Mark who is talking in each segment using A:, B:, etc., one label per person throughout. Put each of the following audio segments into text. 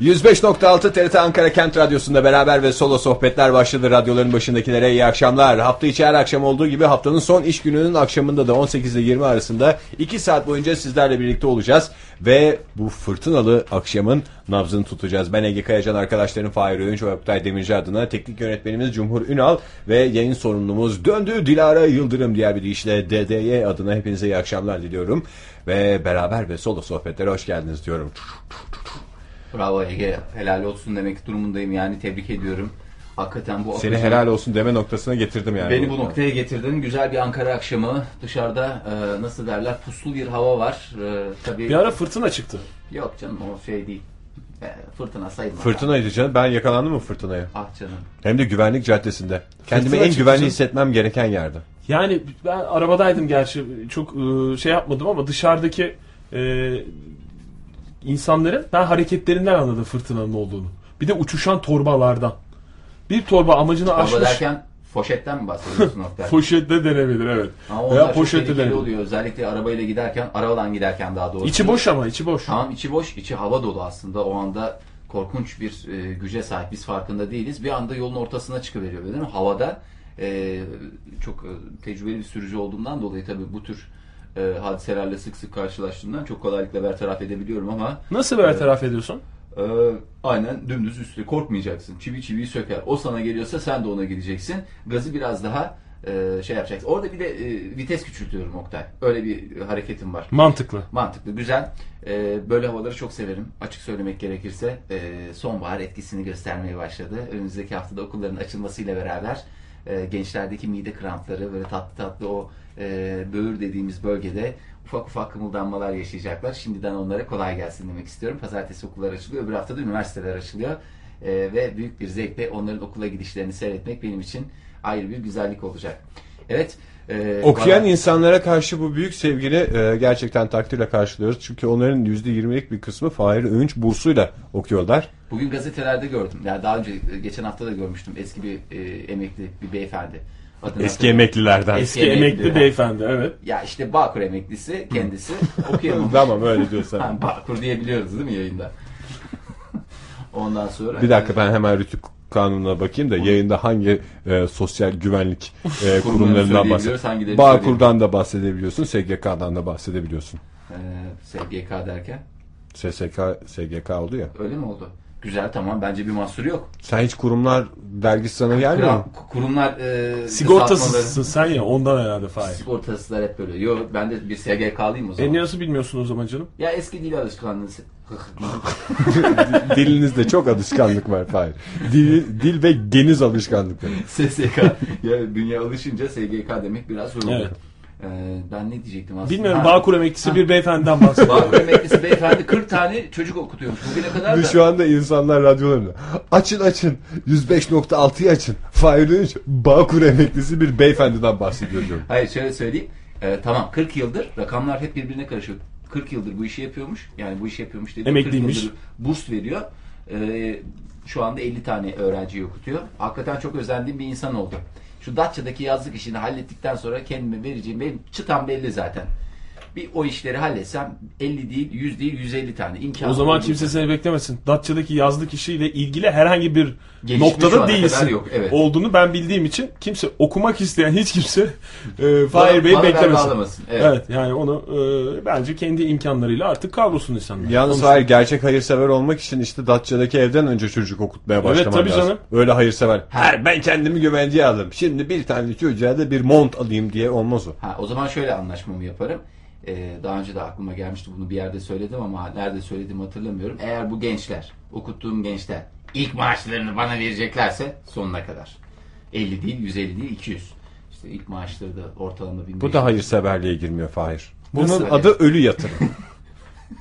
A: 105.6 TRT Ankara Kent Radyosu'nda beraber ve solo sohbetler başladı. Radyoların başındakilere iyi akşamlar. Hafta içi her akşam olduğu gibi haftanın son iş gününün akşamında da 18 ile 20 arasında 2 saat boyunca sizlerle birlikte olacağız. Ve bu fırtınalı akşamın nabzını tutacağız. Ben Ege Kayacan arkadaşlarım Fahir Öğünç ve Oktay Demirci adına teknik yönetmenimiz Cumhur Ünal ve yayın sorumlumuz döndü Dilara Yıldırım diğer bir işle DDY adına hepinize iyi akşamlar diliyorum. Ve beraber ve solo sohbetlere hoş geldiniz diyorum.
B: Bravo Ege. Helal olsun demek durumundayım yani tebrik ediyorum. Hakikaten bu
A: Seni
B: akşam-
A: helal olsun deme noktasına getirdim yani.
B: Beni bu noktaya getirdin. Güzel bir Ankara akşamı. Dışarıda e, nasıl derler puslu bir hava var. E, tabii
C: Bir ara fırtına çıktı.
B: yok canım o şey değil. E, fırtına sayılmaz.
A: Fırtınaydı canım. Ben yakalandım mı fırtınaya?
B: Ah canım.
A: Hem de güvenlik caddesinde. Kendimi en
C: çıktı
A: güvenli
C: canım.
A: hissetmem gereken yerde.
C: Yani ben arabadaydım gerçi çok e, şey yapmadım ama dışarıdaki e, insanların ben hareketlerinden anladım fırtınanın olduğunu. Bir de uçuşan torbalardan. Bir torba amacını
B: Araba
C: aşmış.
B: derken poşetten mi bahsediyorsun nokta?
C: Poşette denebilir evet.
B: Ama
C: Veya
B: onlar çok
C: poşette
B: tehlikeli
C: denebilir.
B: oluyor. Özellikle arabayla giderken, arabadan giderken daha doğrusu.
C: İçi boş ama içi boş.
B: Tamam içi boş, içi hava dolu aslında. O anda korkunç bir e, güce sahip. Biz farkında değiliz. Bir anda yolun ortasına çıkıveriyor böyle değil mi? Havada e, çok e, tecrübeli bir sürücü olduğumdan dolayı tabii bu tür e, hadiselerle sık sık karşılaştığımdan çok kolaylıkla bertaraf edebiliyorum ama
C: Nasıl bertaraf ediyorsun?
B: e, aynen dümdüz üstü korkmayacaksın. Çivi çiviyi söker. O sana geliyorsa sen de ona gideceksin. Gazı biraz daha e, şey yapacaksın. Orada bir de e, vites küçültüyorum Oktay. Öyle bir e, hareketim var.
C: Mantıklı.
B: Mantıklı, güzel. Ee, böyle havaları çok severim. Açık söylemek gerekirse e, sonbahar etkisini göstermeye başladı. Önümüzdeki haftada okulların açılmasıyla beraber e, gençlerdeki mide krampları böyle tatlı tatlı o e, böğür dediğimiz bölgede ufak ufak kımıldanmalar yaşayacaklar. Şimdiden onlara kolay gelsin demek istiyorum. Pazartesi okullar açılıyor, öbür hafta da üniversiteler açılıyor. E, ve büyük bir zevkle onların okula gidişlerini seyretmek benim için ayrı bir güzellik olacak. Evet. e,
A: Okuyan
B: bana-
A: insanlara karşı bu büyük sevgini e, gerçekten takdirle karşılıyoruz. Çünkü onların %20'lik bir kısmı Fahir Öğünç bursuyla okuyorlar.
B: Bugün gazetelerde gördüm. Yani daha önce e, geçen hafta da görmüştüm. Eski bir e, emekli bir beyefendi. Adını
A: Eski
B: hatırlamıyorum.
A: emeklilerden.
C: Eski
B: Eski
C: emekli,
B: emekli.
C: beyefendi evet.
B: Ya işte Bağkur emeklisi kendisi okuyamamış.
A: tamam öyle diyorsan.
B: Ha, Bağkur diyebiliyoruz değil mi yayında? Ondan sonra e,
A: bir dakika ben hemen rütük kanununa bakayım da yayında hangi e, sosyal güvenlik e, kurumlarından
B: söyleyebiliyoruz,
A: bahsediyorsun.
B: hangilerini
A: Bağkur'dan da bahsedebiliyorsun, SGK'dan da bahsedebiliyorsun.
B: e, SGK derken
A: SSK, SGK oldu ya.
B: öyle mi oldu? Güzel tamam bence bir mahsur yok.
A: Sen hiç kurumlar dergisi sana gelmiyor mu?
B: Kuram- kurumlar e,
C: Sigortasızsın
B: satmaları-
C: sen ya ondan herhalde Fahir.
B: Sigortasızlar hep böyle. Yo ben de bir SGK'lıyım o zaman.
C: E niye nasıl bilmiyorsun o zaman canım?
B: Ya eski dil alışkanlığı.
A: Dilinizde çok alışkanlık var Fahir. Dil, dil ve geniz alışkanlıkları.
B: SSK ya dünya alışınca SGK demek biraz zor oluyor.
C: Evet.
B: Ee, ben ne diyecektim aslında?
C: Bilmiyorum
B: Ha,
C: Bağkur emeklisi bir beyefendiden bahsediyor.
B: Bağkur emeklisi beyefendi 40 tane çocuk okutuyormuş bugüne kadar
A: Ve
B: da.
A: şu anda insanlar radyolarını açın açın 105.6'yı açın. Fahir Öğünç Bağkur emeklisi bir beyefendiden bahsediyor diyorum.
B: Hayır şöyle söyleyeyim. Ee, tamam 40 yıldır rakamlar hep birbirine karışıyor. 40 yıldır bu işi yapıyormuş. Yani bu işi yapıyormuş dedi.
C: Emekliymiş.
B: burs veriyor. Ee, şu anda 50 tane öğrenciyi okutuyor. Hakikaten çok özendiğim bir insan oldu. Şu Datça'daki yazlık işini hallettikten sonra kendime vereceğim. Benim çıtam belli zaten. Bir o işleri halletsem 50 değil 100 değil 150 tane. imkan
C: O zaman
B: olduğu-
C: kimse seni beklemesin. Datça'daki yazlık işiyle ilgili herhangi bir
B: Gelişme şu ana
C: noktada
B: kadar
C: değilsin.
B: yok, evet.
C: Olduğunu ben bildiğim için kimse okumak isteyen hiç kimse e,
B: Bana-
C: Fahir Bey'i
B: bana
C: beklemesin.
B: bağlamasın, evet.
C: Evet. yani onu e, bence kendi imkanlarıyla artık kavrulsun insanlar.
A: Yalnız
C: Konuşsun.
A: Fahir gerçek hayırsever olmak için işte Datça'daki evden önce çocuk okutmaya başlaman
C: tabii
A: lazım.
C: canım.
A: Öyle hayırsever. Her ben kendimi güvenceye aldım. Şimdi bir tane çocuğa da bir mont alayım diye olmaz o.
B: Ha, o zaman şöyle anlaşmamı yaparım. Ee, daha önce de aklıma gelmişti bunu bir yerde söyledim ama nerede söyledim hatırlamıyorum. Eğer bu gençler, okuttuğum gençler ilk maaşlarını bana vereceklerse sonuna kadar. 50 değil, 150 değil, 200. İşte ilk maaşları da ortalama 1500.
A: Bu da hayırseverliğe girmiyor Fahir. Bunun
B: Nasıl?
A: adı ölü yatırım.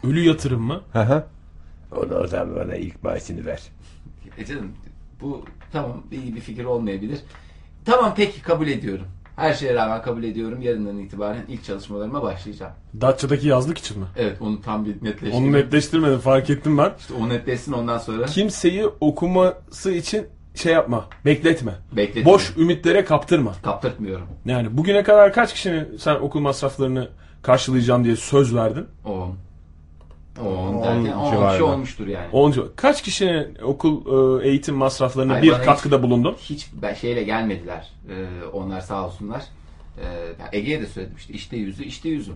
C: Ölü yatırım mı?
A: Hı hı. Onu o zaman bana ilk maaşını ver.
B: E canım, bu tamam iyi bir fikir olmayabilir. Tamam peki kabul ediyorum. Her şeye rağmen kabul ediyorum. Yarından itibaren ilk çalışmalarıma başlayacağım.
C: Datça'daki yazlık için mi?
B: Evet onu tam bir netleştirdim.
C: Onu netleştirmedim fark ettim ben.
B: İşte o netleşsin ondan sonra.
C: Kimseyi okuması için şey yapma, bekletme.
B: Bekletme.
C: Boş ümitlere kaptırma.
B: Kaptırtmıyorum.
C: Yani bugüne kadar kaç kişinin sen okul masraflarını karşılayacağım diye söz verdin?
B: O 10
A: On
B: derken 10 kişi
A: civarında.
B: olmuştur yani.
C: Onca kaç kişinin okul e, eğitim masraflarına
B: Ay,
C: bir
B: bana hiç-
C: katkıda bulundun?
B: Hiç ben şeyle gelmediler. Ee, onlar sağ olsunlar. Ee, ben Ege'ye de söyledim işte işte yüzü işte yüzüm.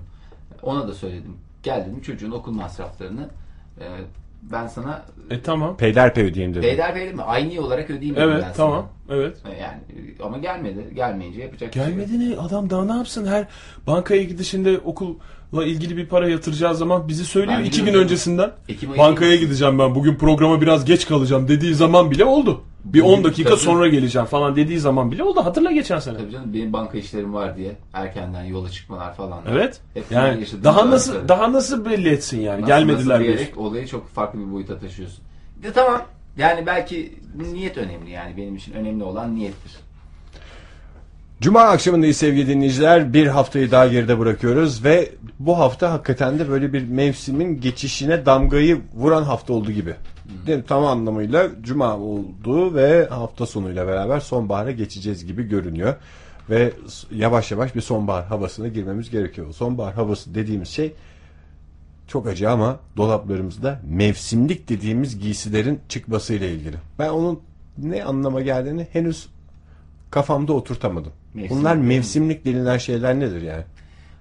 B: Ona da söyledim. Gel dedim çocuğun okul masraflarını e, ben sana
C: E tamam.
A: Peyderpey ödeyeyim dedim.
B: peyderpey mi? Aynı olarak ödeyeyim dedim
C: Evet
B: ben sana.
C: tamam. Evet.
B: E, Yani e, ama gelmedi. Gelmeyince yapacak bir şey yok.
C: Gelmedi ne? Adam daha ne yapsın? Her bankaya gidişinde okulla ilgili bir para yatıracağı zaman bizi söylüyor
B: Ben
C: iki gün
B: biliyorum.
C: öncesinden.
B: Ekim ayı-
C: Bankaya gideceğim ben. Bugün programa biraz geç kalacağım dediği zaman bile oldu. Bir
B: Bugün
C: 10 dakika
B: tabii.
C: sonra geleceğim falan dediği zaman bile oldu. Hatırla geçen sene.
B: Tabii canım benim banka işlerim var diye erkenden yola çıkmalar falan.
C: Evet.
B: Hep bunlar
C: Yani
B: yaşadığımız
C: daha
B: anıları.
C: nasıl daha nasıl belli etsin yani?
B: Nasıl-
C: Gelmediler
B: nasıl
C: diyorsun.
B: diyerek olayı çok farklı bir boyuta taşıyorsun. De tamam. Yani belki niyet önemli yani benim için önemli olan niyettir.
A: Cuma akşamındayız sevgili dinleyiciler. Bir haftayı daha geride bırakıyoruz ve bu hafta hakikaten de böyle bir mevsimin geçişine damgayı vuran hafta oldu gibi. Değil mi? Tam anlamıyla cuma oldu ve hafta sonuyla beraber sonbahara geçeceğiz gibi görünüyor. Ve s- yavaş yavaş bir sonbahar havasına girmemiz gerekiyor. Sonbahar havası dediğimiz şey çok acı ama dolaplarımızda mevsimlik dediğimiz giysilerin çıkmasıyla ilgili. Ben onun ne anlama geldiğini henüz kafamda oturtamadım.
B: Mevsimlik
A: Bunlar
B: değil mi?
A: mevsimlik denilen şeyler nedir yani?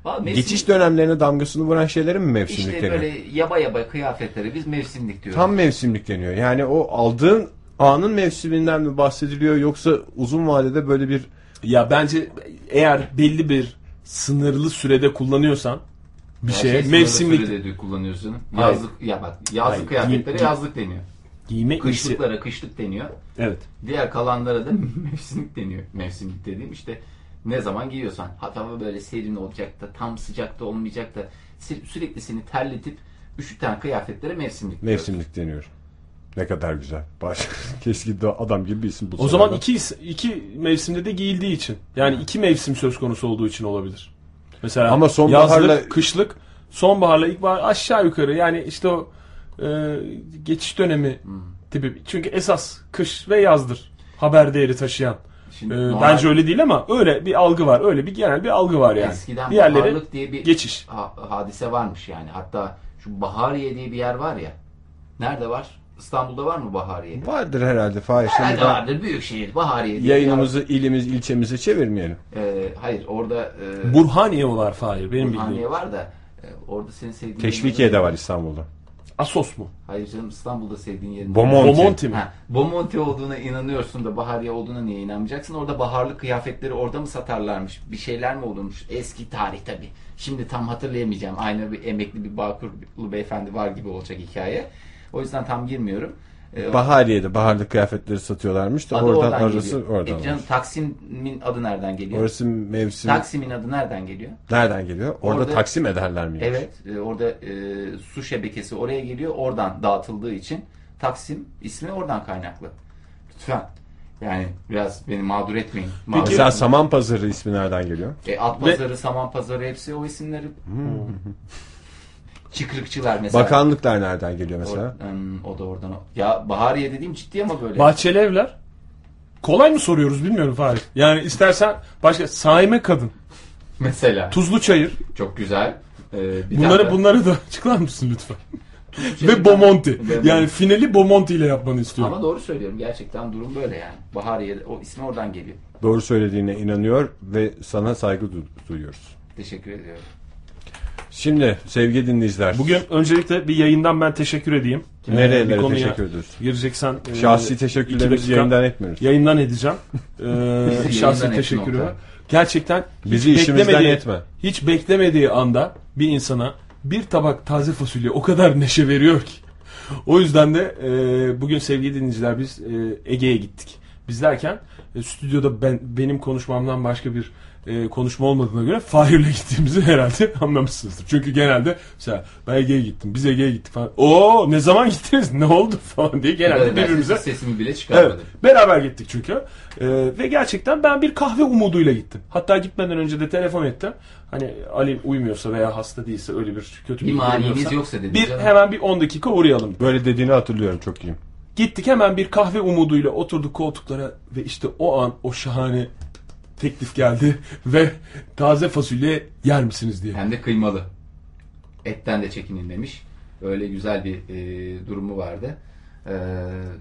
B: Vallahi
A: Geçiş dönemlerine damgasını vuran şeylerin mi mevsimlik
B: işte
A: deniyor?
B: böyle yaba yaba kıyafetlere biz mevsimlik diyoruz.
A: Tam mevsimlik deniyor. Yani o aldığın anın mevsiminden mi bahsediliyor yoksa uzun vadede böyle bir
C: Ya bence eğer belli bir sınırlı sürede kullanıyorsan
B: Her
C: bir şeye
B: şey
C: mevsimlik
B: sınırlı sürede kullanıyorsun.
C: Hayır.
B: Yazlık ya bak yazlık
C: Hayır.
B: kıyafetlere
C: Gi- gi-
B: yazlık deniyor.
C: giyme işi.
B: Kışlıklara kışlık deniyor.
C: Evet.
B: Diğer kalanlara da mevsimlik deniyor. Mevsimlik dediğim işte ne zaman giyiyorsan. Hatta hava böyle serin olacak da tam sıcak da olmayacak da sü- sürekli seni terletip üşüten kıyafetlere mevsimlik diyoruz.
A: mevsimlik deniyor. Ne kadar güzel. Baş... Keşke de adam gibi bir isim
C: O
A: bulsalar
C: zaman
A: da.
C: iki is- iki mevsimde de giyildiği için. Yani iki mevsim söz konusu olduğu için olabilir. Mesela
A: Ama
C: Ama
A: sonbaharla-
C: yazlık, kışlık, sonbaharla ilkbahar aşağı yukarı yani işte o e, geçiş dönemi
B: Hmm.
C: tipi. Çünkü esas kış ve yazdır haber değeri taşıyan.
B: Şimdi
C: E,
B: normal-
C: bence öyle değil ama öyle bir algı var. Öyle bir genel bir algı var yani.
B: Eskiden
C: Diğerleri
B: baharlık diye bir
C: geçiş.
B: ha- hadise varmış yani. Hatta şu Bahariye diye bir yer var ya. Nerede var? İstanbul'da var mı Bahariye?
A: Vardır herhalde. Fahir. Şimdi
B: Nerede
A: ben-
B: vardır? Büyükşehir, Bahariye diye.
A: Yayınımızı ilimiz ilçemize çevirmeyelim.
B: bir yer. Ee, hayır orada e,
C: Burhaniye var Fahir benim bildiğim.
B: Burhaniye var da e, orada senin sevdiğin
A: Teşvikiye de var İstanbul'da.
C: Asos mu?
B: Hayır canım İstanbul'da sevdiğin yerin.
A: Bomonti.
C: Bomonti mi?
B: Ha, Bomonti olduğuna inanıyorsun da Bahariye olduğuna niye inanmayacaksın? Orada baharlık kıyafetleri orada mı satarlarmış? Bir şeyler mi olurmuş? Eski tarih tabii. Şimdi tam hatırlayamayacağım. Aynı bir emekli bir Bağkurlu beyefendi var gibi olacak hikaye. O yüzden tam girmiyorum. Ee,
A: Bahariye'de baharlık kıyafetleri satıyorlarmış da
B: adı
A: oradan, arası
B: geliyor.
A: oradan.
B: E canım,
A: almış.
B: Taksim'in adı nereden geliyor?
A: Orası mevsim
B: Taksim'in adı nereden geliyor?
A: nereden geliyor? Orada,
B: Orada-
A: taksim ederler mi?
B: Evet, e, orada e, su şebekesi oraya geliyor. Oradan dağıtıldığı için Taksim ismi oradan kaynaklı. Lütfen. Yani biraz beni mağdur etmeyin. Mağdur
A: Mesela
B: etmeyin.
A: Saman Pazarı ismi nereden geliyor?
B: E, at pazarı, saman pazarı hepsi o isimleri. Çıkrıkçılar mesela.
A: Bakanlıklar nereden geliyor
B: O,
A: mesela?
B: Hmm, o da oradan. o- Ya Bahariye dediğim ciddi ama böyle.
C: Bahçeli evler. Kolay mı soruyoruz bilmiyorum Fahir. Yani istersen başka Saime kadın,
B: mesela.
C: Tuzlu çayır.
B: Çok güzel. Ee, bir
C: Bunları
B: tane-
C: bunları da açıklar mısın lütfen?
B: Şey-
C: Ve Bomonti.
B: Bomonti.
C: Yani finali Bomonti ile yapmanı istiyorum.
B: Ama doğru söylüyorum. Gerçekten durum böyle yani. Bahariye o ismi oradan geliyor.
A: Doğru söylediğine inanıyor ve sana saygı du- duyuyoruz.
B: Teşekkür ediyorum.
A: Şimdi sevgili dinleyiciler.
C: Bugün öncelikle bir yayından ben teşekkür edeyim. Ee, bir
A: nerelere
C: konuya
A: teşekkür ediyoruz?
C: Gireceksen e,
A: Şahsi
C: iki
A: teşekkürlerimizi
C: dakika
A: yayından etmiyoruz.
C: yayından edeceğim.
B: yayından
C: Ee,
B: ettin
C: şahsi teşekkürü.
B: Oktay.
C: Gerçekten hiç
A: Bizi işimizden
C: beklemediği-
A: etme.
C: Hiç beklemediği anda bir insana bir tabak taze fasulye o kadar neşe veriyor ki. O yüzden de e, bugün sevgili dinleyiciler biz e, Ege'ye gittik. Biz derken e, stüdyoda ben benim konuşmamdan başka bir e, konuşma olmadığına göre Fahir'le gittiğimizi herhalde anlamışsınızdır. Çünkü genelde mesela ben Ege'ye gittim, biz Ege'ye gittik falan. Oo ne zaman gittiniz, ne oldu falan diye genelde
B: Böyle ben
C: birbirimize
B: sesi- sesimi bile çıkarmadım.
C: Evet. Beraber gittik çünkü. Ee, ve gerçekten ben bir kahve umuduyla gittim. Hatta gitmeden önce de telefon ettim. Hani Ali uyumuyorsa veya hasta değilse öyle bir kötü
B: Bir
C: bir
B: maniniz
C: manimiz
B: yoksa dedim
C: Bir
B: canım.
C: hemen bir 10 dakika uğrayalım.
A: Böyle dediğini hatırlıyorum çok iyi.
C: Gittik hemen bir kahve umuduyla oturduk koltuklara ve işte o an o şahane teklif geldi ve taze fasulye yer misiniz diye.
B: Hem de kıymalı. Etten de çekinin demiş. Öyle güzel bir e, durumu vardı. E,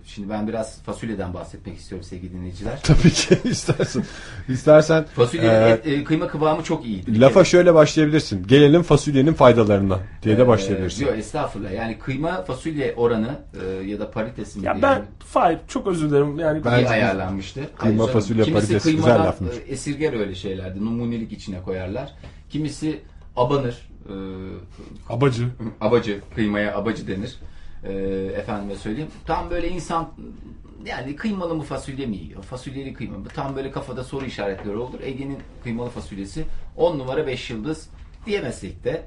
B: şimdi ben biraz fasulyeden bahsetmek istiyorum sevgili dinleyiciler.
A: Tabii ki istersen. İstersen
B: Fasulye
A: e,
B: et, e, kıyma kıvamı çok iyiydi. Bir
A: lafa
B: kere.
A: şöyle başlayabilirsin. Gelelim fasulyenin faydalarına diye
C: Ee,
A: de
B: E,
A: başlayabilirsin.
B: Yok estağfurullah. Yani kıyma fasulye oranı e, ya da paritesi mi
C: Ya
B: diyelim,
C: ben Fahir çok özür dilerim. Yani
A: Ben-
B: iyi ayarlanmıştı. Hayır canım.
A: fasulye
B: Kimisi
A: paritesi,
B: kıymadan
A: güzel lafmış.
B: e, esirger öyle şeylerdi. Numunelik içine koyarlar. Kimisi abanır. e,
C: abacı.
B: abacı, kıymaya abacı denir. Ee, efendime söyleyeyim. Tam böyle insan yani kıymalı mı fasulye mi yiyor? Fasulyeli kıyma mı? Tam böyle kafada soru işaretleri olur. Ege'nin kıymalı fasulyesi 10 numara 5 yıldız diyemezsek de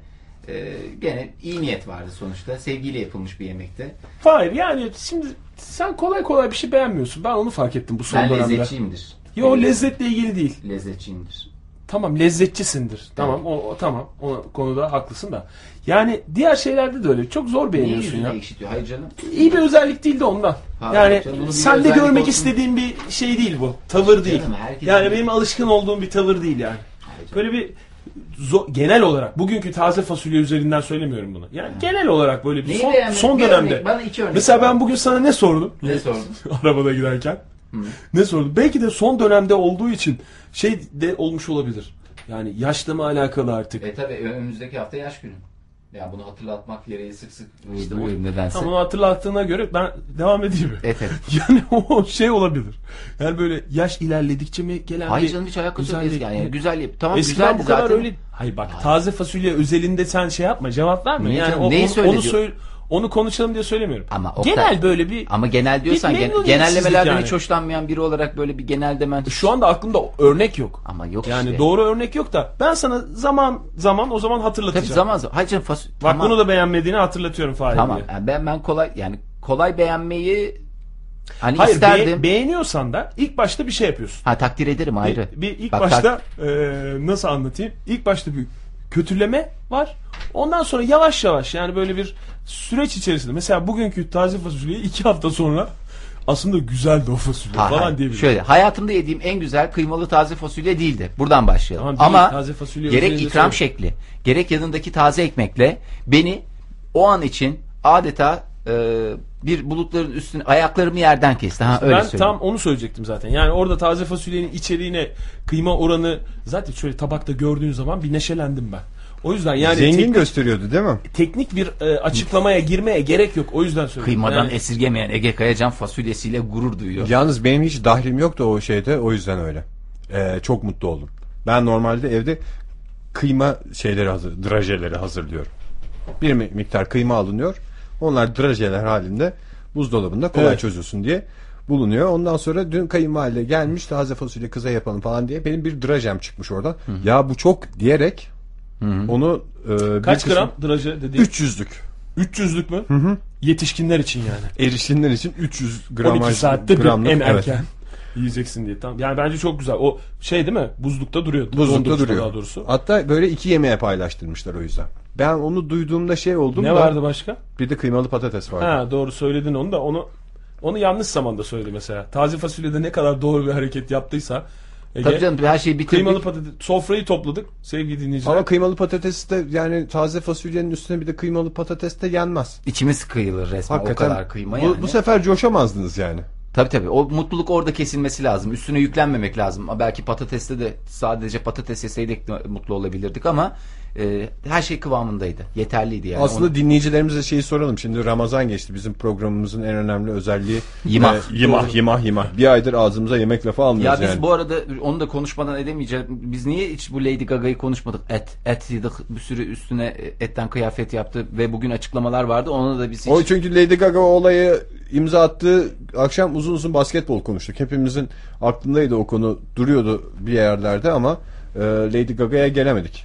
B: e, gene iyi niyet vardı sonuçta. Sevgiyle yapılmış bir yemekte.
C: Fahir yani şimdi sen kolay kolay bir şey beğenmiyorsun. Ben onu fark ettim bu son
B: Ben
C: dönemde.
B: lezzetçiyimdir.
C: Yo
B: Evet,
C: lezzetle ilgili değil.
B: lezzetçiyimdir.
C: Tamam lezzetçisindir. Tamam o, o- tamam. O konuda haklısın da. Yani diğer şeylerde de öyle. Çok zor
B: Niye
C: beğeniyorsun
B: yüzüne
C: ya.
B: ekşitiyor? Hayır canım.
C: İyi bir özellik değil de ondan.
B: Ha,
C: yani
B: canım, bir
C: sen de
B: özellik
C: görmek
B: olsun.
C: istediğin bir şey değil bu. Tavır değil.
B: Canım, herkesin-
C: yani benim alışkın olduğum bir tavır değil yani.
B: Hayır canım.
C: Böyle bir zo- genel olarak bugünkü taze fasulye üzerinden söylemiyorum bunu. Yani genel olarak böyle bir
B: Neyi
C: son,
B: beğenmedin?
C: son
B: Bir
C: dönemde.
B: örnek, bana iki örnek.
C: Mesela
B: ver.
C: ben bugün sana ne sordum?
B: ne sordum?
C: Arabada giderken. Ne sordum? Belki de son dönemde olduğu için şey de olmuş olabilir. Yani yaşla mı alakalı artık?
B: E tabi önümüzdeki hafta yaş günü. Yani bunu hatırlatmak gereği sık sık
C: İşte
B: duyuyorum nedense.
C: Tam onu hatırlattığına göre ben devam edeyim mi?
B: Evet. evet.
C: Yani o şey olabilir. Yani böyle yaş ilerledikçe mi gelen
B: Hayır
C: bir
B: canım hiç alakası yok
C: güzellik
B: eski. Yani
C: mi?
B: güzel yap. Tamam
C: Eskiden
B: güzeldi
C: bu kadar
B: zaten.
C: öyle. Hayır bak taze fasulye özelinde sen şey yapma cevap verme.
B: Niye
C: yani
B: canım?
C: o-
B: Neyi
C: onu-
B: söyle
C: onu
B: diyor?
C: söyle- onu konuşalım diye söylemiyorum.
B: Ama Oktay-
C: genel böyle bir
B: Ama genel diyorsan
C: Bir
B: gen-
C: memnuniyetsizlik
B: genellemelerden
C: yani. E
B: hiç hoşlanmayan biri olarak böyle bir genel demen.
C: şu anda aklımda örnek yok.
B: Ama yok
C: Yani
B: işte.
C: doğru örnek yok da ben sana zaman zaman o zaman
B: Tabii
C: hatırlatacağım.
B: zaman zaman. Hayır canım fas-
C: Bak
B: tamam.
C: bunu da beğenmediğini hatırlatıyorum Fahir
B: Tamam.
C: diye.
B: Yani ben ben kolay yani kolay beğenmeyi hani
C: Hayır be-
B: isterdim.
C: beğeniyorsan da ilk başta bir şey yapıyorsun.
B: ha takdir ederim ayrı.
C: Bir, bir ilk
B: Bak, tak-
C: başta e, nasıl anlatayım? İlk başta bir kötüleme var. Ondan sonra yavaş yavaş yani böyle bir süreç içerisinde. Mesela bugünkü taze fasulyeyi iki hafta sonra aslında güzeldi o fasulye
B: Ha,
C: falan
B: hayır.
C: diyebilirim.
B: Şöyle hayatımda yediğim en güzel kıymalı taze fasulye değildi. Buradan başlayalım.
C: Tamam, değil,
B: Ama
C: taze fasulye
B: gerek
C: özelinde
B: ikram
C: söyle.
B: şekli, gerek yanındaki taze ekmekle beni o an için adeta e, bir bulutların üstüne ayaklarımı yerden kesti. Ha öyle
C: ben
B: söyleyeyim.
C: tam onu söyleyecektim zaten. Yani orada taze fasulyenin içeriğine kıyma oranı zaten şöyle tabakta gördüğün zaman bir neşelendim ben. O yüzden yani
A: Zengin
C: teknik,
A: gösteriyordu değil mi?
C: teknik bir e, açıklamaya girmeye gerek yok. O yüzden söylüyorum.
B: Kıymadan
C: Yani-
B: esirgemeyen Ege Kayacan fasulyesiyle gurur duyuyor.
A: Yalnız benim hiç dahlim yoktu o şeyde o yüzden öyle. Ee, çok mutlu oldum. Ben normalde evde kıyma şeyleri hazır, drajeleri hazırlıyorum. Bir mi- miktar kıyma alınıyor. Onlar drajeler halinde buzdolabında kolay
C: Evet.
A: çözülsün diye bulunuyor. Ondan sonra dün kayınvalide gelmiş taze fasulye kıza yapalım falan diye benim bir drajem çıkmış oradan. Ya bu çok diyerek onu e, bir
C: Kaç
A: kısım-
C: gram draje dediğin?
A: 300'lük.
C: 300'lük mü? Yetişkinler için yani.
A: Erişkinler için 300 gram
C: 12 saatte bir
A: gramlık,
C: en
A: evet.
C: erken yiyeceksin diye. Tamam. Yani bence çok güzel. O şey değil mi? Buzlukta duruyor.
A: Buzlukta
C: Dondurucuda
A: duruyor.
C: Daha doğrusu.
A: Hatta böyle iki yemeğe paylaştırmışlar o yüzden. Ben onu duyduğumda şey oldum
C: ne
A: da
C: vardı başka?
A: bir de kıymalı patates vardı.
C: Ha doğru söyledin onu da onu onu yanlış zamanda söyledi mesela. Taze fasulyede ne kadar doğru bir hareket yaptıysa Ege,
B: Tabii canım her şeyi bitirdik.
C: kıymalı patates sofrayı topladık sevgili dinleyiciler.
A: Ama kıymalı patates de yani taze fasulyenin üstüne bir de kıymalı patates de yenmez.
B: İçimiz kıyılır resmen
A: Hakikaten
B: o kadar kıyma
A: bu,
B: yani.
A: bu sefer coşamazdınız yani.
B: Tabii tabii. O mutluluk orada kesilmesi lazım. Üstüne yüklenmemek lazım. Ha, Belki patateste de sadece patates yeseydik de mutlu olabilirdik ama e, her şey kıvamındaydı. Yeterliydi yani.
A: Aslında
B: Onu-
A: dinleyicilerimize şeyi soralım. Şimdi Ramazan geçti. Bizim programımızın en önemli özelliği
B: Yimah.
A: yimah, yimah, yimah. Bir aydır ağzımıza yemek lafı
B: ya
A: almıyoruz
B: biz
A: yani.
B: bu arada onu da konuşmadan edemeyeceğiz. Biz niye hiç bu Lady Gaga'yı konuşmadık? Et, et yedik. Bir sürü üstüne etten kıyafet yaptı ve bugün açıklamalar vardı. Ona da biz hiç...
A: O çünkü Lady Gaga o olayı imza attığı akşam uzun uzun basketbol konuştuk. Hepimizin aklındaydı o konu duruyordu bir yerlerde ama e, Lady Gaga'ya gelemedik.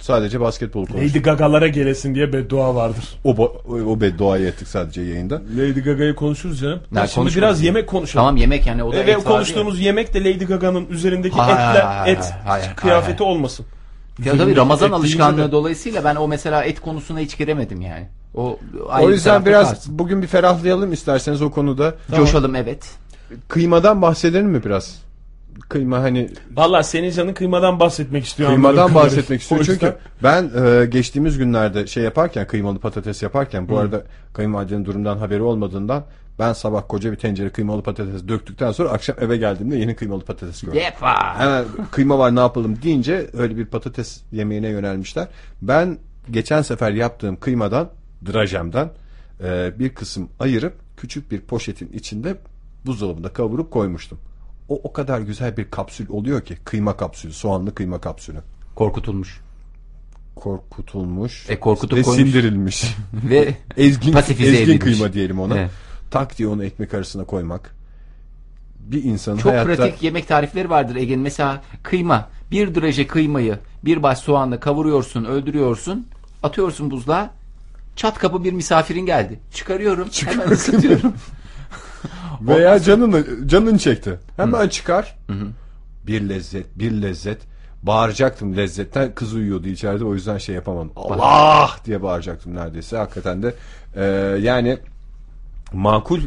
A: Sadece basketbol konuştuk.
C: Lady Gaga'lara gelesin diye beddua vardır.
A: O, bo- o bedduayı ettik sadece yayında.
C: Lady Gaga'yı konuşuruz canım.
B: Ya,
C: Ya, şimdi
B: konuşmadık.
C: biraz yemek konuşalım.
B: Tamam yemek yani o da
C: Ve
B: et vardı ya.
C: konuştuğumuz yemek de Lady Gaga'nın üzerindeki
B: Hayır,
C: etler,
B: hayır,
C: et
B: hayır, hayır,
C: kıyafeti olmasın.
B: Ya tabii Ramazan
C: Et deyince
B: alışkanlığı
C: de-
B: dolayısıyla ben o mesela et konusuna hiç giremedim yani. O, ayrı
A: o
B: bir
A: yüzden
B: tarafta
A: biraz
B: kalsın.
A: bugün bir ferahlayalım isterseniz o konuda.
B: coşalım evet.
A: Kıymadan bahsedelim mi biraz? kıyma hani
C: Valla senin canın kıymadan bahsetmek istiyor. anladığım
A: kıymadan
C: kadarıyla.
A: bahsetmek istiyorum.
C: O yüzden-
A: Çünkü ben e, geçtiğimiz günlerde şey yaparken kıymalı patates yaparken bu arada kayınvalidenin durumdan haberi olmadığından ben sabah koca bir tencere kıymalı patates döktükten sonra akşam eve geldiğimde yeni kıymalı patates gördüm.
B: Yepa!
A: Hemen kıyma var ne yapalım deyince öyle bir patates yemeğine yönelmişler. Ben geçen sefer yaptığım kıymadan, drajemden e, bir kısım ayırıp küçük bir poşetin içinde buzdolabında kavurup koymuştum. O o kadar güzel bir kapsül oluyor ki kıyma kapsülü, soğanlı kıyma kapsülü.
B: Korkutulmuş.
A: Korkutulmuş
B: E, korkutup
A: ve
B: koymuş.
A: sindirilmiş.
B: Ve
A: ezgin,
B: Pasifize
A: ezgin
B: edilmiş.
A: kıyma diyelim ona.
B: Evet.
A: Tak diye onu ekmek arasına koymak. Bir insanın
B: Çok
A: hayatta...
B: pratik yemek tarifleri vardır Ege'nin. Mesela kıyma. Bir draje kıymayı bir baş soğanla kavuruyorsun, öldürüyorsun. Atıyorsun buzluğa. Çat kapı bir misafirin geldi. Çıkarıyorum. Hemen ısıtıyorum.
A: Veya canını canın çekti. Hemen çıkar. Bir lezzet, bir lezzet. Bağıracaktım lezzetten. Kız uyuyordu içeride o yüzden şey yapamadım. Allah diye bağıracaktım neredeyse. Hakikaten de e, yani makul e,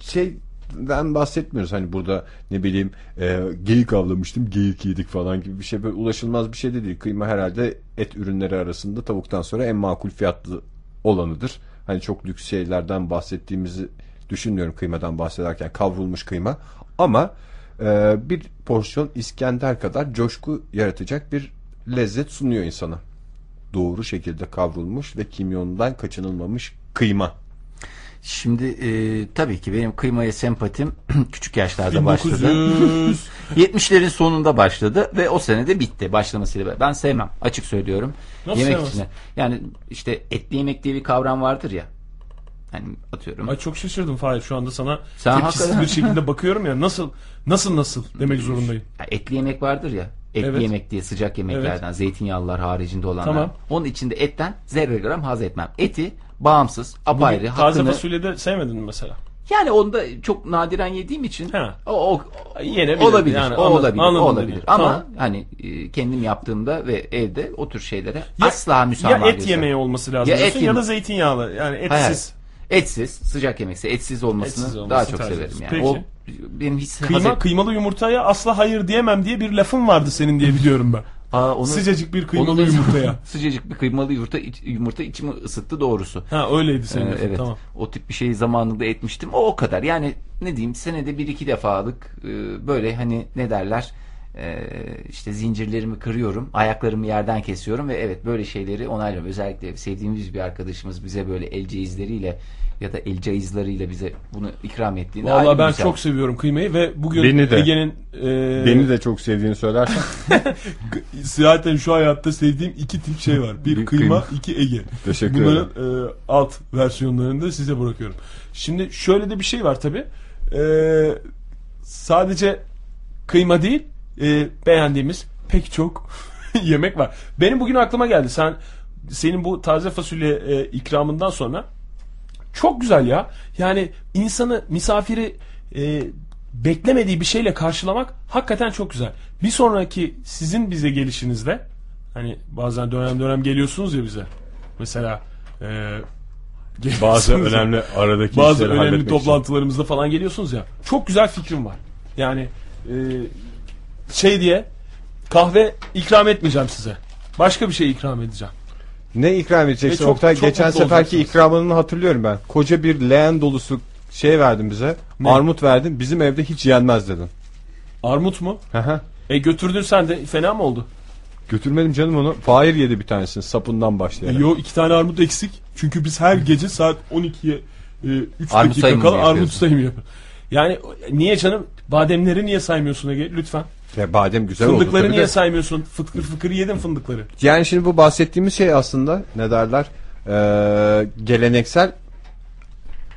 A: şeyden bahsetmiyoruz. Hani burada ne bileyim e, geyik avlamıştım, geyik yedik falan gibi bir şey. Böyle ulaşılmaz bir şey de değil. Kıyma herhalde et ürünleri arasında tavuktan sonra en makul fiyatlı olanıdır. Hani çok lüks şeylerden bahsettiğimizi düşünmüyorum kıymadan bahsederken. Kavrulmuş kıyma. Ama e, bir porsiyon İskender kadar coşku yaratacak bir lezzet sunuyor insana. Doğru şekilde kavrulmuş ve kimyondan kaçınılmamış kıyma.
B: Şimdi e, tabii ki benim kıymaya sempatim küçük yaşlarda başladı.
C: 1900.
B: 70'lerin sonunda başladı ve o sene de bitti başlamasıyla. beraber. Ben sevmem açık söylüyorum.
C: Nasıl
B: yemek
C: sevmezsin?
B: içine. Yani işte etli yemek diye bir kavram vardır ya. Hani atıyorum.
C: Ay çok şaşırdım Fahir şu anda sana
B: Sen
C: tepkisiz
B: hakikaten-
C: bir şekilde bakıyorum ya nasıl nasıl nasıl demek zorundayım.
B: Ya etli yemek vardır ya. Etli
C: Evet.
B: yemek diye sıcak yemeklerden zeytinyağlılar haricinde olanlar.
C: Tamam.
B: Onun içinde etten zerre gram haz etmem. Eti bağımsız, apayrı,
C: Taze
B: hakkını...
C: fasulye de sevmedin mi mesela?
B: Yani onda çok nadiren yediğim için
C: He.
B: o, o,
C: Yenebilir.
B: olabilir.
C: Yani
B: o
C: anladım,
B: olabilir.
C: anladım
B: o olabilir.
C: dediğini.
B: Ama
C: Tamam.
B: hani e, kendim yaptığımda ve evde o tür şeylere
C: Ya-
B: asla müsamaha
C: Ya et
B: göstermem.
C: yemeği olması lazım
B: Ya
C: ya
B: et
C: diyorsun ya da
B: yemeği.
C: zeytinyağlı. Yani
B: Hayır,
C: etsiz.
B: Etsiz, sıcak yemekse etsiz olmasını
C: Etsiz olmasını
B: daha çok
C: tercih
B: severim. Yani.
C: ediyorsun.
B: O benim hiç haz
C: Kıyma,
B: et-
C: kıymalı yumurtaya asla hayır diyemem diye bir lafın vardı senin diye biliyorum ben.
B: Aa, onu-
C: Sıcacık bir
B: onu
C: kıymalı
B: da-
C: yumurtaya.
B: sıcacık bir kıymalı yumurta, iç- yumurta içimi ısıttı doğrusu.
C: Ha öyleydi senin
B: Ee,
C: lafın
B: evet.
C: tamam.
B: O tip bir şeyi zamanında etmiştim. O o kadar. Yani ne diyeyim senede bir iki defalık e, böyle hani ne derler e, işte zincirlerimi kırıyorum. Ayaklarımı yerden kesiyorum ve evet böyle şeyleri onaylıyorum. Özellikle sevdiğimiz bir arkadaşımız bize böyle el ceizleriyle ya da el caizleriyle bize bunu ikram ettiğinde ayrı
C: Vallahi
B: bir
C: ben
B: güzel.
C: çok seviyorum kıymayı ve bugün
A: Beni de.
C: Ege'nin e,
A: Beni de çok sevdiğini söylersen
C: zaten şu hayatta sevdiğim iki tip şey var. Bir,
B: Bir
C: kıyma,
B: kıyma.
C: iki Ege.
A: Teşekkür
C: Bunların e, alt versiyonlarını da size bırakıyorum. Şimdi şöyle de bir şey var tabi. sadece kıyma değil e, beğendiğimiz pek çok yemek var. Benim bugün aklıma geldi. Sen senin bu taze fasulye e, ikramından sonra çok güzel ya. Yani insanı misafiri e, beklemediği bir şeyle karşılamak hakikaten çok güzel. Bir sonraki sizin bize gelişinizde hani bazen dönem dönem geliyorsunuz ya bize. Mesela e,
A: bazı
C: geliyorsunuz ya.
A: önemli aradaki
C: bazı
A: işleri
C: önemli
A: halletmek
C: toplantılarımızda falan geliyorsunuz ya. Çok güzel fikrim var. Yani e, şey diye kahve ikram etmeyeceğim size. Başka bir şey ikram edeceğim.
A: için. Ne ikram edeceksin
C: Ve çok-
A: Oktay?
C: çok
A: Geçen
C: mutlu
A: seferki
C: olacaksınız.
A: ikramını hatırlıyorum ben. Koca bir leğen dolusu şey verdin bize.
C: Ne?
A: Armut verdin. Bizim evde hiç yenmez dedin.
C: Armut mu?
A: Hı hı.
C: E götürdün sen de fena mı oldu?
A: Götürmedim canım onu. Fahir yedi bir tanesini sapından başlayarak.
C: E, Yo iki tane armut eksik. Çünkü biz her gece saat 12'ye 3
B: Armut
C: dakika
B: sayımı
C: kala
B: yapıyorsun.
C: armut sayımı yapıyoruz. Yani niye canım bademleri niye saymıyorsun Ege lütfen?
A: Ya badem güzel oldu.
C: Fındıkları
A: tabii
C: niye
A: de.
C: saymıyorsun? Fıtkır fıkır yedin fındıkları.
A: Yani şimdi bu bahsettiğimiz şey aslında ne derler Ee, geleneksel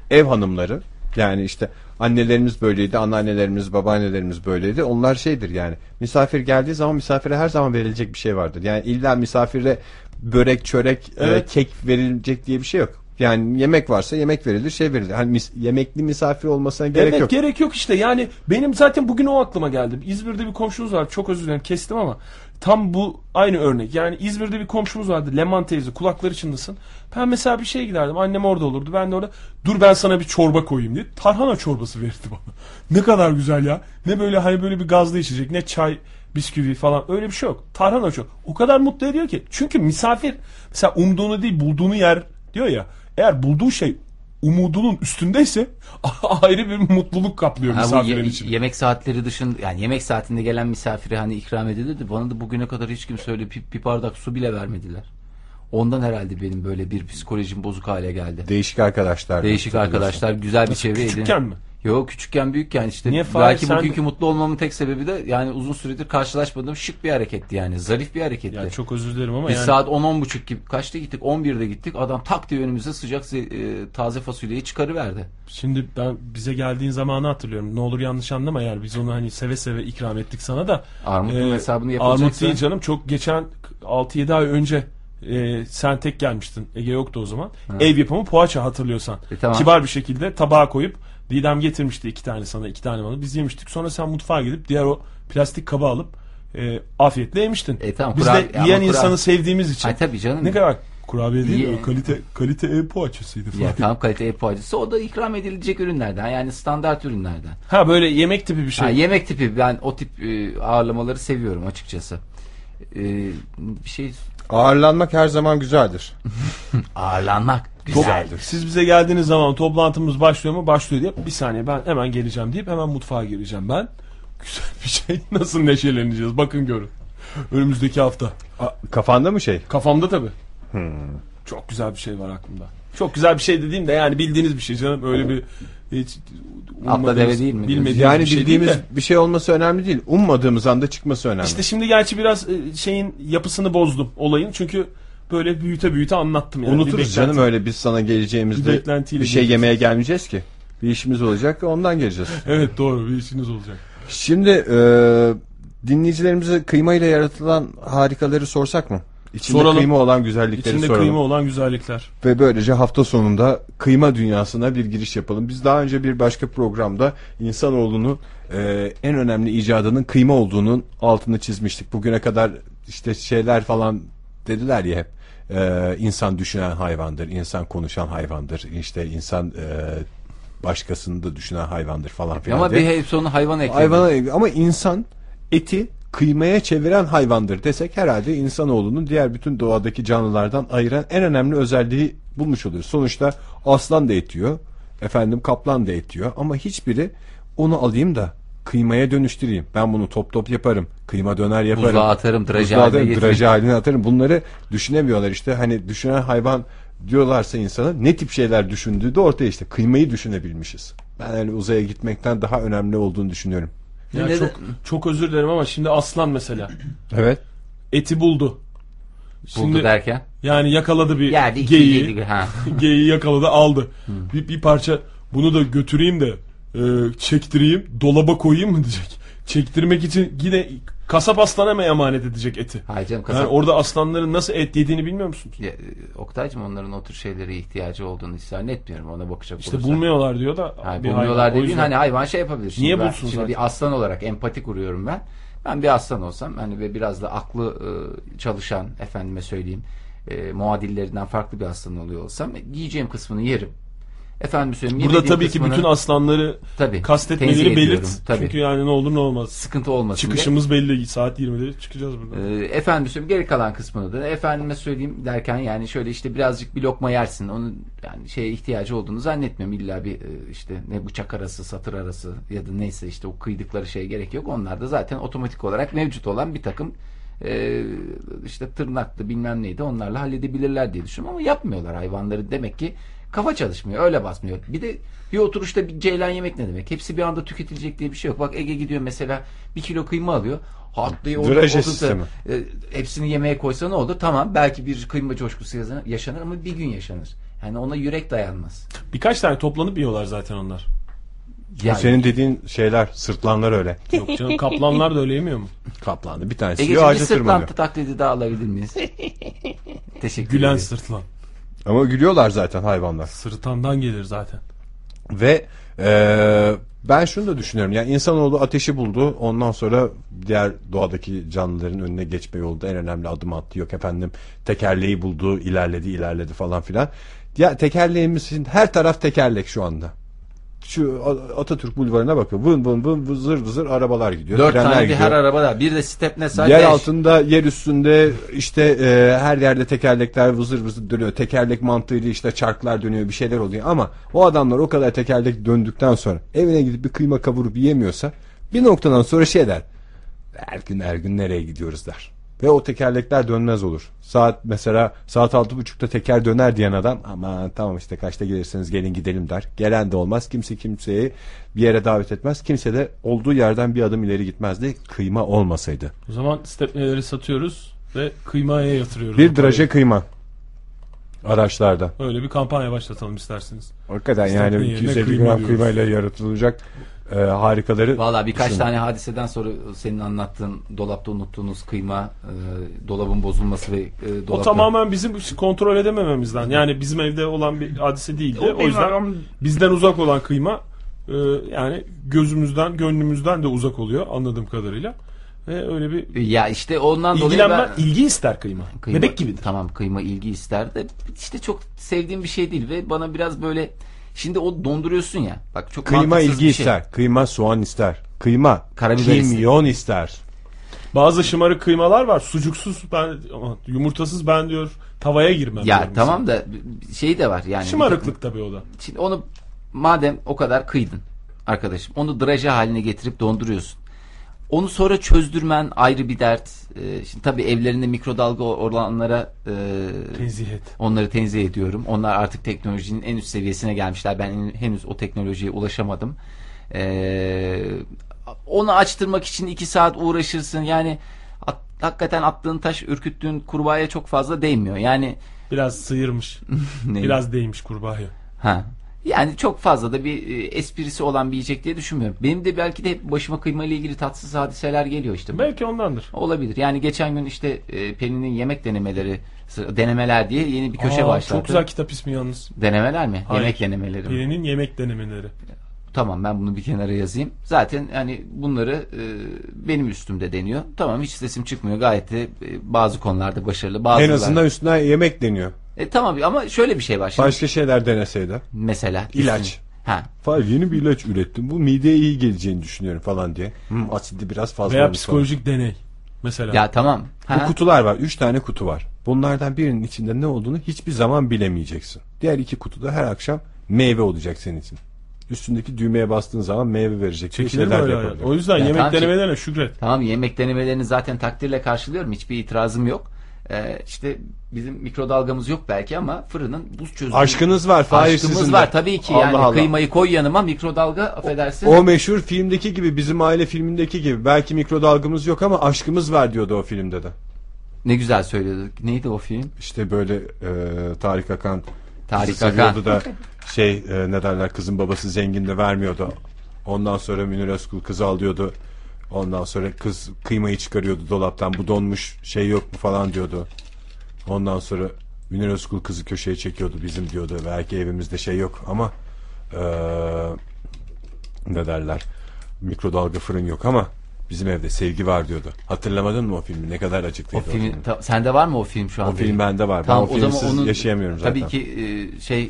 A: ev hanımları yani işte annelerimiz böyleydi anneannelerimiz babaannelerimiz böyleydi onlar şeydir yani misafir geldiği zaman misafire her zaman verilecek bir şey vardır yani illa misafire börek çörek e,
C: Evet.
A: kek verilecek diye bir şey yok Yani yemek varsa yemek verilir, şey verilir. Hani mis- yemekli misafir olmasına gerek
C: evet,
A: yok.
C: gerek yok işte. Yani benim zaten bugün o aklıma geldi. İzmir'de bir komşumuz var. Çok özür dilerim kestim ama tam bu aynı örnek. Yani İzmir'de bir komşumuz vardı. Leman teyze kulakları çınlasın. Ben mesela bir şeye giderdim. Annem orada olurdu. Ben de orada dur ben sana bir çorba koyayım diye. Tarhana çorbası verirdi bana. ne kadar güzel ya. Ne böyle hani böyle bir gazlı içecek ne çay bisküvi falan öyle bir şey yok. Tarhana çok. O kadar mutlu ediyor ki. Çünkü misafir mesela umduğunu değil bulduğunu yer diyor ya. Eğer bulduğu şey umudunun üstündeyse ayrı bir mutluluk kaplıyor
B: Ha, bu
C: misafirin
B: ye-
C: içini.
B: yemek saatleri dışında yani yemek saatinde gelen misafire hani ikram edilirdi. Bana da bugüne kadar hiç kimse öyle bir, bir bardak su bile vermediler. Ondan herhalde benim böyle bir psikolojim bozuk hale geldi.
A: Değişik arkadaşlar.
B: Değişik arkadaşlar güzel bir çevre edin.
C: küçükken mi?
B: Yok küçükken büyükken işte.
C: Niye Fahri,
B: Belki
C: sen-
B: bugünkü mutlu olmamın tek sebebi de yani uzun süredir karşılaşmadığım şık bir hareketti yani. Zarif bir hareketti.
C: Ya çok özür dilerim ama
B: Biz
C: yani
B: saat 10 buçuk gibi kaçta gittik? 11'de gittik. Adam tak diye önümüze sıcak ze- e, taze fasulyeyi çıkarıverdi.
C: şimdi ben bize geldiğin zamanı hatırlıyorum. Ne olur yanlış anlama eğer biz onu hani seve seve ikram ettik sana da.
B: Armut'un
C: Ee,
B: hesabını
C: Armut
B: yapılacaksa.
C: değil canım çok geçen 6-7 ay önce e, sen tek gelmiştin. Ege yoktu o zaman. Ev yapımı poğaça hatırlıyorsan.
B: E, tamam.
C: Kibar bir şekilde tabağa koyup Didem getirmişti iki tane sana iki tane bana. Biz yemiştik. Sonra sen mutfağa gidip diğer o plastik kaba alıp e, afiyetle yemiştin.
B: E, tamam,
C: Biz
B: kurabiye-
C: de
B: ama
C: yiyen
B: kurabiye-
C: insanı sevdiğimiz için.
B: Ay tabii canım.
C: Ne kadar kurabiye değil
B: Ye-
C: de kalite kalite ev poğaçasıydı falan.
B: Ya tamam kalite ev poğaçası o da ikram edilecek ürünlerden yani standart ürünlerden.
C: Ha böyle yemek tipi bir şey.
B: Ha, yemek tipi ben o tip e, ağırlamaları seviyorum açıkçası. E, bir şey
A: Ağırlanmak her zaman güzeldir.
B: ağırlanmak güzeldir.
C: Siz bize geldiğiniz zaman toplantımız başlıyor mu? Başlıyor diye bir saniye ben hemen geleceğim deyip hemen mutfağa gireceğim ben. Güzel bir şey. Nasıl neşeleneceğiz? Bakın görün. Önümüzdeki hafta.
A: Kafanda mı şey?
C: Kafamda tabii.
A: Hmm.
C: Çok güzel bir şey var aklımda. Çok güzel bir şey dediğim de yani bildiğiniz bir şey canım. Öyle bir hiç ummadığınız,
B: deve değil mi?
C: Bilmediğiniz
A: Yani
C: bir şey
A: bildiğimiz
C: değil de.
A: bir şey olması önemli değil. Ummadığımız anda çıkması önemli.
C: İşte şimdi gerçi biraz e, şeyin yapısını bozdum olayın. Çünkü böyle büyüte büyüte anlattım yani. Bir
A: Unuturuz
C: beklenti-
A: canım öyle biz sana
C: Bir
A: geleceğimizde
C: beklentiyle
A: bir şey
C: geleceğiz.
A: yemeye gelmeyeceğiz ki. Bir işimiz olacak ve ondan geleceğiz.
C: Evet doğru bir işiniz olacak.
A: Şimdi e, dinleyicilerimize kıyma ile yaratılan harikaları sorsak mı? İçinde
C: Soralım.
A: kıyma olan güzellikleri
C: İçinde
A: soralım.
C: kıyma olan güzellikler.
A: Ve böylece hafta sonunda kıyma dünyasına bir giriş yapalım. Biz daha önce bir başka programda insanoğlunu e, en önemli icadının kıyma olduğunun altını çizmiştik. Bugüne kadar işte şeyler falan dediler ya hep. E, insan düşünen hayvandır, insan konuşan hayvandır, işte insan e, başkasını da düşünen hayvandır falan filan.
B: Ama
A: diye.
B: bir hep sonu hayvan ekledi.
A: Hayvana ama insan eti kıymaya çeviren hayvandır desek herhalde insanoğlunun diğer bütün doğadaki canlılardan ayıran en önemli özelliği bulmuş oluyoruz. Sonuçta aslan da et yiyor, efendim kaplan da et yiyor ama hiçbiri onu alayım da kıymaya dönüştüreyim. Ben bunu top top yaparım. Kıyma döner yaparım.
B: Buzluğa atarım, draj
A: Buzluğa
B: haline
A: atarım,
B: getireyim.
A: draj haline atarım. Bunları düşünemiyorlar işte. Hani düşünen hayvan diyorlarsa insana ne tip şeyler düşündüğü de ortaya işte. Kıymayı düşünebilmişiz. Ben yani uzaya gitmekten daha önemli olduğunu düşünüyorum.
C: Ya
B: Neden-
C: çok, çok özür dilerim ama şimdi aslan mesela
A: Evet.
C: eti buldu.
B: Buldu
C: Şimdi
B: derken.
C: yani yakaladı bir
B: Yani iki
C: geyiği,
B: dedi, ha.
C: geyiği yakaladı aldı. Bir, bir parça bunu da götüreyim de e, çektireyim dolaba koyayım mı diyecek. Çektirmek için yine kasap aslana mı emanet edecek eti?
B: Hayır canım
C: Yani
B: kasap.
C: orada aslanların nasıl et yediğini bilmiyor musunuz?
B: Ya, e, Oktaycığım onların o tür şeylere ihtiyacı olduğunu hiç zannetmiyorum ona bakacak
C: İşte
B: olursak.
C: bulmuyorlar diyor da.
B: Hayır,
C: bir
B: bulmuyorlar
C: hayvan. O
B: dediğin
C: yüzden-
B: hani hayvan şey yapabilir. Şimdi
C: Niye
B: ben-
C: bulsun
B: Şimdi
C: zaten?
B: bir aslan olarak empati kuruyorum ben. Ben bir aslan olsam hani ve biraz da aklı e, çalışan efendime söyleyeyim e, muadillerinden farklı bir aslan oluyor olsam e, yiyeceğim kısmını yerim. Efendim söyleyeyim.
C: Burada
B: yemediğim
C: tabii ki
B: kısmını
C: bütün aslanları
B: Tabii, tenzih
C: kastetmeleri
B: ediyorum,
C: belirt.
B: tabii.
C: Çünkü yani ne olur ne olmaz.
B: sıkıntı olmasın diye.
C: Çıkışımız belli. Saat 20'de çıkacağız buradan.
B: Ee, efendim söyleyeyim geri kalan kısmını da efendime söyleyeyim derken yani şöyle işte birazcık bir lokma yersin onun yani şeye ihtiyacı olduğunu zannetmiyorum illa bir e, işte ne bıçak arası satır arası ya da neyse işte o kıydıkları şey gerek yok onlar da zaten otomatik olarak mevcut olan bir takım e, işte tırnaklı bilmem neydi onlarla halledebilirler diye düşünüyorum ama yapmıyorlar hayvanları demek ki kafa çalışmıyor öyle basmıyor bir de bir oturuşta bir ceylan yemek ne demek hepsi bir anda tüketilecek diye bir şey yok bak Ege gidiyor mesela bir kilo kıyma alıyor hatlıyı
A: Draje sistemi.
B: e, hepsini yemeğe koysa ne olur? Tamam belki bir kıyma coşkusu yazan- yaşanır ama bir gün yaşanır. Yani ona yürek dayanmaz.
C: Birkaç tane toplanıp yiyorlar zaten onlar.
B: Yani,
A: Senin dediğin şeyler sırtlanlar öyle.
C: Yok canım kaplanlar da öyle yemiyor mu?
A: Kaplandı. Bir tanesi
B: Ege'cim
A: yiyor
B: E, bir
A: ağaca
B: sırtlantı
A: tırmanıyor.
B: taklidi daha alabilir miyiz? Teşekkür
C: Gülen
B: ederim.
C: sırtlan.
A: Ama gülüyorlar zaten hayvanlar.
C: Sırtandan gelir zaten.
A: Ve eee, ben şunu da düşünüyorum. Yani insanoğlu ateşi buldu. Ondan sonra diğer doğadaki canlıların önüne geçme yolunda en önemli adım attı. Yok efendim tekerleği buldu, ilerledi, ilerledi falan filan. Ya tekerleğimizin her taraf tekerlek şu anda. Şu A- Atatürk bulvarına bakın. Vın vın vın vızır vızır arabalar gidiyor.
B: Dört
A: trenler
B: tane bir
A: gidiyor.
B: her arabada. Bir de stepne sadece.
A: Yer altında, yer üstünde işte e, her yerde tekerlekler vızır vızır dönüyor. Tekerlek mantığıyla işte çarklar dönüyor, bir şeyler oluyor. Ama o adamlar o kadar tekerlek döndükten sonra evine gidip bir kıyma kavurup yiyemiyorsa bir noktadan sonra şey der. Her gün her gün nereye gidiyoruz der. Ve o tekerlekler dönmez olur. Saat mesela saat altı buçukta teker döner diyen adam ama tamam işte kaçta gelirseniz gelin gidelim der. Gelen de olmaz. Kimse kimseyi bir yere davet etmez. Kimse de olduğu yerden bir adım ileri gitmezdi. Kıyma olmasaydı.
C: O zaman stepneleri satıyoruz ve kıymaya yatırıyoruz.
A: Bir draje kıyma. Araçlarda.
C: Öyle bir kampanya başlatalım isterseniz.
A: Hakikaten
C: İstemli
A: yani
C: yerine
A: 250
C: kıyma
A: gram
C: diyoruz.
A: kıymayla yaratılacak e, harikaları.
B: Valla birkaç
A: düşünün.
B: tane hadiseden sonra senin anlattığın dolapta unuttuğunuz kıyma, e, dolabın bozulması ve e, dolapta...
C: O tamamen bizim kontrol edemememizden. Yani bizim evde olan bir hadise değildi. O, yüzden bizden uzak olan kıyma e, yani gözümüzden, gönlümüzden de uzak oluyor anladığım kadarıyla. Ve öyle bir
B: Ya işte ondan dolayı
C: ilgilenme,
B: ben...
C: ilgi ister kıyma.
B: Kıyma-
C: Bebek gibidir.
B: Tamam kıyma ilgi ister de işte çok sevdiğim bir şey değil ve bana biraz böyle şimdi o donduruyorsun ya. Bak çok
A: Kıyma
B: mantıksız
A: ilgi
B: bir şey.
A: ister. Kıyma soğan ister. Kıyma
B: Karabiber
A: kimyon ister.
C: Bazı şımarık kıymalar var. Sucuksuz ben yumurtasız ben diyor tavaya
B: Ya
C: girmem. diyor mesela.
B: tamam da şey de var yani.
C: Şımarıklık tabii o da.
B: Şimdi onu madem o kadar kıydın arkadaşım onu draje haline getirip donduruyorsun. Onu sonra çözdürmen ayrı bir dert. Ee, şimdi tabii evlerinde mikrodalga olanlara e,
C: Tenzih et.
B: Onları tenzih ediyorum. Onlar artık teknolojinin en üst seviyesine gelmişler. Ben en- henüz o teknolojiye ulaşamadım. Ee, onu açtırmak için iki saat uğraşırsın. Yani at- hakikaten attığın taş, ürküttüğün kurbağaya çok fazla değmiyor. Yani
C: Biraz sıyırmış.
B: ne?
C: Biraz değmiş kurbağaya.
B: Ha. Yani çok fazla da bir e, esprisi olan bir yiyecek diye düşünmüyorum. Benim de belki de hep başıma kıyma ile ilgili tatsız hadiseler geliyor işte.
C: Belki ondandır.
B: Olabilir. Yani geçen gün işte e, Pelin'in yemek denemeleri, denemeler diye yeni bir köşe
C: Aa,
B: başlattı.
C: Çok güzel kitap ismi yalnız.
B: Denemeler mi?
C: Hayır.
B: Yemek denemeleri. mi?
C: Birinin yemek denemeleri.
B: Tamam ben bunu bir kenara yazayım. Zaten hani bunları e, benim üstümde deniyor. Tamam hiç sesim çıkmıyor. Gayet de e, bazı konularda başarılı. Bazı
A: en azından üstüne yemek deniyor.
B: E, tamam ama şöyle bir şey var. Şimdi
A: Başka şeyler deneseydi.
B: mesela.
A: İlaç.
B: Ha.
A: Falan yeni bir ilaç ürettim. Bu mideye iyi geleceğini düşünüyorum falan diye. Hmm, asidi biraz fazla.
C: Veya
A: olmuş falan.
C: psikolojik deney. Mesela.
B: Ya tamam.
A: Bu
B: Ha.
A: kutular var. Üç tane kutu var. Bunlardan birinin içinde ne olduğunu hiçbir zaman bilemeyeceksin. Diğer iki kutuda her akşam meyve olacak senin için. Üstündeki düğmeye bastığın zaman meyve verecek.
C: Çekilir mi öyle hayat? O yüzden
B: Ya
C: yemek
B: tamam, şey-
C: denemelerine şükret.
B: Tamam yemek denemelerini zaten takdirle karşılıyorum. Hiçbir itirazım yok. E, işte bizim mikrodalgamız yok belki ama fırının buz çözümü.
A: Aşkınız var. Fahir
B: Aşkımız
A: sizin de.
B: var tabii ki.
A: Allah
B: yani
A: Allah.
B: kıymayı koy yanıma mikrodalga affedersin.
A: O meşhur filmdeki gibi bizim aile filmindeki gibi belki mikrodalgamız yok ama aşkımız var diyordu o filmde de.
B: Ne güzel söylüyorduk. Neydi o film?
A: İşte böyle e, Tarık Akan
B: Tarık
A: kızı
B: Akan.
A: seviyordu da şey e, ne derler kızın babası zengin de vermiyordu. Ondan sonra Münir Özkul kızı alıyordu. Ondan sonra kız kıymayı çıkarıyordu dolaptan. Bu donmuş şey yok mu falan diyordu. Ondan sonra Münir Özkul kızı köşeye çekiyordu bizim diyordu. Belki evimizde şey yok ama e, ne derler mikrodalga fırın yok ama bizim evde sevgi var diyordu. Hatırlamadın mı o filmi? Ne kadar
B: O
A: acıklıydı o, film.
B: film, ta- sende var mı o film şu an?
A: O film bende var. ben o, filmsiz yaşayamıyorum zaten.
B: Tabii ki e, şey e,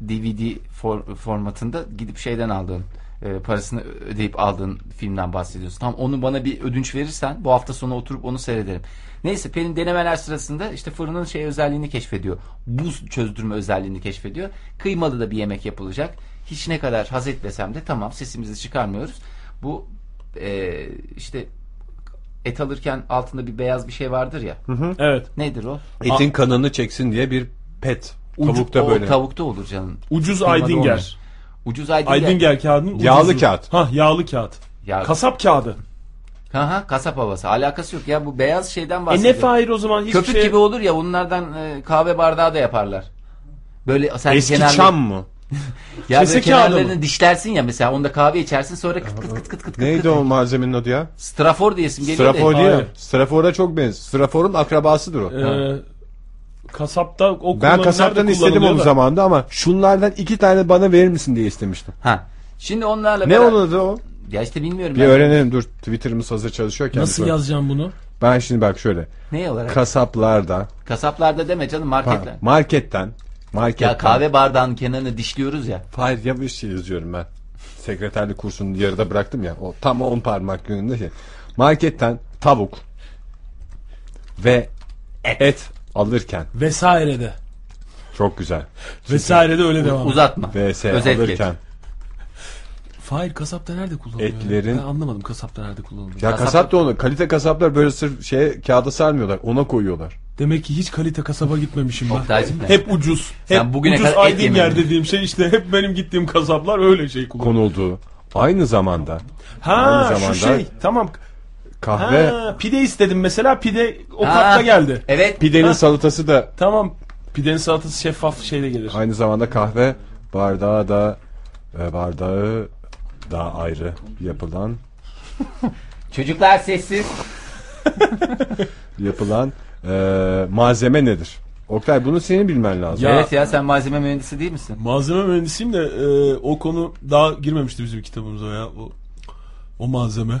B: DVD for- formatında gidip şeyden aldığın e, parasını ödeyip aldığın filmden bahsediyorsun. Tam onu bana bir ödünç verirsen bu hafta sonu oturup onu seyrederim. Neyse Pelin denemeler sırasında işte fırının şey özelliğini keşfediyor. Buz çözdürme özelliğini keşfediyor. Kıymalı da bir yemek yapılacak. Hiç ne kadar haz etmesem de tamam sesimizi çıkarmıyoruz. Bu e, işte et alırken altında bir beyaz bir şey vardır ya.
C: Evet.
B: Nedir o?
A: Etin kanını çeksin diye bir pet. Tavukta
B: o
A: böyle.
B: tavukta olur canım.
C: Ucuz
B: Kıymada
C: Aydinger.
B: olmaz. Ucuz aydın.
C: Aydinger kağıdının
A: Yağlı
C: ucuzu.
A: kağıt.
C: Hah yağlı kağıt.
B: Ya,
C: Kasap kağıdı.
B: ha, ha, kasap havası. Alakası yok ya bu beyaz şeyden
C: E ne
B: bahsediyorum.
C: fair o zaman hiçbir
B: Köpük
C: şey.
B: gibi olur ya onlardan e, kahve bardağı da yaparlar. Böyle sen
A: Eski
B: kenarlı-
A: çam mı?
B: ya böyle
C: Kese kağıdı mı?
B: kenarlarını dişlersin ya mesela onda kahve içersin sonra kıt kıt kıt kıt kıt.
A: Neydi o malzemenin adı ya?
B: Strafor diyesim geliyor. da-
A: Strafor değil mi?
C: Hayır.
A: Strafora çok benziyor. Straforun akrabasıdır o.
C: Ee, kasapta o
A: Ben
C: kullanımlar
A: kasaptan
C: da
A: istedim onu
C: kullanılıyor da.
A: zamanında ama şunlardan iki tane bana verir misin diye istemiştim.
B: Ha. Şimdi onlarla
A: Ne
B: beraber-
A: onun adı o?
B: Ya işte bilmiyorum.
A: Bir
B: ben.
A: öğrenelim dur Twitter'ımız hazır çalışıyorken.
D: Nasıl
A: dur.
D: yazacağım bunu?
A: Ben şimdi bak şöyle.
B: Ne olarak?
A: Kasaplarda,
B: Kasaplarda deme canım marketler.
A: ha, marketten, marketten.
B: Ya kahve bardağının kenarını dişliyoruz ya.
A: Hayır ya bir şey yazıyorum ben. Sekreterlik kursunu yarıda bıraktım ya. O tam 10 parmak yönünde şey. Marketten tavuk ve et, alırken
D: Vesaire de.
A: çok güzel.
D: Vesaire de öyle devam.
B: Uzatma.
A: VS
B: Özet geç.
A: alırken.
D: Fahir kasapta nerede kullanılıyor?
A: Etlerin-
D: Ben anlamadım kasapta nerede kullanılıyor.
A: Ya kasap da onu. Kalite kasaplar böyle sırf şeye kağıda sarmıyorlar. Ona koyuyorlar.
D: Demek ki hiç kalite kasaba gitmemişim ben.
B: Oktaycığım ne?
C: Hep ucuz. Hep
B: Sen bugüne
C: ucuz
B: kadar et
C: aydın
B: yemedin.
C: yer dediğim şey işte hep benim gittiğim kasaplar öyle şey kullanıyor.
A: Konulduğu. Aynı zamanda
C: Ha
A: Aynı
C: şu
A: zamanda-
C: şey tamam. Ha,
A: kahve
C: pide istedim mesela pide o
B: Ha,
C: katta geldi.
B: Evet.
A: pidenin
C: Ha.
A: salatası da
C: Tamam. Pidenin salatası şeffaf şeyle gelir.
A: aynı zamanda kahve bardağı da e, bardağı daha ayrı yapılan
B: Çocuklar sessiz.
A: yapılan e, malzeme nedir? Oktay bunu senin bilmen lazım.
C: Ya-
B: Evet ya sen malzeme mühendisi değil misin?
D: Malzeme mühendisiyim de e, o konu daha girmemişti bizim kitabımıza ya. O, o malzeme.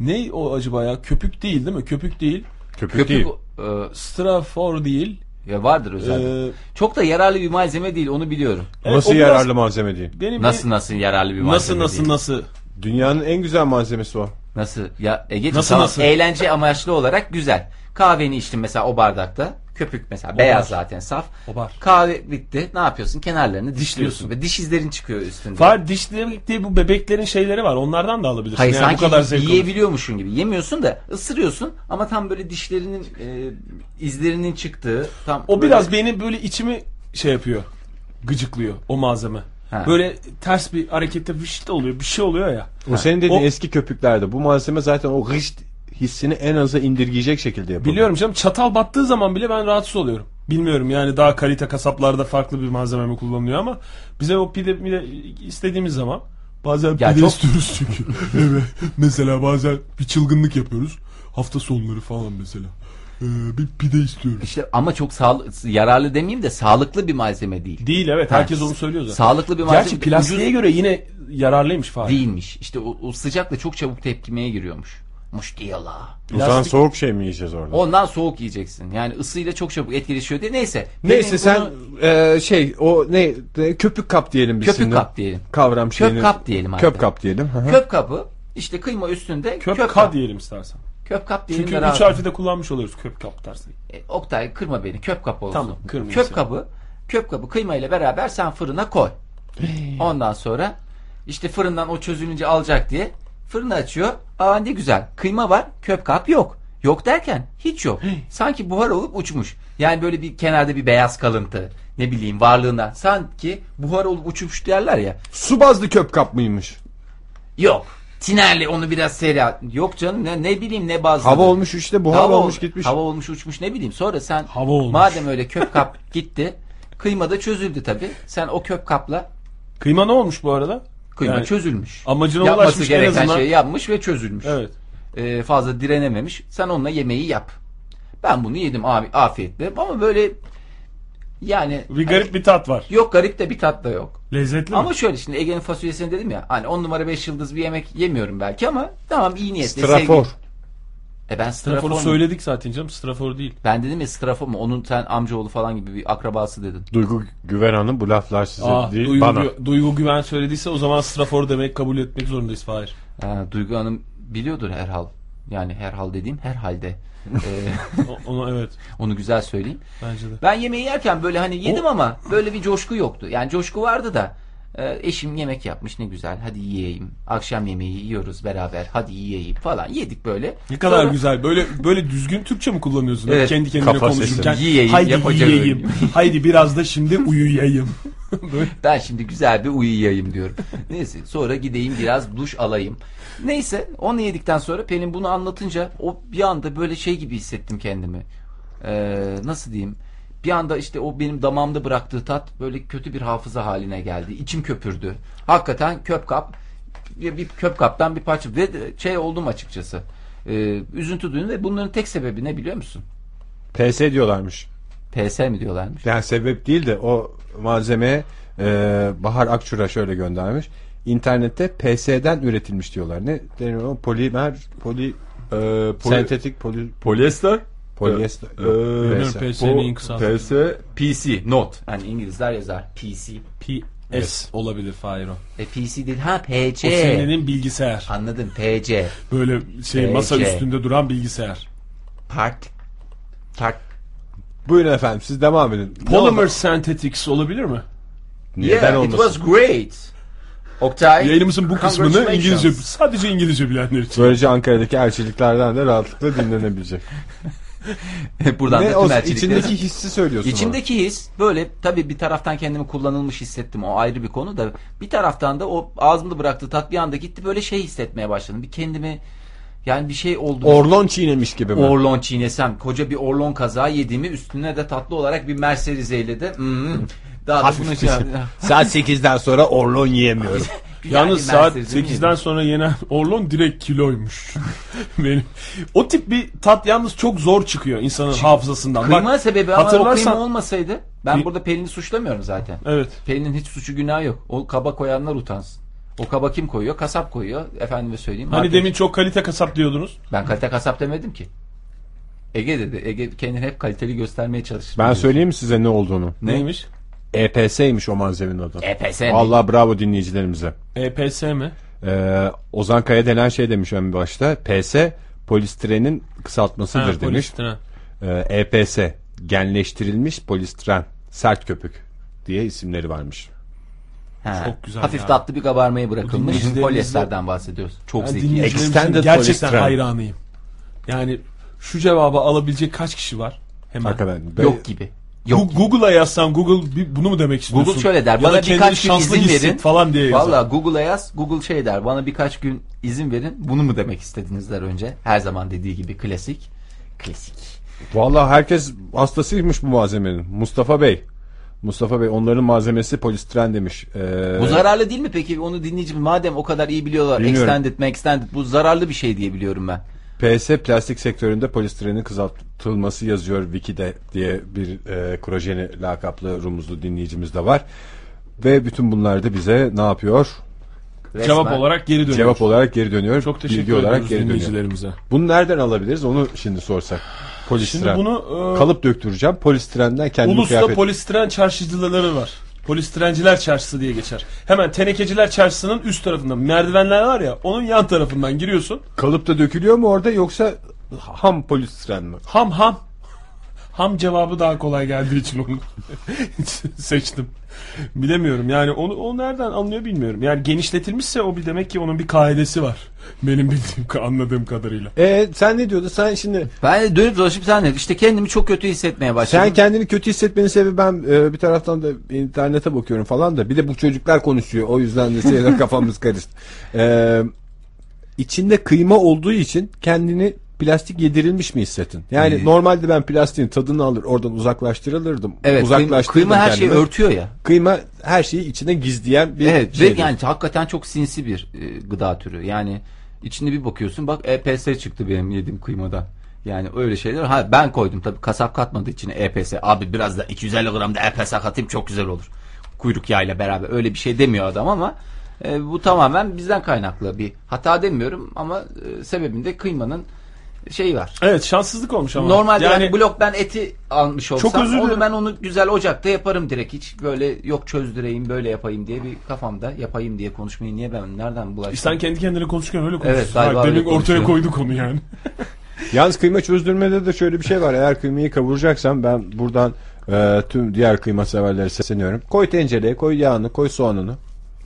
D: Ne o acaba ya? Köpük değil değil mi? Köpük değil.
A: Köpük,
B: Köpük
A: değil.
B: e,
D: Strafor değil.
B: ya vardır
C: Ee,
B: özellikle.
D: E,
B: Çok da yararlı bir malzeme değil onu biliyorum.
C: Evet,
A: nasıl
C: o biraz-
A: yararlı malzeme değil?
C: Benim
B: Nasıl nasıl yararlı bir
D: nasıl
B: malzeme
D: nasıl
B: değil.
D: nasıl?
A: Dünyanın en güzel malzemesi o.
B: Nasıl? Ya Ege'ciğim
D: Nasıl,
B: tamam,
D: nasıl?
B: eğlence amaçlı olarak güzel. Kahveni içtin mesela o bardakta. Köpük mesela beyaz zaten saf.
D: Obar.
B: Kahve bitti. Ne yapıyorsun? Kenarlarını dişliyorsun ve diş izlerin çıkıyor üstünde.
C: Far dişleri diye bu bebeklerin şeyleri var. Onlardan da alabilirsin.
B: Hayır
C: yani
B: sanki
C: bu kadar zevk alır.
B: yiyebiliyormuşsun gibi. Yemiyorsun da ısırıyorsun ama tam böyle dişlerinin e, izlerinin çıktığı tam
C: O
B: böyle-
C: biraz beni böyle içimi şey yapıyor. Gıcıklıyor o malzeme.
B: Ha.
C: Böyle ters bir harekette bir şey de oluyor. Bir şey oluyor ya.
A: O senin dediğin
C: O-
A: eski köpüklerde. Bu malzeme zaten o hışt hissini en aza indirgeyecek şekilde yapılıyor.
C: Biliyorum canım çatal battığı zaman bile ben rahatsız oluyorum. Bilmiyorum yani daha kalite kasaplarda farklı bir malzeme mi kullanılıyor ama bize o pide, pide istediğimiz zaman
D: Bazen
B: Ya
D: pide
B: çok-
D: istiyoruz çünkü. evet. Mesela bazen bir çılgınlık yapıyoruz. Hafta sonları falan mesela. E,
C: Ee,
D: bir pide istiyoruz.
B: işte ama çok sağl- yararlı demeyeyim de sağlıklı bir malzeme değil.
C: değil evet herkes onu söylüyor zaten.
B: Sağlıklı bir malzeme
C: Gerçi
B: değil. Ucuz
C: plastiğe göre yine yararlıymış Fahri.
B: değilmiş. İşte o, o sıcakla çok çabuk tepkimeye giriyormuş. Muştiyala.
A: O zaman
C: Plastik-
A: soğuk şey mi yiyeceğiz orada?
B: Ondan soğuk yiyeceksin. Yani ısıyla çok çabuk etkileşiyor diye. Neyse.
A: Neyse
B: Benim
A: sen
B: bunu
A: e, şey o ne de- köpük kap diyelim biz
B: Köpük
A: şimdi.
B: kap diyelim.
A: Kavram şeyini.
B: kap diyelim hatta.
A: Köp kap diyelim. hı hı.
B: köp kapı işte kıyma üstünde köp,
C: Köp, ka
B: kap.
C: diyelim istersen.
B: Köp kap diyelim
C: Çünkü
B: de
C: üç
B: rahat.
C: harfi de kullanmış oluyoruz köp kap dersen.
B: E, Oktay kırma beni. Köp kapı olsun.
C: Tamam, kırmayayım
B: Köp
C: seni.
B: kapı. Köp kapı kıyma ile beraber sen fırına koy. Ondan sonra işte fırından o çözülünce alacak diye fırını açıyor. Aa ne güzel. Kıyma var, köp kap yok. Yok derken hiç yok. Sanki buhar olup uçmuş. Yani böyle bir kenarda bir beyaz kalıntı. Ne bileyim varlığına. Sanki buhar olup uçmuş derler ya.
A: Su bazlı köp kap mıymış?
B: Yok. Tinerli onu biraz seri al. Yok canım ne, ne bileyim ne bazlı.
A: Hava olmuş işte buhar
B: Hava
A: olmuş
B: ol-
A: gitmiş.
B: Hava olmuş uçmuş ne bileyim. Sonra sen
D: Hava olmuş.
B: madem öyle köp kap gitti. Kıyma da çözüldü tabi. Sen o köp kapla
C: Kıyma ne olmuş bu arada?
B: kıyma
C: Yani
B: çözülmüş.
C: Amacına
B: Yapması
C: ulaşmış en
B: gereken
C: azından.
B: şeyi yapmış ve çözülmüş.
C: Evet.
B: Ee, fazla direnememiş. Sen onunla yemeği yap. Ben bunu yedim abi afiyetle ama böyle yani
C: Bir garip bir tat var.
B: hani yok garip de bir tat da yok.
D: Lezzetli
B: Ama şöyle şimdi Ege'nin fasulyesini dedim ya hani 10 numara 5 yıldız bir yemek yemiyorum belki ama tamam iyi niyetle
A: Strafor.
B: sevgi- E ben strafor
C: Strafor'u
B: mu?
C: söyledik zaten canım. Strafor değil.
B: Ben dedim ya strafor mu? Onun sen amcaoğlu falan gibi bir akrabası dedin.
A: Duygu Güven Hanım bu laflar size
C: Aa,
B: Ah,
A: değil
C: Ah, Duygu,
A: bana.
C: Gü- Duygu Güven söylediyse o zaman strafor demek kabul etmek zorundayız Fahir.
B: Ha, Duygu Hanım biliyordur herhal. Yani herhal dediğim herhalde. Ee,
C: O- Onu evet
B: onu güzel söyleyeyim.
C: bence de.
B: Ben yemeği yerken böyle hani yedim ama böyle bir coşku yoktu. Yani coşku vardı da e, eşim yemek yapmış ne güzel hadi yiyeyim. Akşam yemeği yiyoruz beraber hadi yiyeyim falan. Yedik böyle.
D: Ne kadar
B: Sonra-
D: güzel. Böyle böyle düzgün Türkçe mi kullanıyorsun?
B: Evet.
D: Kendi kendine
A: Kafa sesi.
D: konuşurken.
B: Yiyeyim,
D: Haydi
B: yapacağım.
D: yiyeyim. Haydi biraz da şimdi uyuyayım.
B: Ben şimdi güzel bir uyuyayım diyorum. Neyse sonra gideyim biraz duş alayım. Neyse onu yedikten sonra Pelin bunu anlatınca o bir anda böyle şey gibi hissettim kendimi. Ee, nasıl diyeyim? Bir anda işte o benim damağımda bıraktığı tat böyle kötü bir hafıza haline geldi. İçim köpürdü. Hakikaten köp kap bir bir köp kaptan bir parça ve de şey oldum açıkçası. Ee, üzüntü duydum ve bunların tek sebebi ne biliyor musun?
A: PS diyorlarmış.
B: PS mi diyorlarmış?
A: Yani sebep değil de o malzemeye e, Bahar Akçura şöyle göndermiş. İnternette PS'den üretilmiş diyorlar. Ne deniyor? o? Polimer, poli,
E: Ee,
A: sentetik poli,
E: polyester.
A: polyester.
B: E,
E: Ee,
A: Neyse.
E: bu
C: PS'nin kısaltması.
E: PS, PC, not.
B: Yani İngilizler yazar PC.
E: Evet.
C: PS olabilir Fahir o.
B: E PC değil ha
C: O
B: PC.
C: senenin bilgisayar.
B: Anladım PC.
C: Böyle şey masa
B: PC.
C: üstünde duran bilgisayar.
B: Part.
A: E,
B: Part.
A: Buyurun efendim siz devam edin. Ne
C: Polymer
A: oldu?
C: Synthetics olabilir mi?
A: Neden
B: yeah,
A: olmasın?
B: it was great. Oktay.
C: Yayınımızın bu kısmını
B: congratulations.
C: İngilizce, sadece İngilizce bilenler için.
A: Böylece Ankara'daki elçiliklerden de rahatlıkla dinlenebilecek.
B: Buradan
A: ne
B: da
A: o
B: tüm elçilikleri.
A: içindeki hissi söylüyorsun.
B: İçimdeki his böyle tabii bir taraftan kendimi kullanılmış hissettim o ayrı bir konu da bir taraftan da o ağzımda bıraktığı tat bir anda gitti böyle şey hissetmeye başladım. Bir kendimi yani bir şey oldu.
A: bana. Orlon çiğnemiş gibi mi?
B: Orlon çiğnesem koca bir orlon kazağı yediğimi üstüne de tatlı olarak bir merserizeyle de hmm, daha da
A: Hafif
B: bunu
A: bir
B: şey
A: şey. Saat 8'den sonra Orlon yiyemiyorum.
C: Yalnız saat 8'den sonra yenen Orlon direkt kiloymuş. Benim. O tip bir tat yalnız çok zor çıkıyor insanın hafızasından.
B: Kıyma
C: Bak,
B: sebebi ama o
C: hatırlarsan-
B: kıyma olmasaydı ben
C: Kıy-
B: burada Pelin'i suçlamıyorum zaten.
C: evet. Hani
B: Pelin'in hiç suçu günahı yok. O kaba koyanlar utansın. O kaba kim koyuyor? Kasap koyuyor. Efendime söyleyeyim.
C: Hani
B: market-
C: demin çok kalite kasap diyordunuz.
B: Ben kalite kasap demedim ki. Ege dedi. Ege kendini hep kaliteli göstermeye çalışır.
A: ben söyleyeyim mi size ne olduğunu?
C: Neymiş?
A: EPS'ymiş E o malzemenin adı.
B: EPS mi?
A: Vallahi bravo dinleyicilerimize.
C: EPS E mi?
A: Ee, Ozan Kaya denen şey demiş en başta. PS polistirenin
C: Ha,
A: kısaltmasıdır demiş.
C: polistirene.
A: Ee, EPS genleştirilmiş polistiren sert köpük diye isimleri varmış.
B: Ha.
C: Çok güzel
B: Hafif
C: ya.
B: tatlı bir kabarmaya bırakılmış.
C: Dinleyicilerimizle-
B: Polyesterden bahsediyoruz. Çok
C: Ben
B: zeki.
C: dinleyicilerimizin
A: Extended
C: gerçekten
A: polyester.
C: hayranıyım. Yani şu cevabı alabilecek kaç kişi var? Hemen.
A: Hakikaten. Be-
B: Yok gibi.
C: Gu-
B: Yok.
C: Google'a yazsan Google bir- bunu mu demek istiyorsun?
B: Google şöyle der,
C: Ya
B: bana
C: da kendini
B: birkaç gün
C: şanslı
B: izin
C: hisset
B: verin.
C: falan diye şey yazar.
B: Valla Google'a yaz. Google şey der. Bana birkaç gün izin verin. Bunu mu demek istediniz der önce. Her zaman dediği gibi klasik. Klasik.
A: Vallahi herkes hastasıymış bu malzemenin. Mustafa Bey. Mustafa Bey onların malzemesi polistiren demiş. Ee,
B: Bu zararlı değil mi peki? Onu dinleyicim madem o kadar iyi biliyorlar.
A: Bilmiyorum.
B: Extended, extended. Bu zararlı bir şey diye biliyorum ben.
A: PS plastik sektöründe polistirenin kızartılması yazıyor Wiki'de diye bir e, Kurojeni lakaplı rumuzlu dinleyicimiz de var. Ve bütün bunlar da bize ne yapıyor?
C: Cevap
B: Resmen.
C: olarak geri dönüyor.
A: Cevap olarak geri dönüyor.
C: Çok
A: bilgi
C: teşekkür
A: olarak
C: ediyoruz
A: geri dönüyor.
C: dinleyicilerimize.
A: Bunu nereden alabiliriz? Onu şimdi sorsak. Polistiren.
C: Şimdi bunu e,
A: kalıp döktüreceğim. Polistirenden kendimi
C: Ulus'ta
A: kıyafet.
C: polistiren çarşıcıları var. Polistirenciler çarşısı diye geçer. Hemen tenekeciler çarşısının üst tarafında merdivenler var ya onun yan tarafından giriyorsun.
A: kalıp da dökülüyor mu orada yoksa ham polistiren mi?
C: Ham ham. Ham cevabı daha kolay geldiği için onu seçtim. Bilemiyorum yani onu o nereden anlıyor bilmiyorum. Yani genişletilmişse o bir demek ki onun bir kaidesi var. Benim bildiğim anladığım kadarıyla.
A: E sen ne diyordun? Sen şimdi
B: Ben de dönüp dolaşıp sen de işte kendimi çok kötü hissetmeye başladım.
A: Sen kendini kötü hissetmenin sebebi ben e, bir taraftan da internete bakıyorum falan da bir de bu çocuklar konuşuyor. O yüzden de şeyler kafamız karıştı. E, içinde kıyma olduğu için kendini plastik yedirilmiş mi hissettin? Yani
B: Ee,
A: normalde ben plastiğin tadını alır oradan uzaklaştırılırdım.
B: Evet, kıyma,
A: Uzaklaştırdım
B: kıyma her şeyi
A: kendimi.
B: örtüyor ya.
A: Kıyma her şeyi içine gizleyen bir şey
B: Evet,
A: şeydir.
B: ve yani hakikaten çok sinsi bir e, gıda türü. Yani içinde bir bakıyorsun bak EPS çıktı benim yediğim kıymadan. Yani öyle şeyler. Ha ben koydum tabii kasap katmadığı için EPS. Abi biraz da 250 gram da EPS katayım çok güzel olur. Kuyruk yağıyla beraber öyle bir şey demiyor adam ama e, bu tamamen bizden kaynaklı bir hata demiyorum ama e, sebebinde kıymanın şeyi var.
C: Evet şanssızlık olmuş ama.
B: Normalde
C: yani,
B: yani, blok ben eti almış olsam
C: Çok özür
B: onu
C: dilerim.
B: ben onu güzel ocakta yaparım direkt hiç böyle yok çözdüreyim böyle yapayım diye bir kafamda yapayım diye konuşmayı niye ben nereden bulaştım?
C: sen kendi kendine konuşurken öyle konuşuyorsun.
B: galiba
C: Ha,
B: öyle
C: Demin ortaya
B: konuşuyorum.
C: koydu konu yani.
A: Yalnız kıyma çözdürmede de şöyle bir şey var. Eğer kıymayı kavuracaksam ben buradan e, tüm diğer kıyma severlere sesleniyorum. Koy tencereye, koy yağını, koy soğanını.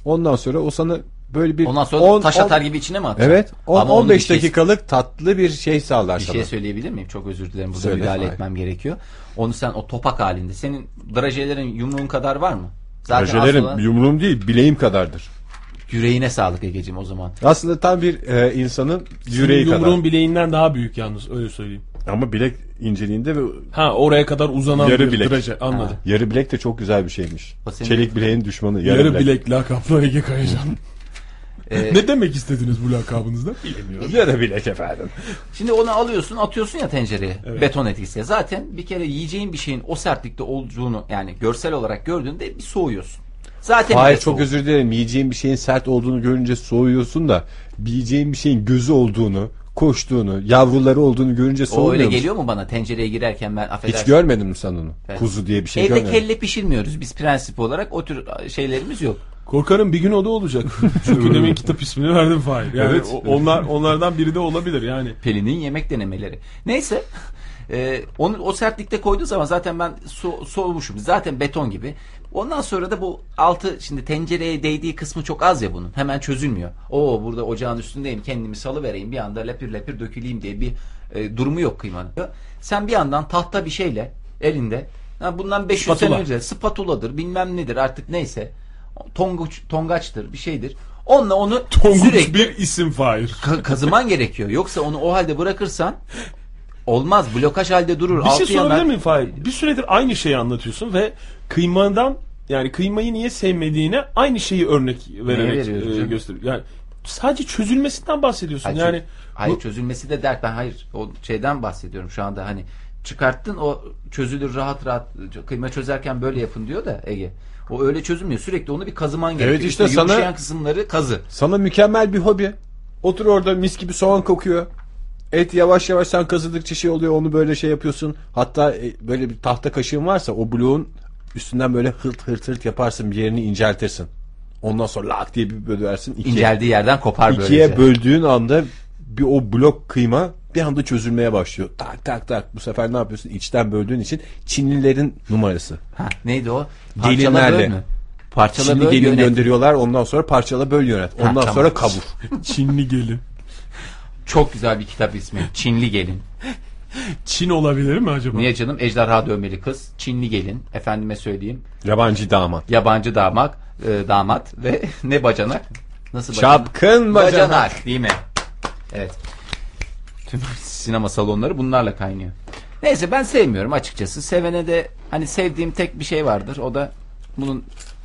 A: Ondan sonra o sana böyle bir
B: Ondan sonra
A: on-
B: taş
A: on-
B: atar gibi içine mi atacaksın?
A: Evet. on-
B: Ama onun
A: 15
B: bir şey-
A: dakikalık tatlı bir şey sağlar
B: Bir
A: sana.
B: şey söyleyebilir miyim? Çok özür dilerim. Burada
A: Söyle,
B: müdahale
A: hayır.
B: etmem gerekiyor. Onu sen o topak halinde. Senin drajelerin yumruğun kadar var mı? Zaten
A: Projelerim
B: asıl olan
A: yumruğum değil, bileğim kadardır.
B: yüreğine sağlık Ege'cim o zaman.
A: Aslında tam bir e, insanın yüreği
C: Senin Yumruğun
A: kadar.
C: bileğinden daha büyük yalnız öyle söyleyeyim.
A: Ama bilek inceliğinde ve
C: Ha oraya kadar uzanan
A: Yarı
C: bir
A: bilek.
C: draje anladım.
A: yarı bilek de çok güzel bir şeymiş.
B: O senin-
A: Çelik bileğin düşmanı yarı,
C: Yarı
A: bilek.
C: bilek lakaplı Ege Kayacan.
B: Ee,
C: Ne demek istediniz bu lakabınızda? Bilmiyorum.
A: Ya da bilek efendim.
B: Şimdi onu alıyorsun atıyorsun ya tencereye beton etkisiyle. Zaten bir kere yiyeceğin bir şeyin o sertlikte olduğunu yani görsel olarak gördüğünde bir soğuyorsun. Zaten
A: Hayır
B: bir de
A: çok
B: soğuk.
A: özür dilerim. Yiyeceğin bir şeyin sert olduğunu görünce soğuyorsun da yiyeceğin bir şeyin gözü olduğunu, koştuğunu, yavruları olduğunu görünce
B: O öyle
A: soğumuyor musun?
B: geliyor mu bana tencereye girerken ben
A: Hiç
B: affedersin.
A: görmedin mi sen onu? Kuzu diye bir şey
B: Evde
A: görmedin. mi?
B: kelle pişirmiyoruz biz prensip olarak o tür şeylerimiz yok.
C: Korkarım bir gün o da olacak. Çünkü demin kitap ismini verdim Fahir. Yani
A: Evet.
C: o- onlar onlardan biri de olabilir yani.
B: Pelin'in yemek denemeleri. Neyse. Ee, onu o sertlikte koyduğu zaman zaten ben so- soğumuşum. Zaten beton gibi. Ondan sonra da bu altı şimdi tencereye değdiği kısmı çok az ya bunun. Hemen çözülmüyor. Oo burada ocağın üstündeyim. Kendimi salıvereyim. Bir anda lepir lepir döküleyim diye bir e, durumu yok kıymanın. Sen bir yandan tahta bir şeyle elinde ha, bundan 500 sene önce spatuladır bilmem nedir artık neyse. Tonguç, tongaçtır bir şeydir. Onunla onu
C: Tonguç
B: sürekli
C: bir isim Fahir.
B: Ka- kazıman gerekiyor. Yoksa onu o halde bırakırsan olmaz. Blokaj halde durur.
C: Bir
B: Altı
C: şey sorabilir
B: yanar.
C: miyim Fahir? Bir süredir aynı şeyi anlatıyorsun ve kıymadan yani kıymayı niye sevmediğine aynı şeyi örnek vererek
B: veriyoruz
C: e,
B: canım?
C: gösteriyor. Yani sadece çözülmesinden bahsediyorsun.
B: Hayır,
C: yani
B: çö- hayır
C: bu-
B: çözülmesi de dert. Ben hayır o şeyden bahsediyorum şu anda hani çıkarttın o çözülür rahat rahat kıyma çözerken böyle yapın diyor da Ege. O öyle çözülmüyor. Sürekli onu bir kazıman gerekiyor.
A: işte
B: Üstüne
A: sana-
B: yumuşayan kısımları kazı.
A: Sana mükemmel bir hobi. Otur orada mis gibi soğan kokuyor. Et yavaş yavaş sen kazıdıkça şey oluyor. Onu böyle şey yapıyorsun. Hatta e, böyle bir tahta kaşığın varsa o bloğun üstünden böyle hırt hırt hırt yaparsın. Bir yerini inceltirsin. Ondan sonra lak diye bir bölersin. ikiye.
B: İnceldiği yerden kopar böyle. şey.
A: İkiye böldüğün anda bir o blok kıyma bir anda çözülmeye başlıyor. Tak tak tak. Bu sefer ne yapıyorsun? İçten böldüğün için Çinlilerin numarası.
B: Ha, neydi o? Parçala
A: Gelinlerle.
B: böl mü? Parçala
A: Çinli
B: böl
A: gelin
B: yönet.
A: gönderiyorlar. Ondan sonra parçala böl yönet. Ondan
B: tamam.
A: sonra kabur.
C: Çinli gelin.
B: Çok güzel bir kitap ismi. Çinli gelin.
C: Çin olabilir mi acaba?
B: Niye canım? Ejderha dövmeli kız. Çinli gelin. Efendime söyleyeyim.
A: Yabancı damat.
B: yabancı damak, e, damat ve ne bacanak? Nasıl
A: Çapkın bacanak.
B: değil mi? Evet. Tüm sinema salonları bunlarla kaynıyor. Neyse ben sevmiyorum açıkçası. Sevene de hani sevdiğim tek bir şey vardır. O da bunun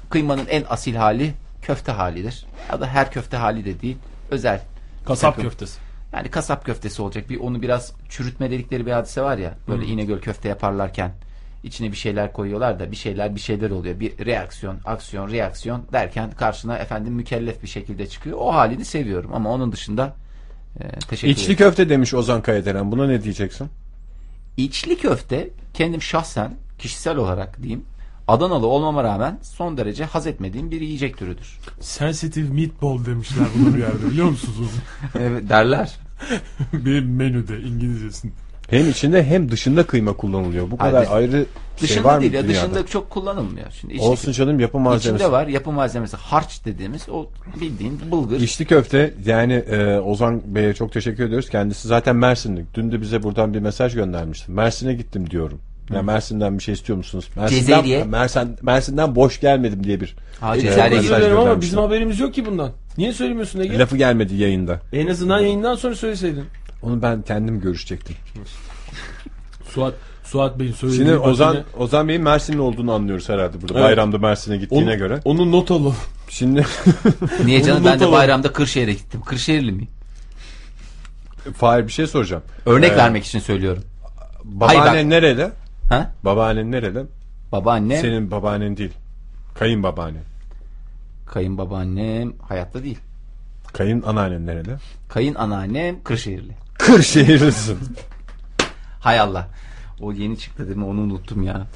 B: kıymanın en asil hali köfte halidir. Ya da her köfte hali de değil. Özel.
C: Kasap
B: Takım.
C: köftesi.
B: Yani kasap köftesi olacak. Bir onu biraz çürütme dedikleri bir hadise var ya. Böyle İnegöl köfte yaparlarken içine bir şeyler koyuyorlar da bir şeyler bir şeyler oluyor. Bir reaksiyon, aksiyon, reaksiyon derken karşına efendim mükellef bir şekilde çıkıyor. O halini seviyorum ama onun dışında e, teşekkür
A: İçli
B: ederim.
A: köfte demiş Ozan Kayaderen. Buna ne diyeceksin?
B: İçli köfte kendim şahsen kişisel olarak diyeyim Adanalı olmama rağmen son derece haz etmediğim bir yiyecek türüdür.
C: Sensitive meatball demişler bunu bir yerde biliyor musunuz? onu?
B: Evet, derler.
C: bir menüde İngilizcesinde.
A: Hem içinde hem dışında kıyma kullanılıyor. Bu
B: Hayır,
A: kadar
B: dış-
A: ayrı
B: Dışında
A: şey var mı
B: değil ya,
A: dünyada?
B: dışında çok kullanılmıyor. Şimdi içli
A: Olsun canım yapı malzemesi.
B: İçinde var yapı malzemesi harç dediğimiz o bildiğin bulgur.
A: İçli köfte yani e, Ozan Bey'e çok teşekkür ediyoruz. Kendisi zaten Mersinli. Dün de bize buradan bir mesaj göndermişti. Mersin'e gittim diyorum. Ya Mersin'den bir şey istiyor musunuz?
B: Cezeriye.
A: Mersin'den, Mersin, Mersin'den boş gelmedim diye bir
B: Ha,
A: e,
B: Cezeriye
A: mesaj
C: Özür dilerim ama
A: göndermişti.
C: bizim haberimiz yok ki bundan. Niye söylemiyorsun Ege?
A: Lafı gelmedi yayında.
C: En azından yayından sonra söyleseydin.
A: Onu ben kendim görüşecektim.
C: Suat Suat Bey'in söylediği.
A: Şimdi
C: bak
A: Ozan
C: yine-
A: Ozan Bey'in Mersinli olduğunu anlıyoruz herhalde burada.
C: Evet.
A: Bayramda Mersin'e
C: onu,
A: gittiğine göre.
C: onu not alalım.
A: Şimdi
B: Niye canım
C: Onu
B: ben
C: not
B: de
C: alalım.
B: bayramda Kırşehir'e gittim. Kırşehirli miyim?
A: Fahir bir şey soracağım.
B: Örnek
A: Ee,
B: vermek için söylüyorum.
A: Babaannen
B: Hayır, ben-
A: nereli?
B: Ha?
A: Babaannen nereli?
B: Babaannem,
A: Senin babaannen değil. Kayınbabaannen.
B: kayınbabaannem hayatta değil.
A: Kayın anneannen nereli?
B: Kayınanneannem Kırşehirli.
A: Kırşehirlisin.
B: Hay Allah. O yeni çıktı değil mi? Onu unuttum ya.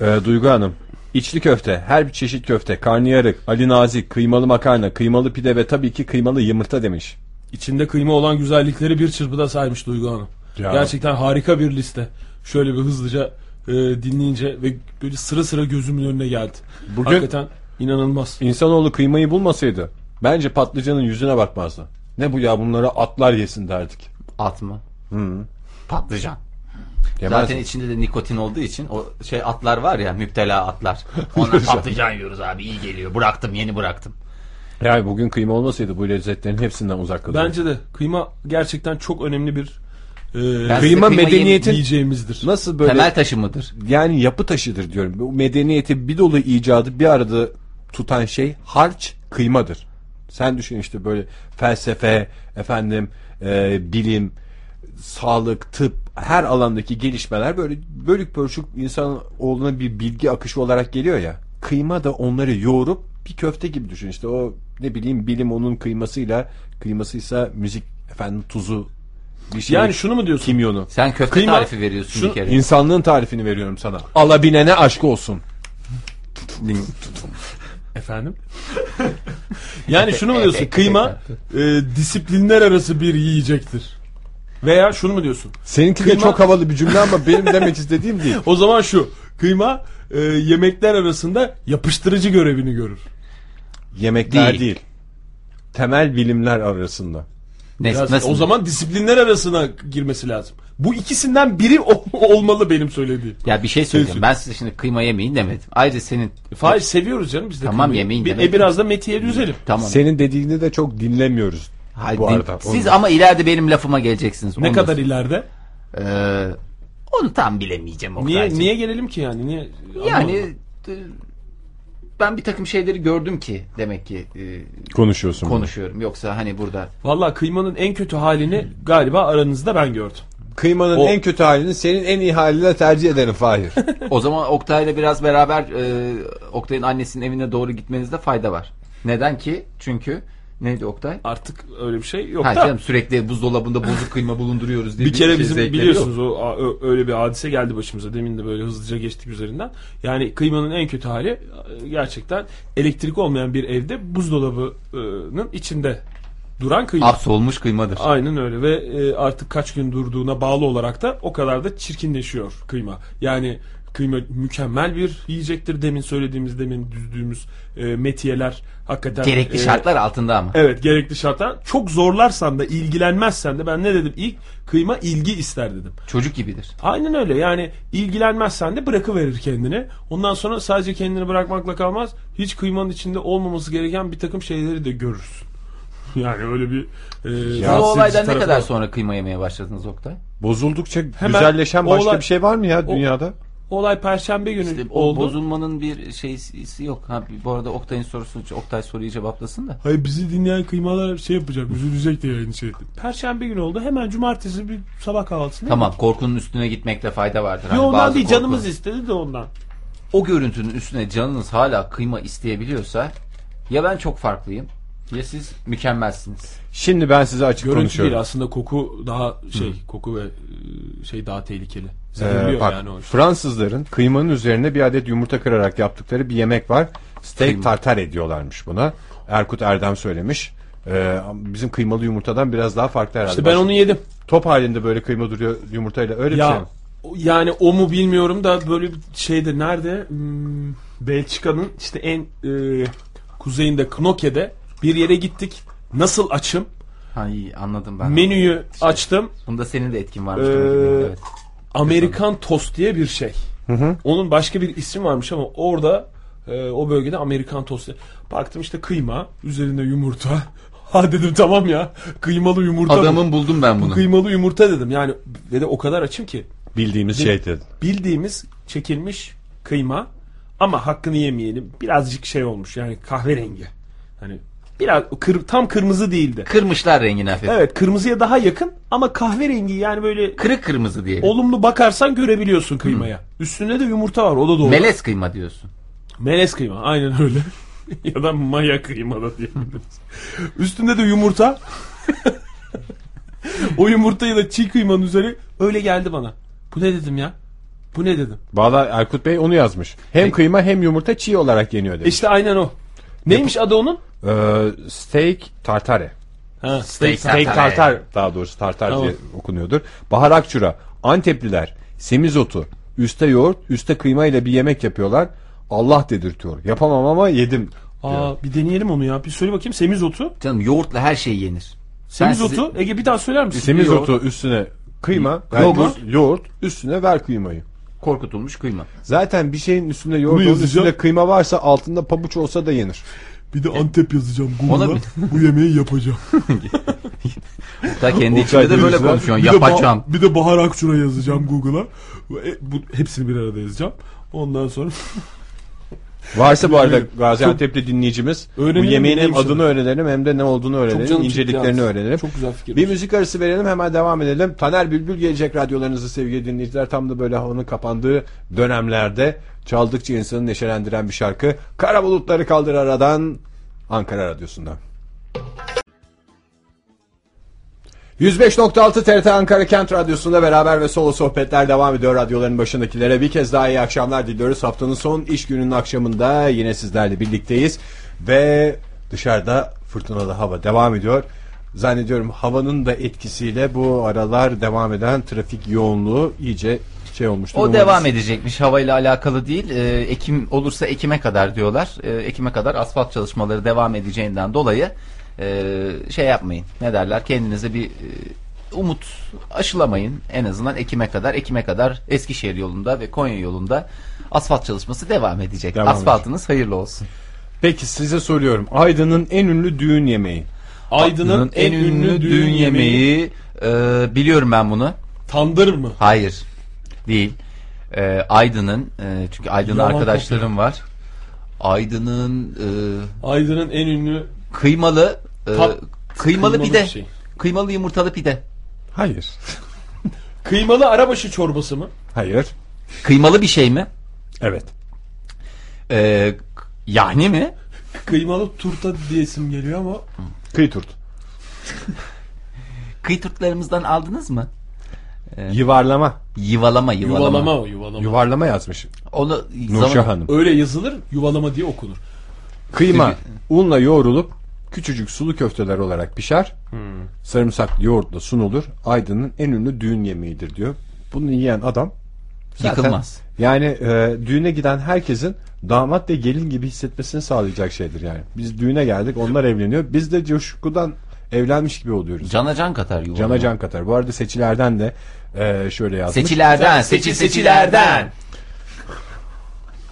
A: Ee, Duygu Hanım. İçli köfte, her bir çeşit köfte, karnıyarık, Ali Nazik, kıymalı makarna, kıymalı pide ve tabii ki kıymalı yumurta demiş.
C: İçinde kıyma olan güzellikleri bir çırpıda saymış Duygu Hanım.
A: Ya.
C: Gerçekten harika bir liste. Şöyle bir hızlıca e, dinleyince ve böyle sıra sıra gözümün önüne geldi.
A: Bugün-
C: Hakikaten inanılmaz.
A: İnsanoğlu kıymayı bulmasaydı bence patlıcanın yüzüne bakmazdı. Ne bu ya bunları atlar yesin derdik.
B: At mı? Patlıcan.
A: Yemez
B: Zaten
A: mi?
B: içinde de nikotin olduğu için o şey atlar var ya müptela atlar. Ondan patlıcan yiyoruz abi iyi geliyor. Bıraktım yeni bıraktım.
A: Yani bugün kıyma olmasaydı bu lezzetlerin hepsinden uzak kalırdı.
C: Bence de kıyma gerçekten çok önemli bir e,
B: Ben-
A: kıyma
B: kıyma
A: medeniyetin
C: yiyeceğimizdir.
A: nasıl böyle
B: Temel taşı mıdır?
A: yani yapı taşıdır diyorum. Bu medeniyeti bir dolu icadı bir arada tutan şey harç kıymadır. Sen düşün işte böyle felsefe, efendim, e, bilim, sağlık, tıp her alandaki gelişmeler böyle bölük pörçük insan oğluna bir bilgi akışı olarak geliyor ya. Kıyma da onları yoğurup bir köfte gibi düşün işte o ne bileyim bilim onun kıymasıyla kıymasıysa müzik efendim tuzu bir şey
C: Yani şunu mu diyorsun?
A: kimyonu.
B: Sen köfte
C: Kıyma-
B: tarifi veriyorsun bir kere.
A: İnsanlığın tarifini veriyorum sana. Alabilene aşk olsun.
F: Efendim?
C: Yani şunu mu diyorsun? Kıyma e, disiplinler arası bir yiyecektir. Veya şunu mu diyorsun?
A: Seninki de
C: Kıyma-
A: çok havalı bir cümle ama benim demek istediğim değil.
C: O zaman şu. Kıyma e, yemekler arasında yapıştırıcı görevini görür.
A: Yemekler
B: Değil.
A: değil. Temel bilimler arasında.
B: Neyse,
C: Biraz-
B: nasıl?
C: o zaman disiplinler arasına girmesi lazım. Bu ikisinden biri ol- olmalı benim söylediğim.
B: Ya bir şey söyleyeceğim. Ben size şimdi kıyma yemeyin demedim. Ayrıca senin
C: Faiz seviyoruz canım biz de.
B: Tamam,
C: kıymayı.
B: yemeyin
C: Bir-
B: demek.
C: E, biraz da Metiye düzelim.
B: tamam.
A: Senin dediğini de çok dinlemiyoruz.
B: Hayır,
A: bu
B: din-
A: arada.
B: Siz ama ileride benim lafıma geleceksiniz.
C: Ne
B: Onu-
C: kadar ileride?
B: Ee, onu tam bilemeyeceğim
C: Niye
B: Oktay'cığım.
C: niye gelelim ki yani? Niye?
B: Yani e, ben bir takım şeyleri gördüm ki demek ki e,
A: konuşuyorsun.
B: konuşuyorum. Yoksa hani burada
C: Valla kıymanın en kötü halini galiba aranızda ben gördüm.
A: Kıymanın
C: O-
A: en kötü halini senin en iyi haline tercih ederim Fahir.
B: o zaman Oktay'la biraz beraber e, Oktay'ın annesinin evine doğru gitmenizde fayda var. Neden ki? Çünkü neydi Oktay?
C: Artık öyle bir şey yok
B: Ha
C: da.
B: canım sürekli buzdolabında bozuk kıyma bulunduruyoruz diye
C: Bir kere
B: şey
C: bizim
B: zevkleri yok.
C: biliyorsunuz o a- ö- öyle bir hadise geldi başımıza. Demin de böyle hızlıca geçtik üzerinden. Yani kıymanın en kötü hali e, gerçekten elektrik olmayan bir evde buzdolabının içinde duran kıyma.
B: Hapsolmuş kıymadır.
C: Aynen öyle ve e, artık kaç gün durduğuna bağlı olarak da o kadar da çirkinleşiyor kıyma. Yani kıyma mükemmel bir yiyecektir demin söylediğimiz demin düzdüğümüz e, metiyeler hakikaten
B: Gerekli
C: e,
B: şartlar altında ama.
C: Evet gerekli şartlar. Çok zorlarsan da ilgilenmezsen de ben ne dedim ilk kıyma ilgi ister dedim.
B: Çocuk gibidir.
C: Aynen öyle yani ilgilenmezsen de bırakıverir kendini. Ondan sonra sadece kendini bırakmakla kalmaz. Hiç kıymanın içinde olmaması gereken bir takım şeyleri de görürsün. Yani öyle bir e,
A: Ya
B: Bu
C: rahatsız edici
B: olaydan ne
C: tarafı
B: kadar
C: var.
B: sonra kıyma yemeye başladınız Oktay?
A: Bozuldukça
C: Hemen
A: güzelleşen
C: o
A: başka
C: olay-
A: bir şey var mı ya dünyada?
C: Olay perşembe günü
B: İşte o
C: oldu.
B: bozulmanın bir şeysi yok. Ha, bu arada Oktay'ın sorusu, Oktay soruyu cevaplasın da.
C: Hayır bizi dinleyen kıymalar şey yapacak, üzülecek diye yayın şey. Perşembe günü oldu. Hemen cumartesi bir sabah kahvaltısında.
B: Tamam korkunun üstüne gitmekte fayda vardır. Hani
C: Yo ondan
B: bazı
C: değil,
B: korku-
C: canımız istedi de ondan.
B: O görüntünün üstüne canınız hala kıyma isteyebiliyorsa ya ben çok farklıyım ya siz mükemmelsiniz.
A: Şimdi ben size açık
F: Görüntü değil
A: konuşuyorum.
F: aslında koku daha şey koku ve e, şey daha tehlikeli.
A: Ee,
F: Zehirliyor
A: bak,
F: yani o.
A: Fransızların kıymanın üzerine bir adet yumurta kırarak yaptıkları bir yemek var. Steak
B: Kıyma.
A: tartar ediyorlarmış buna. Erkut Erdem söylemiş. Ee, bizim kıymalı yumurtadan biraz daha farklı herhalde.
F: İşte ben
A: Başka-
F: onu yedim.
A: Top halinde böyle kıyma duruyor yumurtayla öyle bir şey.
F: Ya
A: mi?
F: o- yani o mu bilmiyorum da böyle bir şeyde nerede? Hmm, Belçika'nın işte en e, kuzeyinde Knoke'de bir yere gittik. Nasıl açım?
B: Hayır anladım ben.
F: Menüyü açtım.
B: Bunda senin de etkin varmış.
F: Ee,
B: demek ki, evet.
F: Amerikan tost diye bir şey. Onun başka bir ismi varmış ama orada e, o bölgede Amerikan tostu. Baktım işte kıyma, üzerinde yumurta. Ha dedim tamam ya. Kıymalı yumurta. bu.
B: Adamın buldum ben bunu.
F: Kıymalı yumurta dedim. Yani ve de o kadar açım ki
A: Bildiğimiz şey dedi.
F: bildiğimiz çekilmiş kıyma ama hakkını yemeyelim. Birazcık şey olmuş yani kahverengi. Hani biraz kır- tam kırmızı değildi.
B: Kırmışlar rengini hafif.
F: Evet kırmızıya daha yakın ama kahverengi yani böyle
B: Kırık kırmızı diye.
F: olumlu bakarsan görebiliyorsun kıymaya. Üstünde de yumurta var o da doğru.
B: Melez kıyma diyorsun.
F: Melez kıyma aynen öyle. ya da maya kıyma da diyebiliriz. Üstünde de yumurta. o yumurtayı da çiğ kıymanın üzeri öyle geldi bana. Bu ne dedim ya? Bu ne dedim?
A: Valla Erkut Bey onu yazmış. Hem kıyma hem yumurta çiğ olarak yeniyor demiş.
F: İşte E aynen o. Neymiş adı onun?
A: Ee, steak tartare.
F: Ha,
B: Steak
A: Steak Şey, tartar daha doğrusu tartar diye okunuyordur. Baharakçura, Antepliler, semizotu, üste yoğurt, üste kıyma ile bir yemek yapıyorlar. Allah dedirtiyor. Yapamam ama yedim.
F: Aa, bir deneyelim onu ya. Bir söyle bakayım semizotu.
B: Canım yoğurtla her şey yenir. Ben sizi-
F: Semizotu. Ege bir daha söyler misin?
A: Semizotu üstüne kıyma, yoğurt, yoğurt üstüne ver kıymayı.
B: korkutulmuş kıyma.
A: Zaten bir şeyin üstünde yoğurt, onun
C: yazacağım.
A: üstünde kıyma varsa altında pabuç olsa da yenir.
C: Bir
F: E-
C: de Antep yazacağım
B: Ona
C: Google'a.
B: bir-
C: bu yemeği yapacağım.
B: Da kendi
A: Oktay
B: içinde de böyle
A: Denizler,
B: konuşuyorsun.
C: Bir de ba-
B: Yapacağım.
C: bir de Bahar Akçura yazacağım Google'a. Bu- e, Bu, hepsini bir arada yazacağım. Ondan sonra
A: Varsa bu arada Gaziantep'li dinleyicimiz bu
C: Öğrenelim,
A: yemeğin hem
C: dinleyelim
A: adını öğrenelim hem de ne olduğunu öğrenelim.
C: canım çekti
A: inceliklerini
C: yalnız.
A: öğrenelim.
C: Çok güzel fikir.
A: Bir müzik arası verelim hemen devam edelim. Taner Bülbül gelecek radyolarınızı sevgili dinleyiciler. Tam da böyle havanın kapandığı dönemlerde çaldıkça insanı neşelendiren bir şarkı. Kara bulutları kaldır aradan Ankara Radyosu'ndan. 105.6 TRT Ankara Kent Radyosu'nda beraber ve solo sohbetler devam ediyor. Radyoların başındakilere bir kez daha iyi akşamlar diliyoruz. Haftanın son iş gününün akşamında yine sizlerle birlikteyiz. Ve dışarıda fırtınalı hava devam ediyor. Zannediyorum havanın da etkisiyle bu aralar devam eden trafik yoğunluğu iyice şey olmuştu.
B: O devam edecekmiş. Havayla alakalı değil. Ee, Ekim olursa Ekim'e kadar diyorlar. Ee, Ekim'e kadar asfalt çalışmaları devam edeceğinden dolayı e, şey yapmayın. Ne derler? Kendinize bir e, umut aşılamayın. En azından Ekim'e kadar. Ekim'e kadar Eskişehir yolunda ve Konya yolunda asfalt çalışması devam edecek.
A: Devam
B: Asfaltınız hayırlı olsun.
A: Peki size soruyorum. Aydın'ın en ünlü düğün yemeği.
C: Aydın'ın en ünlü düğün yemeği
B: e, biliyorum ben bunu.
C: tandır mı?
B: Hayır. Değil. Ee, Aydın'ın e, çünkü Aydın'ın
C: Yaman
B: arkadaşlarım var. Aydın'ın e,
C: Aydın'ın en ünlü
B: kıymalı e,
C: Tat-
B: kıymalı,
C: kıymalı
B: pide.
C: bir şey.
B: Kıymalı yumurtalı pide.
A: Hayır.
C: kıymalı arabaşı çorbası mı?
A: Hayır.
B: Kıymalı bir şey mi?
A: Evet.
B: Ee, k- yani mi?
C: Kıymalı turta diyesim geliyor ama
A: Kıyturt.
B: Kıyı turtlarımızdan aldınız mı?
A: Yuvarlama.
B: Yuvalama yuvalama.
C: yuvalama o yuvalama.
A: Yuvarlama yazmış
B: Onu
A: Nurşah
B: zaman-
A: Hanım.
C: Öyle yazılır yuvalama diye okunur.
A: Kıyma unla yoğrulup küçücük sulu köfteler olarak pişer. Sarımsaklı yoğurtla sunulur. Aydın'ın en ünlü düğün yemeğidir diyor. Bunu yiyen adam zaten-
B: Yıkılmaz.
A: Yani e, düğüne giden herkesin damat ve gelin gibi hissetmesini sağlayacak şeydir yani. Biz düğüne geldik, onlar evleniyor. Biz de coşkudan evlenmiş gibi oluyoruz.
B: Cana can katar yuvalama.
A: Cana can katar. Bu arada seçilerden de e, şöyle yazmış.
B: Seçilerden, seçil seçilerden.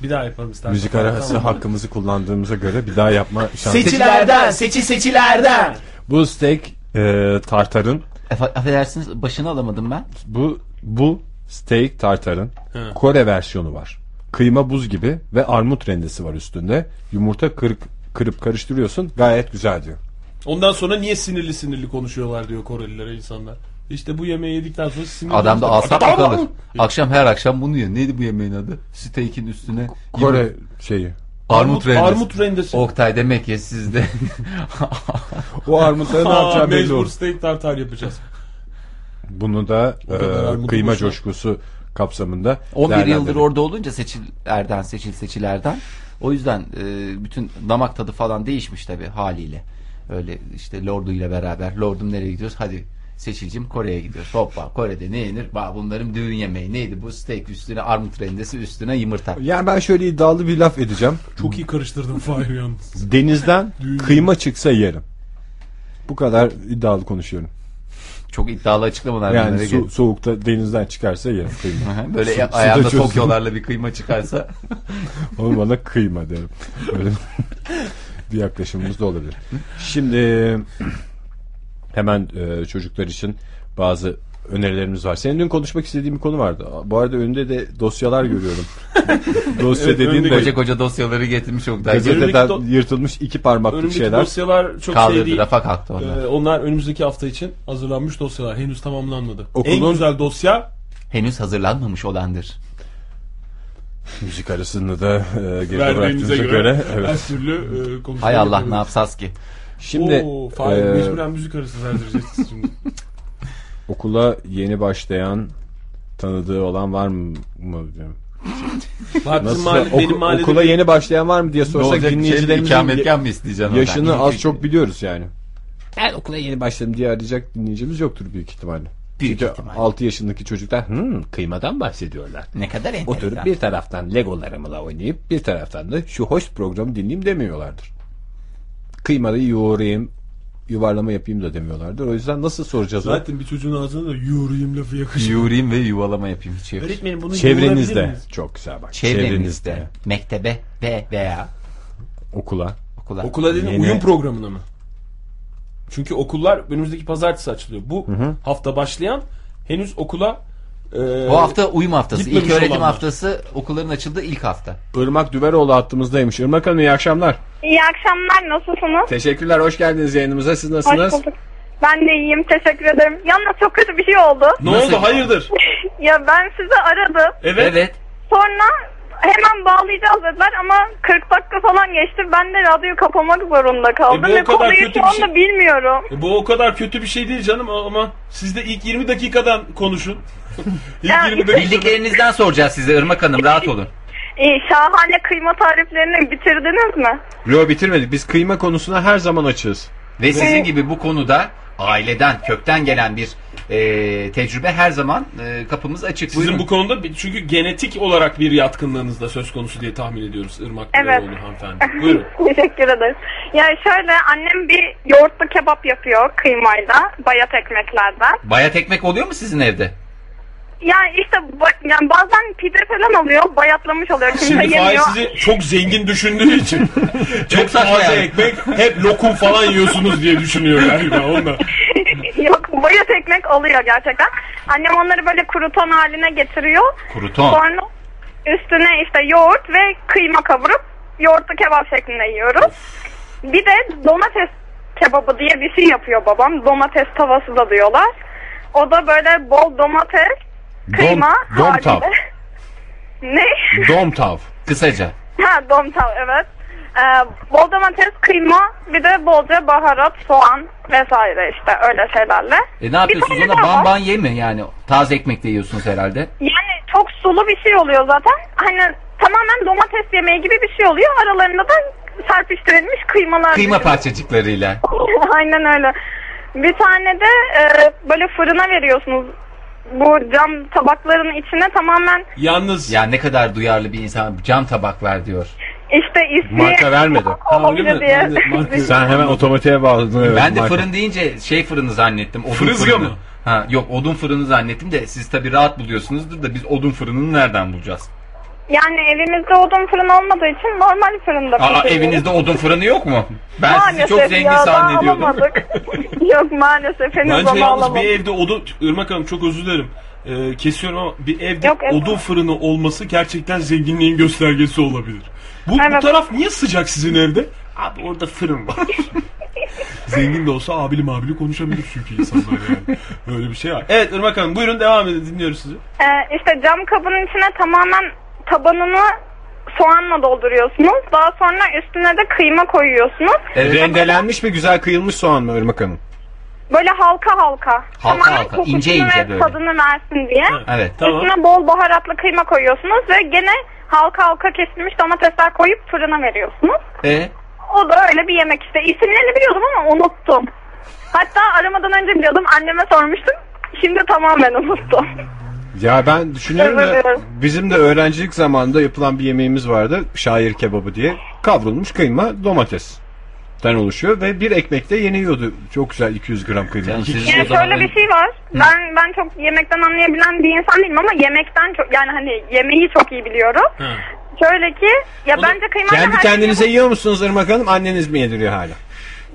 C: Bir daha yaparım istersen.
A: Müzik arası hakkımızı kullandığımıza göre bir daha yapma şansı.
B: Seçilerden, seçil seçilerden.
A: Bu steak e, tartarın
B: Efa- Affedersiniz başını alamadım ben.
A: Bu bu steak tartarın Kore versiyonu var. Kıyma buz gibi ve armut rendesi var üstünde. Yumurta kırık kırıp karıştırıyorsun. Gayet güzel diyor.
C: Ondan sonra niye sinirli sinirli konuşuyorlar diyor Korelilere insanlar. İşte bu yemeği yedikten sonra sinirli.
B: Adam da asap kalır. Akşam her akşam bunu yiyor. Neydi bu yemeğin adı? Steak'in üstüne
A: Kore şeyi.
B: armut, rendesi.
C: Armut rendesi.
B: Oktay demek ya sizde.
A: O armutları ne
C: Aa,
A: yapacağı belli
C: mecbur
A: olur.
C: steak tartar yapacağız.
A: Bunu da
C: kadar
A: e,
C: armudu
A: kıyma
C: boşver.
A: coşkusu kapsamında
B: 11
A: değerlendirelim.
B: yıldır orada olunca seçil Erden seçil seçilerden. O yüzden e, bütün damak tadı falan değişmiş tabii haliyle. Öyle işte Lordu ile beraber. Lordum nereye gidiyoruz? Hadi Seçilcim Kore'ye gidiyoruz. Hoppa Kore'de ne yenir? Bah, bunların düğün yemeği neydi? Bu steak üstüne armut rendesi üstüne yumurta.
A: Yani ben şöyle iddialı bir laf edeceğim.
C: Çok iyi karıştırdım Fahir yalnız.
A: Denizden kıyma çıksa yerim. Bu kadar iddialı konuşuyorum.
B: Çok iddialı açıklamalar. bunlara
A: Yani
B: gel-
A: su, soğukta denizden çıkarsa yerim kıyma.
B: Aha, Böyle
A: Su- suda
B: ayağında
A: çözdüm.
B: Tokyolarla bir kıyma çıkarsa.
A: Onu bana kıyma derim. Öyle bir yaklaşımımız da olabilir. Şimdi hemen e, çocuklar için bazı önerilerimiz var. Senin dün konuşmak istediğin bir konu vardı. Bu arada önünde de dosyalar görüyorum. Dosya dediğin
C: önündeki-
A: de
B: koca koca dosyaları getirmiş Oktay.
A: gazeteden
C: Önündeki
A: yırtılmış iki parmaklık
C: Önümüzdeki
A: şeyler.
C: dosyalar çok şey
B: Kaldırdı
C: değil.
B: rafa kalktı onlar.
C: Ee, onlar önümüzdeki hafta için hazırlanmış dosyalar. Henüz tamamlanmadı.
A: Okulun-
C: En güzel dosya
B: Henüz hazırlanmamış olandır.
A: Müzik arasında da e, geride
C: verdiğimize
A: bıraktığımıza
C: göre,
A: göre. evet.
C: her türlü e, konuşmayı
B: Hay Allah
C: yapabiliriz.
B: ne yapsaz ki.
A: Şimdi
C: Oo, Fahir
A: e,
C: mecburen müzik arası verdireceğiz şimdi.
A: okula yeni başlayan tanıdığı olan var mı? mı diyorum.
C: Bizim
A: Nasıl
C: mahalle,
A: oku-
C: benim mahallede
A: okula yeni başlayan var mı diye
B: Ne
A: sorsak
B: olacak
A: dinleyicilerimizin
B: şey ikametgah mı isteyeceksin oradan?
A: şey Yaşını az çok biliyoruz yani. Ben okula yeni başladım diye arayacak dinleyicimiz yoktur büyük ihtimalle.
B: Büyük
A: Çünkü
B: ihtimal.
A: 6 yaşındaki çocuklar "Hmm, kıymadan bahsediyorlar.
B: Ne kadar enteresan.
A: Oturup bir taraftan legolarımla oynayıp bir taraftan da şu hoş programı dinleyeyim demiyorlardır. Kıymayı yoğurayım, yuvarlama yapayım da demiyorlardır. O yüzden nasıl soracağız? o?
C: Zaten bir çocuğun ağzına da yürüyeyim lafı yakışır.
B: Yoğurayım ve yuvalama yapayım. Hiç yok.
C: Öğretmenim bunu yoğurabilir
A: Çevrenizde.
C: miyiz?
A: Çok güzel bak. Çevrenizde.
B: Çevrenizde, mektebe ve veya
A: Okula.
B: okula.
C: Okula dedim
A: Yeni-
C: uyum programına mı? Çünkü okullar önümüzdeki pazartesi açılıyor. Bu hafta başlayan henüz okula Ee,
B: Bu hafta uyum haftası. İlk
C: gitmemiş
B: öğretim
C: olanlar.
B: haftası okulların açıldığı ilk hafta.
G: Irmak Düberoğlu hattımızdaymış. Irmak Hanım iyi akşamlar.
E: İyi akşamlar, nasılsınız?
G: Teşekkürler hoş geldiniz yayınımıza. Siz
E: Hoş
G: nasılsınız?
E: bulduk. Ben de iyiyim, teşekkür ederim. Yalnız çok kötü bir şey oldu.
C: ne
B: Nasıl?
C: oldu hayırdır?
E: Ya ben sizi aradım.
C: Evet.
E: Sonra hemen bağlayacağız dediler ama 40 dakika falan geçti. Ben de radyoyu kapamak zorunda kaldım.
C: E bu o
E: Ve
C: kadar
E: konuyu
C: kötü
E: şu
C: bir
E: anda
C: şey-
E: bilmiyorum.
C: E, Bu o kadar kötü bir şey değil canım ama siz de ilk 20 dakikadan konuşun. ilk
E: Ya,
C: 20 dakika.
B: Bildiklerinizden soracağız size Irmak Hanım rahat olun.
E: İyi, şahane kıyma tariflerini bitirdiniz mi?
G: Yo bitirmedik. Biz kıyma konusuna her zaman açığız.
B: Ve sizin gibi bu konuda aileden, kökten gelen bir e, tecrübe her zaman e, kapımız açık.
C: Sizin
B: Buyurun.
C: bu konuda bir- çünkü genetik olarak bir yatkınlığınız da söz konusu diye tahmin ediyoruz Irmak
E: Evet.
C: Güleroğlu hanımefendi. Buyurun.
E: Teşekkür ederim. Ya şöyle annem bir yoğurtlu kebap yapıyor kıymayla, bayat ekmeklerden.
B: Bayat ekmek oluyor mu sizin evde?
E: Yani işte ba- yani bazen pide falan oluyor, bayatlamış oluyor. Kimse
C: Şimdi Fahir
E: yemiyor.
C: sizi çok zengin düşündüğü için
B: Çok saçma
C: taze
B: şey yani.
C: ekmek hep lokum falan yiyorsunuz diye düşünüyor galiba onunla.
E: Yok, bayat ekmek oluyor gerçekten. Annem onları böyle kuruton haline getiriyor.
B: Kruton.
E: Sonra üstüne işte yoğurt ve kıyma kavurup yoğurtlu kebap şeklinde yiyoruz. Bir de domates kebabı diye bir şey yapıyor babam. Domates tavası da diyorlar. O da böyle bol domates, kıyma
G: dom
E: halinde.
G: tav.
E: ne?
G: Dom tav.
B: Kısaca.
E: ha dom tav evet. Ee, bol domates, kıyma, bir de bolca baharat, soğan vesaire işte öyle şeylerle.
B: E ne yapıyorsunuz
E: tane
B: ona?
E: daha var.
B: Ban ban yeme yani. Taze ekmek de yiyorsunuz herhalde.
E: Yani çok sulu bir şey oluyor zaten. Hani tamamen domates yemeği gibi bir şey oluyor. Aralarında da serpiştirilmiş kıymalar.
B: Kıyma parçacıklarıyla.
E: Aynen öyle. Bir tane de e, böyle fırına veriyorsunuz. Bu cam tabakların içine tamamen
C: Yalnız
B: Ya ne kadar duyarlı bir insan. Cam tabaklar diyor.
E: işte isteğe...
G: Marka vermedi.
C: Ha, öyle
E: Olabilir
C: mi?
E: diye. şey
C: Ben de markayı-
G: Sen hemen otomatiğe bağladın. evet,
B: Ben de
G: Marka.
B: fırın deyince şey fırını zannettim. Odun
C: Fırızga
B: fırını.
C: mı?
B: Ha, yok odun fırını zannettim de siz tabii rahat buluyorsunuzdur da biz odun fırınını nereden bulacağız?
E: yani evimizde odun fırın olmadığı için normal fırında
B: Aa,
E: pişiriyoruz.
B: evinizde odun fırını yok mu? Ben sizi
E: Maalesef
B: çok zengin
E: ya, daha
B: zannediyordum.
E: alamadık. Yok maalesef henüz
C: Bence
E: onu
C: yalnız bir
E: alamadık.
C: evde odun... Irmak Hanım çok özür dilerim. Ee, kesiyorum ama bir evde
E: Yok, evet.
C: odun fırını olması gerçekten zenginliğin göstergesi olabilir. Bu, bu
E: Evet.
C: taraf niye sıcak sizin evde? Abi orada fırın var. Zengin de olsa abili mabili konuşabilir çünkü insanlar yani. Böyle bir şey var. Evet Irmak Hanım buyurun devam edin dinliyoruz sizi.
E: Ee, işte cam kabın içine tamamen tabanını soğanla dolduruyorsunuz. Daha sonra üstüne de kıyma koyuyorsunuz.
G: E, Rendelenmiş ve güzel kıyılmış soğan mı Irmak Hanım?
E: Böyle halka halka.
B: Halka
E: Tamamen
B: halka,
E: kokusunu
B: ince ince
E: ve
B: böyle.
E: tadını versin diye.
B: Evet.
C: Tamam.
E: Üstüne bol baharatlı kıyma koyuyorsunuz ve gene halka halka kesilmiş domatesler koyup fırına veriyorsunuz.
B: E,
E: O da öyle bir yemek işte. İsimlerini biliyordum ama unuttum. Hatta aramadan önce biliyordum. Anneme sormuştum. Şimdi tamamen unuttum.
G: Ya ben düşünüyorum da
E: Evet.
G: bizim de öğrencilik zamanında yapılan bir yemeğimiz vardı. Şair kebabı diye. Kavrulmuş kıyma domatesten oluşuyor ve bir ekmekte yeniyordu. Çok güzel 200 gram kıyma.
B: yani
G: İki
B: siz o
E: Yani
B: zaman
E: şöyle bir şey var. Ben ben çok yemekten anlayabilen bir insan değilim ama yemekten çok yani hani yemeği çok iyi biliyorum. Şöyle ki ya bence kıymayla
G: Kendi
E: her
G: kendinize
E: şeyi-
G: yiyor musunuz Irmak Hanım? Anneniz mi yediriyor hala?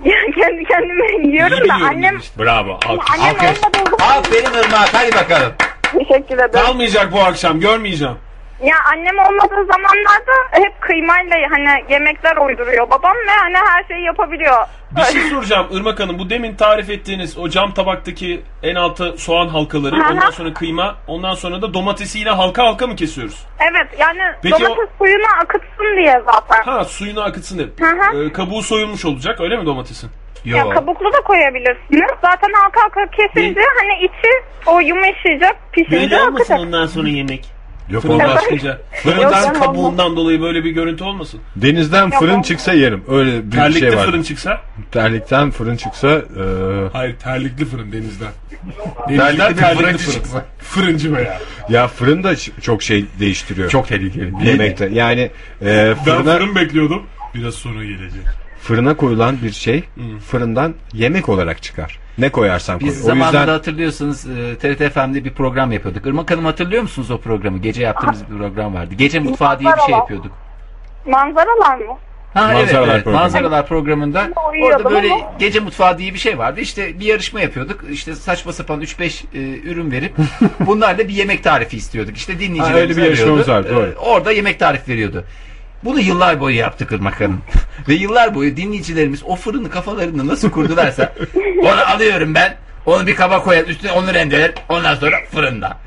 E: Ya kendi kendime yiyorum da annem
C: Bravo.
E: annem olmadığı zaman
B: Aferin Irmak hadi bakalım.
E: teşekkür ederim.
C: Kalmayacak bu akşam görmeyeceğim.
E: Ya annem olmadığı zamanlarda hep kıymayla hani yemekler uyduruyor babam ve hani her şeyi yapabiliyor.
C: Bir şey soracağım Irmak Hanım. Bu demin tarif ettiğiniz o cam tabaktaki en altı soğan halkaları,
E: Aha.
C: ondan sonra kıyma, ondan sonra da domatesi yine halka halka mı kesiyoruz?
E: Evet yani
C: Peki o-
E: domates suyunu akıtsın diye zaten.
C: Ha suyunu akıtsın hep.
E: Aha.
C: Ee, kabuğu soyulmuş olacak öyle mi domatesin?
E: Ya
B: Yok.
E: kabuklu da koyabilirsiniz. Zaten halka halka kesince hani içi o yumuşayacak, pişince akacak.
C: ondan sonra yemek.
G: Yok
C: Fırından çıkınca. Fırından
E: canım,
C: kabuğundan dolayı böyle bir görüntü olmasın.
G: Denizden fırın çıksa yerim. Öyle bir
C: Terlikli
G: şey var.
C: fırın çıksa.
G: Terlikten fırın çıksa e,
C: Hayır terlikli fırın denizden.
G: Terlikli
C: denizden
G: bir
C: terlikli
G: fırıncı
C: fırın.
G: çıksa.
C: Fırıncı be ya.
G: ya fırın da ç- çok şey değiştiriyor.
B: Çok tehlikeli.
G: yemekte. Yani e,
C: Ben
G: fırına
C: fırın bekliyordum. Biraz sonra gelecek.
G: fırına koyulan bir şey fırından yemek olarak çıkar. Ne koyarsan koy.
B: Biz
G: O
B: zamanında
G: yüzden
B: hatırlıyorsanız e, TRT FM'de bir program yapıyorduk. Irmak Hanım hatırlıyor musunuz o programı? Gece yaptığımız bir program vardı. Gece mutfağı diye bir şey
E: Manzaralar.
B: yapıyorduk.
E: Manzaralar mı?
B: Ha, evet,
G: Manzaralar
B: evet,
G: programı.
B: Manzaralar programında
E: Uyuyordum
B: orada böyle
E: ama.
B: gece mutfağı diye bir şey vardı. İşte bir yarışma yapıyorduk. İşte saçma sapan 3-5 e, ürün verip bunlarla bir yemek tarifi istiyorduk. İşte dinleyicilerimiz
G: Ha, öyle bir yarışmamız
B: arıyordu.
G: var, doğru.
B: E, orada yemek tarif veriyordu. Bunu yıllar boyu yaptık Irmak Hanım. Ve yıllar boyu dinleyicilerimiz o fırını kafalarında nasıl kurdularsa onu alıyorum ben. Onu bir kaba koyar üstüne onu rendeler. Ondan sonra fırında.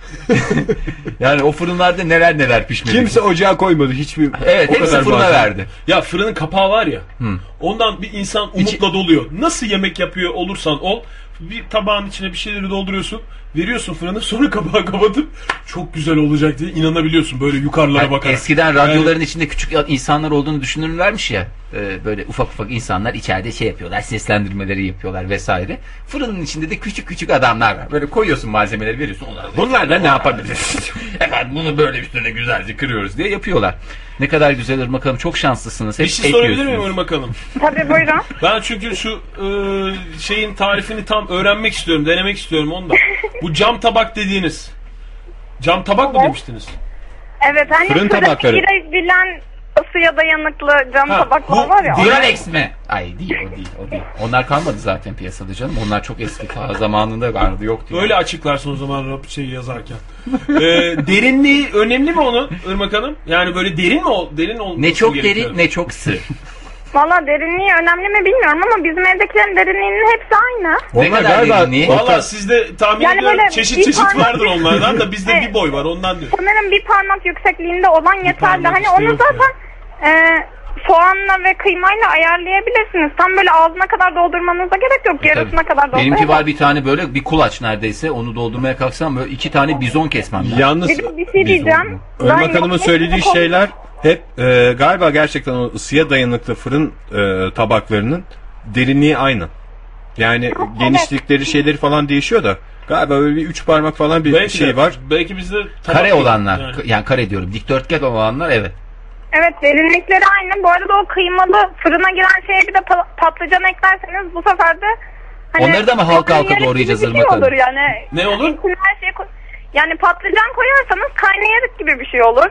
B: yani o fırınlarda neler neler pişmedi.
A: Kimse ocağa koymadı hiçbir.
B: Evet hepsi fırına
A: bazen.
B: verdi.
C: Ya fırının kapağı var ya. Ondan bir insan umutla doluyor. Nasıl yemek yapıyor olursan ol. Bir tabağın içine bir şeyleri dolduruyorsun. Veriyorsun fırına sonra kapağı kapatıp çok güzel olacak diye inanabiliyorsun böyle yukarılara
B: Yani
C: bakarak.
B: Eskiden radyoların içinde küçük insanlar olduğunu düşünürlermiş ya. Ee, böyle ufak ufak insanlar içeride şey yapıyorlar, seslendirmeleri yapıyorlar vesaire. Fırının içinde de küçük küçük adamlar var. Böyle koyuyorsun malzemeleri veriyorsun. Onlar Bunlarla ne yapabiliriz? Efendim bunu böyle üstüne güzelce kırıyoruz diye yapıyorlar. Ne kadar güzel Irmak Hanım çok şanslısınız. Hep
C: bir şey sorabilir
B: ekliyorsunuz.
C: miyim Irmak Hanım?
E: Tabii buyurun.
C: Ben çünkü şu e, şeyin tarifini tam öğrenmek istiyorum, denemek istiyorum onu da. Bu cam tabak dediğiniz. Cam tabak mı demiştiniz?
E: Evet hani
G: Fırın
E: fırın
G: tabakları.
E: pişirebilen ısıya dayanıklı cam
C: Ha,
E: tabaklar
C: bu
E: var ya.
B: Diyorex mi? Ay değil o değil o değil. Onlar kalmadı zaten piyasada canım. Onlar çok eski ta zamanında vardı yoktu. yani.
C: Öyle açıklarsın o zaman rap şey yazarken. E, derinliği önemli mi onun Irmak Hanım? Yani böyle derin mi ol, derin olması
B: Ne çok
C: gerekiyor? Şey,
B: deri ne çok sığ.
E: Valla derinliği önemli mi bilmiyorum ama bizim evdekilerin derinliğinin hepsi aynı.
B: ne
G: Onlar
B: kadar
G: galiba-
B: derinliği?
C: Valla sizde tahmin
E: Yani
C: ediyorum
E: böyle
C: çeşit
E: bir
C: çeşit
E: parmak-
C: vardır onlardan da bizde
E: Evet.
C: bir boy var ondan diyor.
E: Sanırım bir parmak yüksekliğinde olan yeterli.
C: parmak
E: Hani
C: işte
E: onu
C: yok ya.
E: zaten e, soğanla ve kıymayla ayarlayabilirsiniz. Tam böyle ağzına kadar doldurmanıza gerek yok. Yarısına
B: E, Tabii.
E: kadar doldurun.
B: Benimki var bir tane böyle bir kulaç neredeyse onu doldurmaya kalksam böyle iki tane bizon kesmem lazım.
G: Yalnız
E: Bir, de bir şey diyeceğim. Ben
G: Irmak Hanım'ın
E: yapmış
G: söylediği
E: bu konu-
G: şeyler hep e, galiba gerçekten o ısıya dayanıklı fırın e, tabaklarının derinliği aynı. Yani genişlikleri şeyleri falan değişiyor da galiba böyle bir üç parmak falan bir
C: Belki
G: şey
C: de-
G: var.
C: Belki bizde tabak
B: Kare
C: yok.
B: olanlar
C: Yani.
B: yani. kare diyorum dikdörtgen olanlar evet.
E: Evet derinlikleri aynı. Bu arada o kıymalı fırına giren şeye bir de pa- patlıcan eklerseniz bu sefer de hani
B: Onları da mı halka halka
E: karnıyarık
B: doğrayacağız
E: gibi bir
B: Irmak
E: şey
B: Hanım?
E: olur yani.
C: Ne olur?
E: İçine her şeyi koy- yani patlıcan koyarsanız karnıyarık gibi bir şey olur.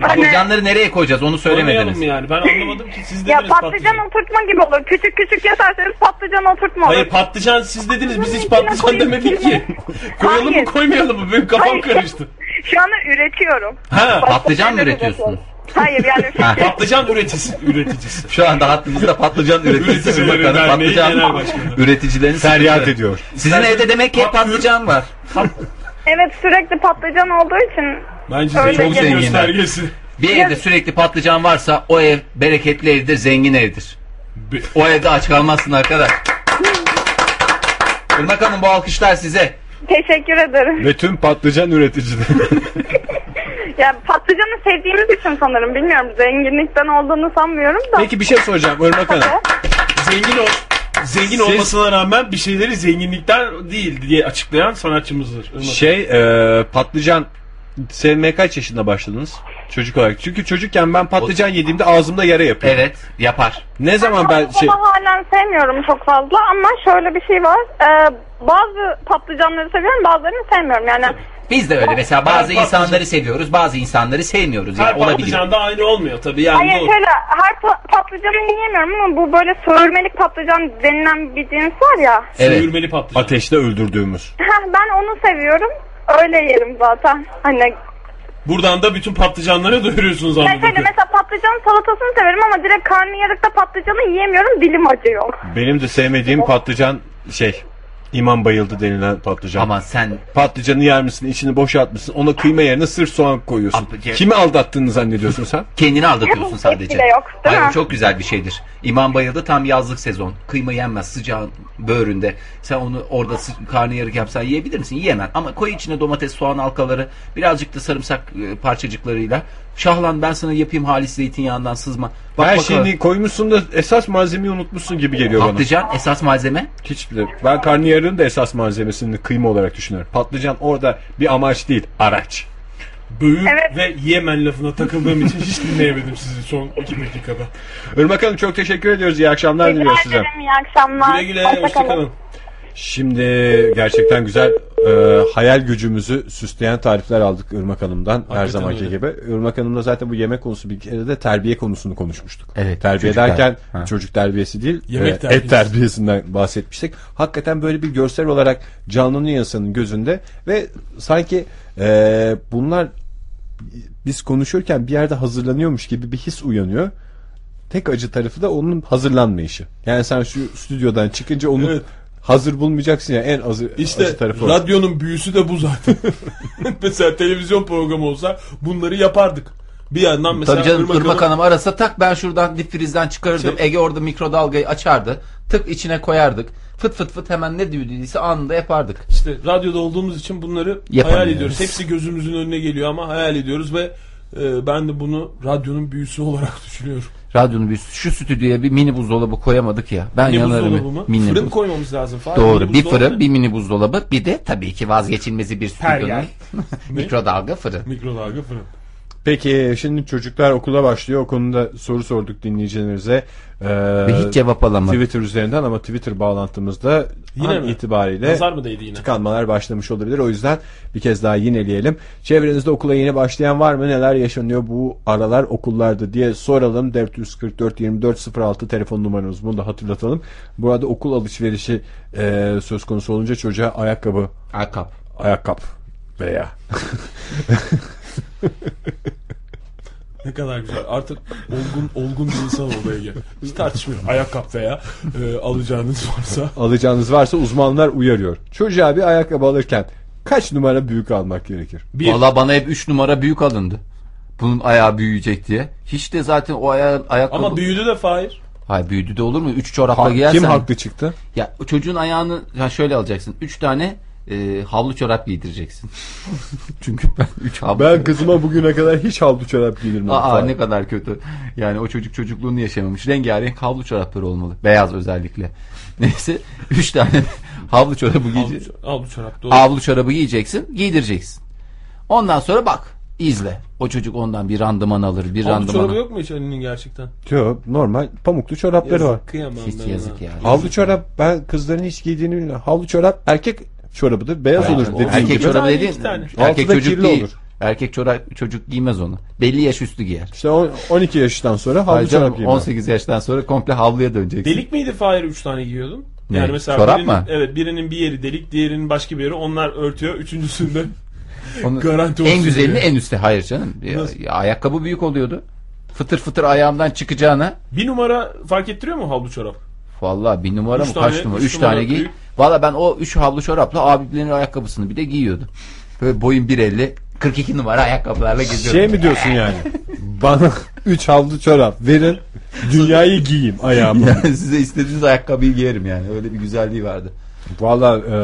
E: Hani,
B: Patlıcanları nereye koyacağız onu söylemediniz.
C: Koymayalım mı yani? Ben anlamadım ki siz
E: ya
C: dediniz
E: patlıcan, oturtma gibi olur. Küçük küçük yatarsanız patlıcan oturtma olur.
C: Hayır patlıcan siz dediniz biz hiç
E: içine
C: patlıcan
E: koyayım
C: demedik ki.
E: içine.
C: Koyalım mı
E: Hayır.
C: koymayalım mı? Benim kafam
E: Hayır.
C: karıştı.
E: Şu anda üretiyorum.
C: Ha
E: Başka
B: patlıcan mı
E: şeyler
B: üretiyorsunuz?
E: üretiyorum. Hayır yani
C: patlıcan üreticisi. üreticisi.
B: Şu anda hattımızda patlıcan üreticisi
C: Üreticileri
B: Irmak Hanım.
C: Derneği Genel
B: Patlıcan
C: Başkanı.
B: üreticilerin
G: Feryat
B: sıkıntı.
G: ediyor.
B: Sizin evde demek ki hep patlıcan var.
E: evet sürekli patlıcan olduğu için
C: Bence de
E: Öyle
C: çok
E: geliyor.
C: zengin göstergesi.
B: Bir evde sürekli patlıcan varsa o ev bereketli evdir, zengin evdir. O evde aç kalmazsın arkadaş. Irmak Hanım bu alkışlar size.
E: teşekkür ederim.
G: Ve tüm patlıcan üreticileri.
E: Ya patlıcanı sevdiğimiz için sanırım bilmiyorum. Zenginlikten olduğunu sanmıyorum da.
G: Peki bir şey soracağım Irmak Hanım.
C: Zengin ol. Zengin olmasına rağmen bir şeyleri zenginlikten değil diye açıklayan sanatçımızdır. Irmak.
G: Şey e, patlıcan sevmeye kaç yaşında başladınız? Çocuk olarak. Çünkü çocukken ben patlıcan yediğimde ağzımda yara yapıyor.
B: Evet yapar.
G: Ne zaman ben şey
E: Ama halen sevmiyorum çok fazla ama şöyle bir şey var. Ee, bazı patlıcanları seviyorum bazılarını sevmiyorum. Yani
B: Biz de öyle mesela bazı
C: Her patlıcan-
B: insanları seviyoruz bazı insanları sevmiyoruz
C: Her
B: yani olabiliyor.
C: patlıcan da aynı olmuyor tabii yani.
E: hayır
C: doğru.
E: şöyle her pa- patlıcanı yiyemiyorum ama bu böyle sövürmelik patlıcan denilen bir cins var ya.
B: Evet.
C: Sürmeli patlıcan.
G: ateşte öldürdüğümüz.
E: Heh, ben onu seviyorum. Öyle yerim zaten. Hani
C: Buradan da bütün patlıcanlara doyuruyorsunuz
E: ben
C: anladım.
E: şöyle mesela patlıcanın salatasını severim ama direkt karnıyarıkta patlıcanı yiyemiyorum. Dilim acıyor.
G: Benim de sevmediğim patlıcan şey imam bayıldı denilen patlıcan.
B: Ama sen
G: Patlıcanı yer misin, içini boşaltmışsın, ona kıyma yerine sırf soğan koyuyorsun.
B: Abi, ya-
G: Kimi aldattığını zannediyorsun sen?
B: kendini aldatıyorsun sadece.
E: bile şey yok, değil
B: Hayır,
E: mi?
B: çok güzel bir şeydir. İmam Bayıldı tam yazlık sezon. Kıyma yenmez sıcağın böğründe. Sen onu orada sı- karnıyarık yapsan yiyebilir misin? Yiyemem. Ama koy içine domates, soğan halkaları, birazcık da sarımsak e, parçacıklarıyla. Şahlan ben sana yapayım halis zeytinyağından sızma. Bak
G: Her
B: bakalım.
G: şeyini koymuşsun da esas malzemeyi unutmuşsun gibi geliyor bana.
B: Patlıcan esas malzeme.
G: Hiç bile. Ben karnıyarığın da esas malzemesini kıyma olarak düşünüyorum. Patlıcan orada bir amaç değil, araç.
C: Böğür
E: Evet.
C: ve Yemen lafına takıldığım için hiç dinleyemedim sizi son iki dakikada.
G: Irmak Hanım çok teşekkür ediyoruz. İyi akşamlar
E: Rica
G: diliyoruz size.
E: ederim. İyi akşamlar.
C: Güle güle
E: Hoşça kalın.
C: hoşçakalın.
G: Şimdi gerçekten güzel e, hayal gücümüzü süsleyen tarifler aldık Irmak Hanım'dan her zamanki
C: öyle.
G: gibi. Irmak Hanım'la zaten bu yemek konusu bir kere de terbiye konusunu konuşmuştuk.
B: Evet,
G: Terbiye
B: çocuk
G: derken
B: ter- ha.
G: çocuk terbiyesi değil
C: Yemek
G: e,
C: terbiyesi.
G: et terbiyesinden bahsetmiştik. Hakikaten böyle bir görsel olarak canlanıyor insanın gözünde ve sanki e, bunlar biz konuşurken bir yerde hazırlanıyormuş gibi bir his uyanıyor. Tek acı tarafı da onun hazırlanmayışı. Yani sen şu stüdyodan çıkınca onu
C: Evet.
G: hazır bulmayacaksın ya en azı, acı
C: İşte
G: tarafı. o.
C: radyonun büyüsü de bu zaten. mesela televizyon programı olsa bunları yapardık. Bir Şey- yandan mesela
B: Tabii canım
C: Irmak
B: Irmak
C: Hanım-
B: Hanım arasa tak ben şuradan dip frizden çıkarırdım. Ege orada mikrodalgayı açardı. Tık içine koyardık. Fıt fıt fıt hemen ne düğdüyse anında yapardık.
C: İşte radyoda olduğumuz için bunları hayal
B: Yapamıyoruz.
C: ediyoruz. Hepsi gözümüzün önüne geliyor ama hayal ediyoruz ve e, ben de bunu radyonun büyüsü olarak düşünüyorum.
B: Radyonun bir şu stüdyoya bir mini buzdolabı koyamadık ya. Ben
C: Ne buzdolabı
B: yanarım.
C: mı?
B: Mini
C: Fırın
B: buz-
C: koymamız lazım. Fahri.
B: Doğru.
C: Mini
B: Bir
C: buzdolabı
B: fırın,
C: ne?
B: bir mini buzdolabı, bir de tabii ki vazgeçilmezi bir stüdyonun
C: Pergel.
B: mikrodalga fırın.
C: Mikrodalga fırın.
G: Peki şimdi çocuklar okula başlıyor. O konuda soru sorduk dinleyicilerimize. Ee,
B: Ve hiç cevap alamadım.
G: Twitter üzerinden ama Twitter bağlantımızda
C: Yine
G: an
C: mi?
B: E-
G: itibariyle
C: Nazar mı değdi yine?
G: tıkanmalar başlamış olabilir. O yüzden bir kez daha yineleyelim. Çevrenizde okula yeni başlayan var mı? Neler yaşanıyor bu aralar okullarda diye soralım. 444 2406 telefon numaramız bunu da hatırlatalım. Burada okul alışverişi e, söz konusu olunca çocuğa ayakkabı,
B: Akap.
G: ayakkabı veya
C: Ne kadar güzel. Artık olgun olgun bir insan oldu Ege. Hiç tartışmıyorum. Ayakkabı veya e, alacağınız varsa.
G: alacağınız varsa uzmanlar uyarıyor. Çocuğa bir ayakkabı alırken kaç numara büyük almak gerekir?
B: Valla bana hep 3 numara büyük alındı. Bunun ayağı büyüyecek diye. Hiç de zaten o ayağın ayakkabı...
C: Ama büyüdü de Fahir.
B: Hayır büyüdü de olur mu? 3 çorapla
G: Ha-
B: giyersen...
G: kim haklı çıktı?
B: Ya o çocuğun ayağını ya şöyle alacaksın. 3 tane e, havlu çorap giydireceksin. Çünkü ben 3 havlu...
G: Ben kızıma bugüne kadar hiç havlu çorap giydirmedim.
B: Aa
G: Fahir.
B: ne kadar kötü. Yani o çocuk çocukluğunu yaşamamış. Rengarenk havlu çorapları olmalı. Beyaz özellikle. Neyse 3 tane havlu çorabı
C: Al,
B: giyeceksin.
C: al bu çorap. Doğru.
B: Havlu çorabı giyeceksin, giydireceksin. Ondan sonra bak, izle. O çocuk ondan bir randıman alır, bir
C: Havlu
B: randıman
C: çorabı
B: alır.
C: yok mu hiç Ali'nin gerçekten?
G: Yok normal pamuklu çorapları var.
C: Yazık, kıyamam ben
B: Hiç
C: ona.
B: yazık yani.
G: Havlu çorap ben kızların hiç giydiğini bilmiyorum. Havlu çorap erkek çorabıdır. Beyaz
B: Erkek-
G: olur
B: o
G: dediğin
B: erkek
G: gibi.
B: çorabı
C: Sadece
B: dediğin
C: iki tane.
B: erkek
G: Altı da
B: çocuk
G: kirli
B: değil.
G: olur.
B: Erkek çorap çocuk giymez onu. Belli yaş üstü giyer.
G: İşte on- 12 yaşından sonra havlu
B: Hayır canım,
G: çorap giymiyor.
B: 18 yaştan sonra komple havluya döneceksin.
C: Delik miydi Fahir 3 tane giyiyordun?
B: Ne?
C: Yani mesela
B: Çorap
C: birinin,
B: mı?
C: Evet birinin bir yeri delik, diğerinin başka bir yeri. Onlar örtüyor. Üçüncüsünde
B: Onu-
C: garanti olsun
B: en güzelini
C: diye.
B: en üstte. Hayır canım. Ya-
C: Nasıl?
B: ya ayakkabı büyük oluyordu. Fıtır fıtır ayağımdan çıkacağına
C: Bir numara fark ettiriyor mu havlu çorap?
B: Vallahi bir numara
C: Üç
B: mı
C: tane-
B: kaç numara?
C: üç
B: Üç, tane
C: numara
B: giy.
C: büyük.
B: Valla ben o üç havlu çorapla abilerin ayakkabısını bir de giyiyordum. Böyle boyun 1.50 42 numara ayakkabılarla geziyordum.
G: Şey mi diyorsun yani? Bana 3 havlu çorap verin. Dünyayı giyeyim ayağıma.
B: Yani size istediğiniz ayakkabıyı giyerim yani. Öyle bir güzelliği vardı.
G: Valla e,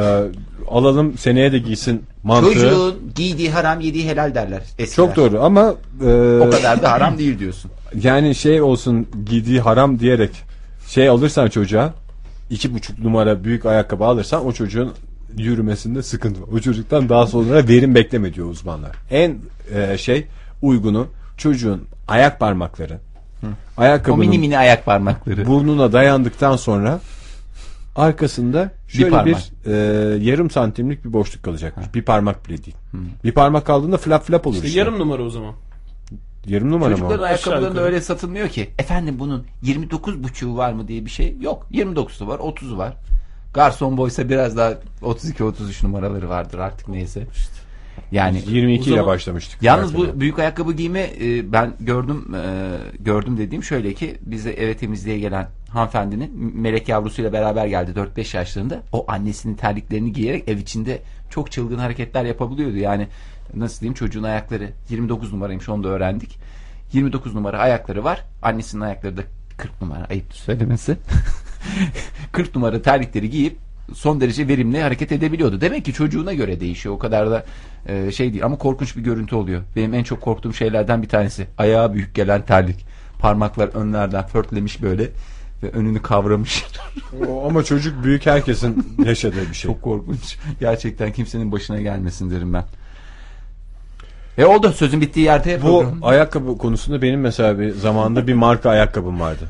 G: alalım seneye de giysin mantığı.
B: Çocuğun giydiği haram yediği helal derler. Eskiler.
G: Çok doğru ama e,
B: O kadar da haram değil diyorsun.
G: yani şey olsun giydiği haram diyerek şey alırsan çocuğa iki buçuk numara büyük ayakkabı alırsan o çocuğun yürümesinde sıkıntı var. O çocuktan daha sonra verim bekleme diyor uzmanlar. En e, şey uygunu çocuğun ayak parmakları
B: O mini
G: ayakkabının
B: mini ayak parmakları.
G: burnuna dayandıktan sonra arkasında şöyle
B: parmak.
G: bir, e, yarım santimlik bir boşluk kalacakmış. Bir parmak bile değil. Bir parmak kaldığında flap flap olur.
C: İşte
G: işte.
C: E, yarım numara o zaman.
G: Yarım numara mı? o?
B: Çocukların
C: Aşağı
B: ayakkabıları da
C: yukarı.
B: öyle satılmıyor ki. Efendim bunun 29 buçuğu var mı diye bir şey yok. 29'u var, 30'u var. Garson boysa biraz daha 32-33 numaraları vardır artık neyse. Yani
G: 22
C: O
G: ile
C: zaman-
G: başlamıştık.
B: yalnız
G: Ayakkabı.
B: bu büyük ayakkabı giyme e, ben gördüm e, gördüm dediğim şöyle ki bize eve temizliğe gelen hanımefendinin melek yavrusuyla beraber geldi 4-5 yaşlarında. O annesinin terliklerini giyerek ev içinde çok çılgın hareketler yapabiliyordu. Yani nasıl diyeyim çocuğun ayakları 29 numaraymış onu da öğrendik. 29 numara ayakları var. Annesinin ayakları da 40 numara. Ayıptır söylemesi. 40 numara terlikleri giyip son derece verimli hareket edebiliyordu. Demek ki çocuğuna göre değişiyor. O kadar da e, şey değil ama korkunç bir görüntü oluyor. Benim en çok korktuğum şeylerden bir tanesi. Ayağa büyük gelen terlik. Parmaklar önlerden pörtlemiş böyle ve önünü kavramış.
G: O- Ama çocuk büyük herkesin yaşadığı bir şey.
B: çok korkunç. Gerçekten kimsenin başına gelmesin derim ben. E oldu sözün bittiği yerde
G: Bu
B: program.
G: ayakkabı konusunda benim mesela bir zamanında bir marka ayakkabım vardı.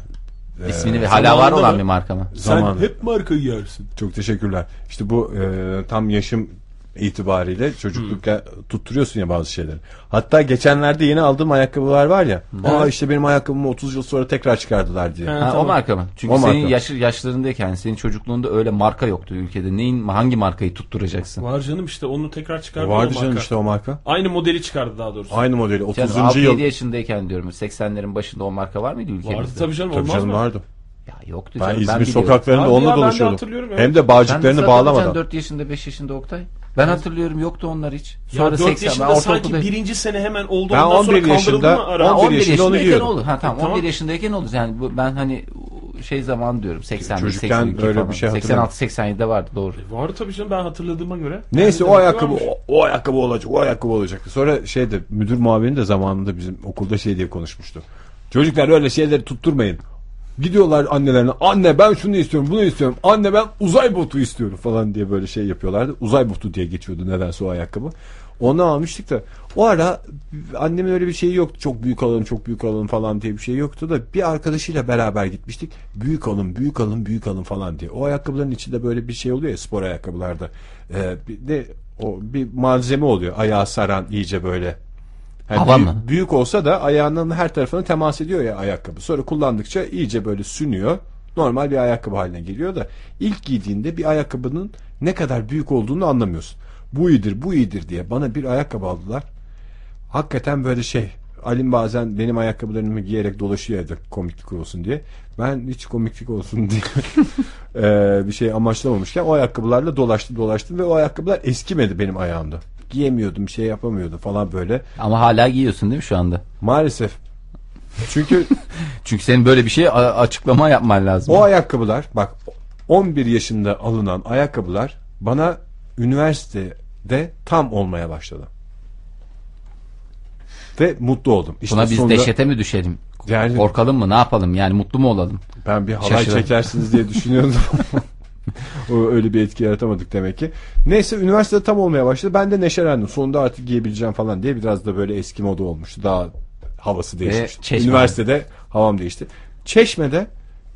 B: İsmini ve hala var olan bir marka mı?
H: Zaman.
C: Sen hep markayı yersin.
G: Çok teşekkürler. İşte bu e, tam yaşım itibariyle çocuklukta tutturuyorsun ya bazı şeyleri. Hatta geçenlerde yeni aldığım ayakkabılar var ya. Aa işte benim ayakkabımı 30 yıl sonra tekrar çıkardılar diye.
B: Ha, O marka mı? Çünkü
G: O
B: senin
G: marka.
B: yaş, yaşlarındayken, senin çocukluğunda öyle marka yoktu ülkede. Neyin, hangi markayı tutturacaksın?
C: Var canım işte onu tekrar çıkardı
G: Vardı
C: o
G: canım
C: marka.
G: işte o marka.
C: Aynı modeli çıkardı daha doğrusu.
G: Aynı modeli
B: Canım,
G: 30.
B: 6-7
G: yıl.
B: yaşındayken diyorum 80'lerin başında o marka var mıydı ülkemizde?
C: Vardı tabii canım
G: Tabii
C: olmaz
G: canım
C: mı?
G: vardı.
B: Ya yoktu
G: Ben
B: canım.
G: İzmir
B: biliyorum.
G: sokaklarında
C: Abi ya,
G: onunla
C: ben de
G: dolaşıyordum.
C: hatırlıyorum, evet.
G: Hem de
B: Sen
G: bağcıklarını
B: zaten
G: bağlamadan.
B: canım 4 yaşında 5 yaşında Oktay. Ben hatırlıyorum yoktu onlar hiç.
C: Ya
B: Sonra
C: 4
B: 80 ben
C: yaşında sanki
B: ortaokulda.
C: birinci sene hemen oldu
G: Ben
C: ondan
G: 11
C: sonra kaldırıldı
G: yaşında-
C: mı ara?
G: on-
B: 11
G: yaşında onu E,
B: yaşındayken
G: giyiyordum.
B: olur. Ha tamam,
C: Tamam.
B: 11 yaşındayken olur. Yani bu, ben hani o, şey zaman diyorum 80
G: Çocukken
B: 82
G: öyle
B: falan.
G: bir şey hatırlamıyorum.
B: 86 87'de vardı doğru.
C: Vardı tabii canım ben hatırladığıma göre.
G: Neyse
C: Yani
G: o
C: demek ki
G: ayakkabı
C: varmış.
G: o, o ayakkabı olacak. O ayakkabı olacak. Sonra şeyde müdür muavini de zamanında bizim okulda şey diye konuşmuştu. Çocuklar öyle şeyleri tutturmayın. Gidiyorlar annelerine. Anne ben şunu istiyorum, bunu istiyorum. Anne ben uzay botu istiyorum falan diye böyle şey yapıyorlardı. Uzay botu diye geçiyordu nedense o ayakkabı. Onu almıştık da o ara annemin öyle bir şeyi yoktu. Çok büyük alalım, çok büyük alalım falan diye bir şey yoktu da bir arkadaşıyla beraber gitmiştik. Büyük alın, büyük alın, büyük alın falan diye. O ayakkabıların içinde böyle bir şey oluyor ya spor ayakkabılarda. Ee, bir de o bir malzeme oluyor ayağı saran iyice böyle. Yani
B: Hava
G: büyük,
B: mı?
G: büyük olsa da ayağının her tarafına temas ediyor ya ayakkabı. Sonra kullandıkça iyice böyle sünüyor. Normal bir ayakkabı haline geliyor da ilk giydiğinde bir ayakkabının ne kadar büyük olduğunu anlamıyorsun. Bu iyidir, bu iyidir diye bana bir ayakkabı aldılar. Hakikaten böyle şey. Alim bazen benim ayakkabılarımı giyerek dolaşıyor evde komiklik olsun diye. Ben hiç komiklik olsun diye eee, bir şey amaçlamamışken o ayakkabılarla dolaştı dolaştım ve o ayakkabılar eskimedi benim ayağımda. Giyemiyordum, bir şey yapamıyordum falan böyle.
B: Ama hala giyiyorsun değil mi şu anda?
G: Maalesef. Çünkü
B: Çünkü senin böyle bir şey a- açıklama yapman lazım.
G: o ayakkabılar bak 11 yaşında alınan ayakkabılar bana üniversitede tam olmaya başladı. Ve mutlu oldum. İşte
B: Buna biz
G: sonunda-
B: dehşete mi düşelim?
G: Yani-
B: Korkalım mı? Ne yapalım? Yani mutlu mu olalım?
G: Ben bir halay
B: Şaşırdım.
G: çekersiniz diye düşünüyordum. o öyle bir etki yaratamadık demek ki. Neyse üniversitede tam olmaya başladı. Ben de neşelendim. Sonunda artık giyebileceğim falan diye biraz da böyle eski moda olmuştu. Daha havası değişmişti.
B: Çeşme'de.
G: Üniversitede havam değişti. Çeşme'de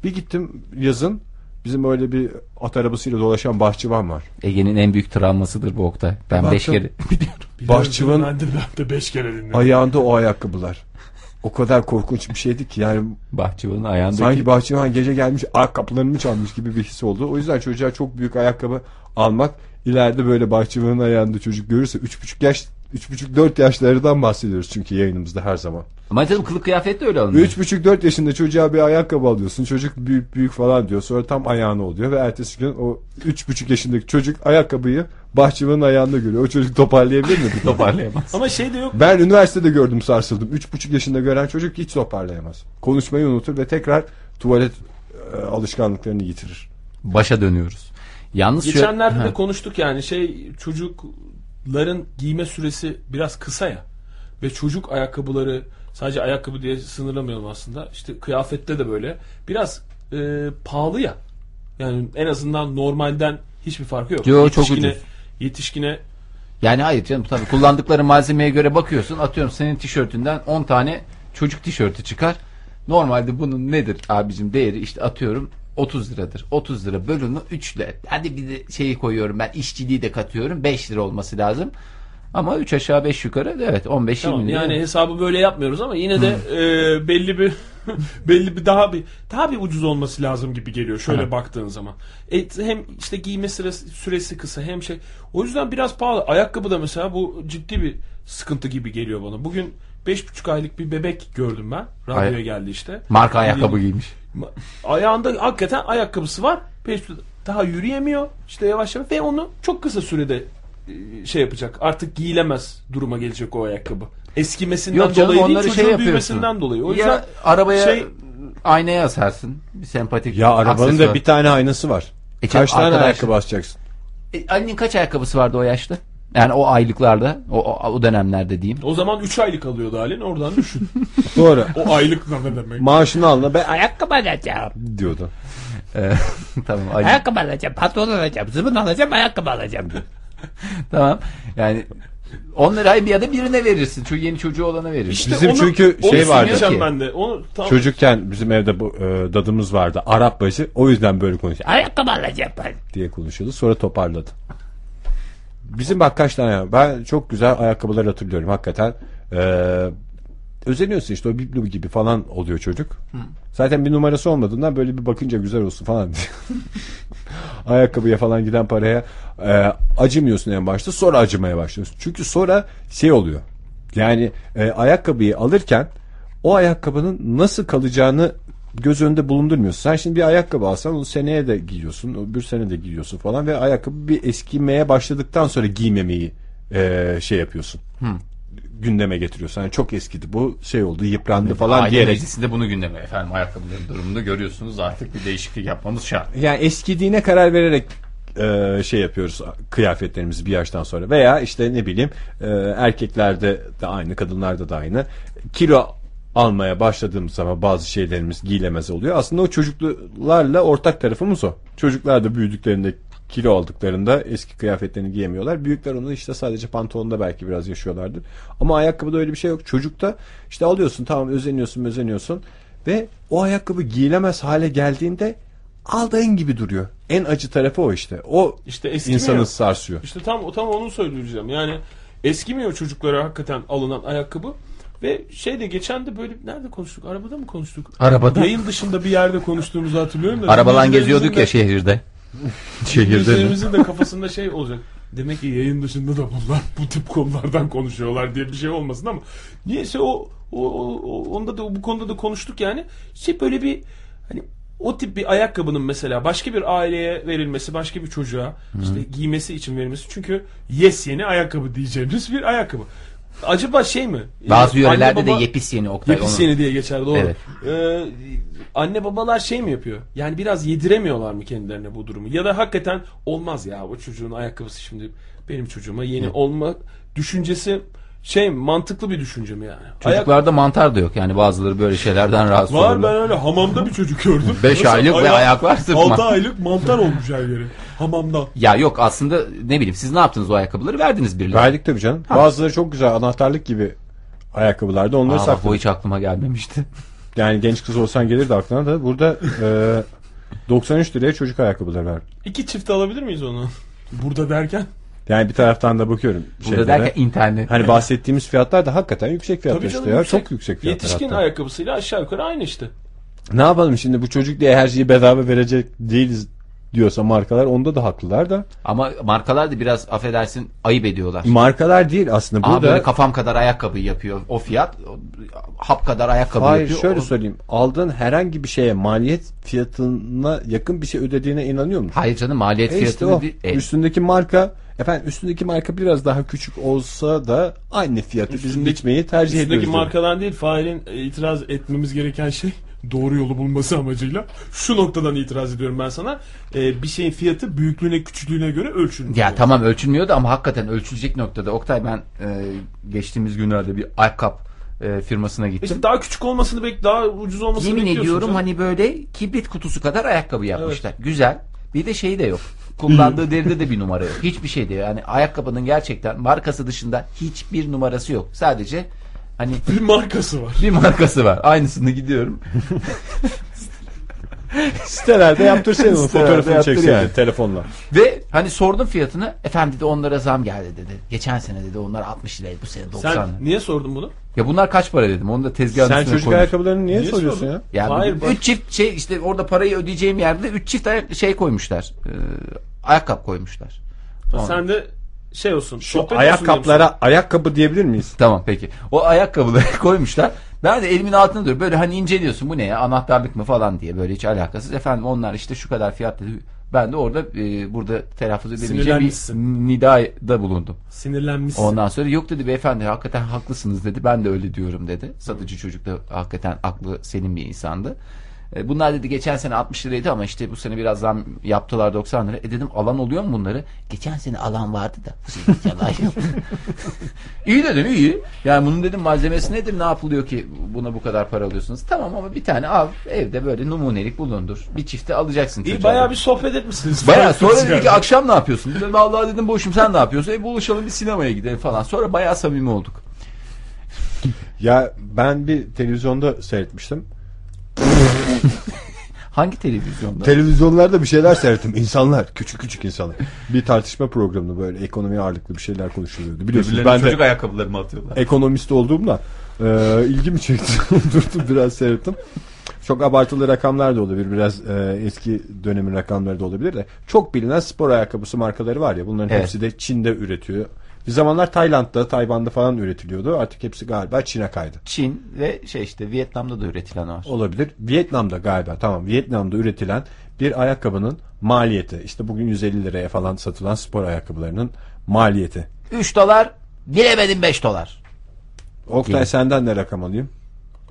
G: bir gittim yazın. Bizim öyle bir at arabasıyla dolaşan bahçıvan var.
B: Ege'nin en büyük travmasıdır bu Oktay. Ben
G: Baktım.
B: beş kere
G: Bahçıvan-
C: Ben de, ben de beş kere dinledim.
G: Ayağında o ayakkabılar. O kadar korkunç bir şeydi ki yani
B: bahçıvanın ayağındaki
G: Sanki bahçıvan gece gelmiş ayakkabılarını çalmış gibi bir his oldu. O yüzden çocuğa çok büyük ayakkabı almak ileride böyle bahçıvanın ayağında çocuk görürse 3,5 yaş 3,5-4 yaşlardan bahsediyoruz çünkü yayınımızda her zaman.
B: Ama canım kılık kıyafet de öyle alınıyor.
G: 3,5-4 yaşında çocuğa bir ayakkabı alıyorsun. Çocuk büyük büyük falan diyor. Sonra tam ayağına oluyor ve ertesi gün o 3,5 yaşındaki çocuk ayakkabıyı bahçıvanın ayağında görüyor. O çocuk toparlayabilir mi?
B: Toparlayamaz.
C: Ama şey de yok.
G: Ben üniversitede gördüm sarsıldım. Üç buçuk yaşında gören çocuk hiç toparlayamaz. Konuşmayı unutur ve tekrar tuvalet e, alışkanlıklarını yitirir.
B: Başa dönüyoruz. Yalnız
C: Geçenlerde
B: şu...
C: de konuştuk yani şey çocukların giyme süresi biraz kısa ya. Ve çocuk ayakkabıları sadece ayakkabı diye sınırlamayalım aslında. İşte kıyafette de böyle. Biraz e, pahalı ya. Yani en azından normalden hiçbir farkı yok.
B: Yo, çok
C: Yetişkine-
B: ucuz.
C: Yetişkine
B: Yani hayır canım tabii kullandıkları malzemeye göre bakıyorsun. Atıyorum senin tişörtünden 10 tane çocuk tişörtü çıkar. Normalde bunun nedir abicim değeri işte atıyorum 30 liradır. 30 lira bölümü 3 ile. Hadi bir de şeyi koyuyorum ben işçiliği de katıyorum. 5 lira olması lazım. Ama 3 aşağı 5 yukarı evet 15-20
C: Tamam,
B: lira.
C: yani hesabı böyle yapmıyoruz ama yine de e, belli bir belli bir daha bir daha bir ucuz olması lazım gibi geliyor şöyle baktığın zaman. E, hem işte giyme sırası, süresi kısa hem şey. O yüzden biraz pahalı. Ayakkabı da mesela bu ciddi bir sıkıntı gibi geliyor bana. Bugün 5,5 aylık bir bebek gördüm ben. Radyoya
B: Ay-
C: geldi işte.
B: Marka ayakkabı giymiş.
C: Ma- Ayağında hakikaten ayakkabısı var. Beş- Daha yürüyemiyor. işte yavaş yavaş ve onu çok kısa sürede e, şey yapacak. Artık giyilemez duruma gelecek o ayakkabı. Eskimesinden
B: Yok canım,
C: dolayı değil,
B: onları şey
C: çocuğun
B: yapıyorsun.
C: büyümesinden dolayı. O yüzden
B: ya arabaya
C: şey-
B: aynaya asarsın. Bir sempatik
G: Ya arabanın da
B: aksesuar.
G: bir tane aynası var.
B: E,
G: Kaç tane
B: arkadaş-
G: ayakkabı asacaksın?
B: E, annenin kaç ayakkabısı vardı o yaşta? Yani o aylıklarda, o, o, o dönemlerde diyeyim.
C: o zaman 3 aylık alıyordu halin. Oradan düşün.
G: Doğru.
C: o aylık ne demek?
G: Maaşını alın ben
I: Ayakkabı alacağım.
G: diyordu.
B: tamam. ay-
I: Ayakkabı alacağım. Pantolon alacağım. Zıbın alacağım. Ayakkabı alacağım.
B: tamam. Yani 10 lirayı bir ya da birine verirsin. Çünkü yeni çocuğu olana verirsin.
G: Bizim çünkü şey
B: onu
G: vardı.
B: sinirleneceğim
C: Ben de onu tam
G: Çocukken bizim evde bu, e, dadımız vardı. Arap başı. O yüzden böyle konuşuyor.
B: Ayakkabı alacağım ben.
G: diye konuşuyordu. Sonra toparladı. Bizim bak kaç tane ayakkabı- ben çok güzel ayakkabılar hatırlıyorum hakikaten. Ee, özeniyorsun işte o biblo gibi falan oluyor çocuk. Zaten bir numarası olmadığından böyle bir bakınca güzel olsun falan diye. Ayakkabıya falan giden paraya e, acımıyorsun en başta sonra acımaya başlıyorsun. Çünkü sonra şey oluyor. Yani e, ayakkabıyı alırken o ayakkabının nasıl kalacağını göz önünde bulundurmuyorsun. Sen şimdi bir ayakkabı alsan onu seneye de giyiyorsun, öbür sene de giyiyorsun falan ve ayakkabı bir eskimeye başladıktan sonra giymemeyi e, şey yapıyorsun. Gündeme getiriyorsun. Yani çok eskidi bu şey oldu, yıprandı falan
I: Aile
G: diyerek.
I: meclisinde bunu gündeme efendim ayakkabıların durumunda görüyorsunuz artık bir değişiklik yapmamız şart.
G: Yani eskidiğine karar vererek e, şey yapıyoruz kıyafetlerimizi bir yaştan sonra veya işte ne bileyim e, erkeklerde de aynı kadınlarda da aynı kilo almaya başladığımız zaman bazı şeylerimiz giyilemez oluyor. Aslında o çocuklarla ortak tarafımız o. Çocuklar da büyüdüklerinde kilo aldıklarında eski kıyafetlerini giyemiyorlar. Büyükler onu işte sadece pantolonda belki biraz yaşıyorlardır. Ama ayakkabıda öyle bir şey yok. Çocukta işte alıyorsun tamam özeniyorsun özeniyorsun ve o ayakkabı giyilemez hale geldiğinde aldığın gibi duruyor. En acı tarafı o işte. O
C: işte eskimiyor.
G: insanı sarsıyor.
C: İşte tam tam onu söyleyeceğim. Yani eskimiyor çocuklara hakikaten alınan ayakkabı. Ve şey de geçen de böyle nerede konuştuk? Arabada mı konuştuk?
I: Arabada.
C: Yayın dışında bir yerde konuştuğumuzu hatırlıyorum da.
I: Arabalan
C: dinleyicilerimizin
I: geziyorduk
C: de-
I: ya şehirde. şehirde mi?
C: Dinleyicilerimizin de kafasında şey olacak. Demek ki yayın dışında da bunlar bu tip konulardan konuşuyorlar diye bir şey olmasın ama niyeyse o, o, o- o- onda da bu konuda da konuştuk yani. Şey böyle bir hani o tip bir ayakkabının mesela başka bir aileye verilmesi, başka bir çocuğa işte giymesi için verilmesi. Çünkü yes yeni ayakkabı diyeceğimiz bir ayakkabı. Acaba şey mi?
B: Bazı
C: Ee,
B: yörelerde
C: anne baba-
B: de yepis yeni Oktay.
C: Yepis
B: onu-
C: yeni diye geçer doğru.
B: Evet.
C: Ee, anne babalar şey mi yapıyor? Yani biraz yediremiyorlar mı kendilerine bu durumu? Ya da hakikaten olmaz ya o çocuğun ayakkabısı şimdi benim çocuğuma yeni olma düşüncesi şey mi, mantıklı bir düşünce mi yani? Ayak-
I: Çocuklarda mantar da yok yani bazıları böyle şeylerden rahatsız
C: var ben
I: olurlar.
C: öyle hamamda bir çocuk gördüm.
I: 5 aylık ve ayaklar sırtma.
C: 6 aylık mantar olmuş her yere. Hamamda.
I: Ya yok aslında ne bileyim siz ne yaptınız o ayakkabıları verdiniz birilerine.
G: Verdik tabii canım. Bazıları çok güzel anahtarlık gibi ayakkabılarda onları
I: Aa, bak,
G: sakladık. Şey
I: bu hiç aklıma gelmemişti.
G: Yani genç kız olsan gelirdi aklına da burada e, 93 liraya çocuk ayakkabıları verdik.
C: İki çift alabilir miyiz onu? Burada derken
G: Yani bir taraftan da bakıyorum
I: Burada
G: şeylere.
I: derken internet.
G: Hani bahsettiğimiz fiyatlar da hakikaten yüksek fiyatlar
C: Tabii canım,
G: işte ya.
C: yüksek.
G: Çok yüksek fiyatlar
C: yetişkin
G: hatta.
C: ayakkabısıyla aşağı yukarı aynı işte.
G: Ne yapalım şimdi bu çocuk diye her şeyi bedava verecek değiliz diyorsa markalar onda da haklılar da.
I: Ama
B: Markalar da biraz affedersin ayıp ediyorlar.
G: Markalar değil aslında
B: Aa,
G: burada.
B: böyle kafam kadar ayakkabı yapıyor. O fiyat o- hap kadar ayakkabı
G: Hayır
B: yapıyor.
G: şöyle
B: O-
G: söyleyeyim. Aldığın herhangi bir şeye maliyet fiyatına yakın bir şey ödediğine inanıyor musun?
B: Hayır canım maliyet
G: E işte
B: fiyatını
G: o.
B: bir... E,
G: Üstündeki marka efendim üstündeki marka biraz daha küçük olsa da aynı fiyatı bizim içmeyi tercih
C: Üstündeki
G: ediyoruz. Marka...
C: markadan değil Fahir'in itiraz etmemiz gereken şey doğru yolu bulması amacıyla şu noktadan itiraz ediyorum ben sana. Ee, bir şeyin fiyatı büyüklüğüne küçüklüğüne göre ölçülmüyor.
B: ya
C: Ya,
B: tamam ölçülmüyordu ama hakikaten ölçülecek noktada. Oktay ben e, geçtiğimiz günlerde bir ayakkabı e, firmasına gittim.
C: işte daha küçük olmasını bek daha ucuz olmasını
B: Yemin
C: bekliyorsun.
B: ediyorum
C: canım.
B: hani böyle kibrit kutusu kadar ayakkabı yapmışlar. Güzel. Bir de şeyi de yok. Kullandığı deride de bir numara yok. Hiçbir şey de yok. Yani ayakkabının gerçekten markası dışında hiçbir numarası yok. Sadece hani
C: bir markası var.
B: bir markası var. Aynısını gidiyorum.
G: Sitelerde yaptırsaydın onu
B: Sitelerde
G: fotoğrafını
B: yaptır
G: çekseydin
B: yani.
G: telefonla.
B: Ve hani sordum fiyatını. Efendim dedi onlara zam geldi dedi. Geçen sene dedi onlar 60 liraydı. Bu sene 90
C: Sen
B: lira.
C: niye sordun bunu?
B: Ya bunlar kaç para dedim. Onu da tezgahın
G: Sen
B: üstüne
G: çocuk
B: koymuş.
G: ayakkabılarını niye,
C: Niye
G: soruyorsun
C: sordun?
G: ya?
B: Ya
C: Hayır,
B: bir-
C: bak-
B: üç çift şey işte orada parayı ödeyeceğim yerde üç çift ayak, şey koymuşlar. Ee, ayakkabı koymuşlar. Tamam.
C: Sen de şey olsun.
G: Şu
C: sohbet olsun diyorum
G: ayakkabılara ayakkabı diyebilir miyiz?
B: Tamam peki. O ayakkabıları koymuşlar. Ben de elimin altına duruyor. Böyle hani inceliyorsun bu ne ya anahtarlık mı falan diye böyle hiç alakasız. Efendim onlar işte şu kadar fiyat dedi. Ben de orada e, burada telaffuz edemeyeceğim bir
C: Sinirlenmişsin.
B: nidada bulundum.
C: sana. Sinirlenmişsin.
B: Ondan sonra yok dedi beyefendi hakikaten
A: Hmm.
B: haklısınız dedi. Ben de öyle diyorum dedi. Satıcı çocuk da hakikaten aklı senin bir insandı. E, bunlar dedi geçen sene 60 liraydı ama işte bu sene biraz zam yaptılar 90 lira. E dedim alan oluyor mu bunları? Geçen sene alan vardı da. bu sene hiç alan yok. iyi dedim iyi. Yani bunun dedim malzemesi nedir ne yapılıyor ki buna bu kadar para alıyorsunuz. Tamam ama bir tane al evde böyle numunelik bulundur. Bir çifte alacaksın. çocuğa
A: İyi bayağı
B: dedim.
A: bir sohbet etmişsiniz.
B: Bayağı sonra dedi ki akşam ne yapıyorsun? Dedim vallahi dedim boşum sen ne yapıyorsun? E buluşalım bir sinemaya gidelim falan. Sonra bayağı samimi olduk.
G: Ya ben bir televizyonda seyretmiştim.
B: Hangi televizyonda?
G: Televizyonlarda bir şeyler seyrettim. İnsanlar, küçük küçük insanlar. Bir tartışma programında böyle ekonomi ağırlıklı bir şeyler konuşuluyordu. Biliyorsunuz
I: Birbirlerine
G: ben de
I: çocuk ayakkabılarımı atıyorlar.
G: ekonomist olduğumda e, ilgimi çekti. Durdum biraz seyrettim. Çok abartılı rakamlar da olabilir. Biraz e, eski dönemin rakamları da olabilir de. Çok bilinen spor ayakkabısı markaları var ya. Bunların
B: Evet.
G: hepsi de Çin'de üretiyor. Bir zamanlar Tayland'da, Tayvan'da falan üretiliyordu. Artık hepsi galiba Çin'e kaydı.
B: Çin ve şey işte Vietnam'da da üretilen var.
G: Olabilir. Vietnam'da galiba tamam. Vietnam'da üretilen bir ayakkabının maliyeti. İşte bugün 150 liraya falan satılan spor ayakkabılarının maliyeti.
B: 3 dolar bilemedim 5 dolar.
G: Oktay
B: Yine.
G: senden ne rakam alayım?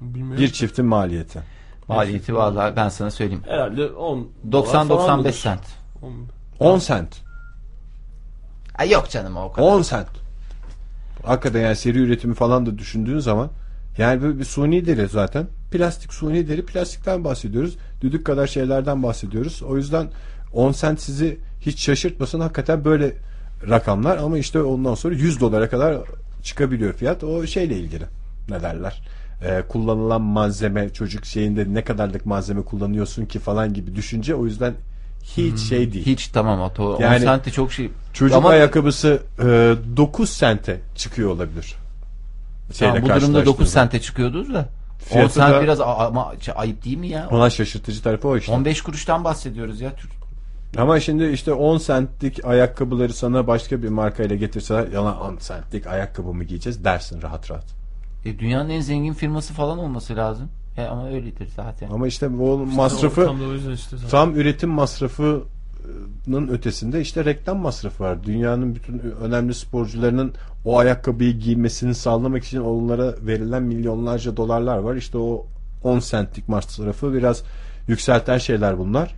G: Bir çiftin maliyeti.
B: Maliyeti vallahi ben sana söyleyeyim.
A: Herhalde 10 dolar falan
B: 90-95
A: mıdır?
B: sent.
G: 10 sent.
B: Ay yok canım o kadar.
G: 10 sent. Hakikaten yani seri üretimi falan da düşündüğün zaman yani böyle bir suni deri zaten. Plastik suni deri plastikten bahsediyoruz. Düdük kadar şeylerden bahsediyoruz. O yüzden 10 sent sizi hiç şaşırtmasın. Hakikaten böyle rakamlar ama işte ondan sonra 100 dolara kadar çıkabiliyor fiyat. O şeyle ilgili. Ne derler? Ee, kullanılan malzeme çocuk şeyinde ne kadarlık malzeme kullanıyorsun ki falan gibi düşünce o yüzden hiç şey değil.
B: Hmm, Hiç tamam o to- 10
G: Yani-
B: sent de çok şey.
G: Çocuk
B: Ama-
G: ayakkabısı e, 9 sente çıkıyor olabilir.
B: Tamam, bu durumda
G: karşılaştığında.
B: 9 sente çıkıyordu da. 10
G: Fiyatı
B: sent
G: da-
B: biraz a- ama şey, ayıp değil mi ya?
G: Ona şaşırtıcı tarafı o işte.
B: 15 kuruştan bahsediyoruz ya. Türk-
G: Ama şimdi işte 10 sentlik ayakkabıları sana başka bir markayla getirse yalan 10 sentlik ayakkabı mı giyeceğiz dersin rahat rahat.
B: E, dünyanın en zengin firması falan olması lazım. E, ama öyledir zaten.
G: Ama işte bu masrafı
C: Tam da o yüzden işte zaten.
G: tam üretim masrafının ötesinde işte reklam masrafı var. Dünyanın bütün önemli sporcularının o ayakkabıyı giymesini sağlamak için onlara verilen milyonlarca dolarlar var. İşte o 10 sentlik masrafı biraz yükselten şeyler bunlar.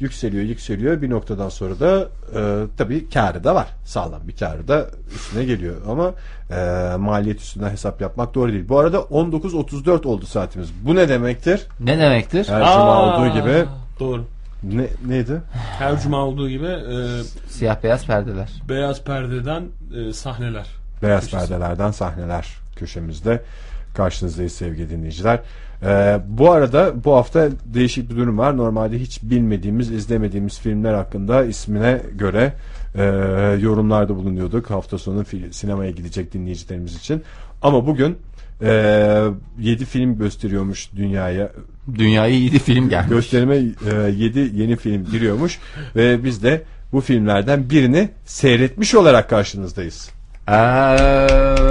G: Yükseliyor yükseliyor bir noktadan sonra da e, tabii karı da var. Sağlam bir karı da üstüne geliyor ama e, maliyet üstünden hesap yapmak doğru değil. Bu arada 19.34 oldu saatimiz. Bu ne demektir?
B: Ne demektir?
G: Her cuma olduğu gibi
C: Doğru.
G: ne, neydi?
C: Her cuma olduğu gibi e,
B: Siyah beyaz perdeler.
C: beyaz perdeden e, sahneler.
G: Beyaz perdelerden sahneler köşemizde karşınızdayız sevgili dinleyiciler. Ee, bu arada bu hafta değişik bir durum var. Normalde hiç bilmediğimiz, izlemediğimiz filmler hakkında ismine göre e, yorumlarda bulunuyorduk. Hafta sonu fil- sinemaya gidecek dinleyicilerimiz için. Ama bugün e, 7 film gösteriyormuş dünyaya.
B: Dünyaya iyi film gelmiş.
G: Gösterime e, 7 yeni film giriyormuş. Ve biz de bu filmlerden birini seyretmiş olarak karşınızdayız.
B: Ee,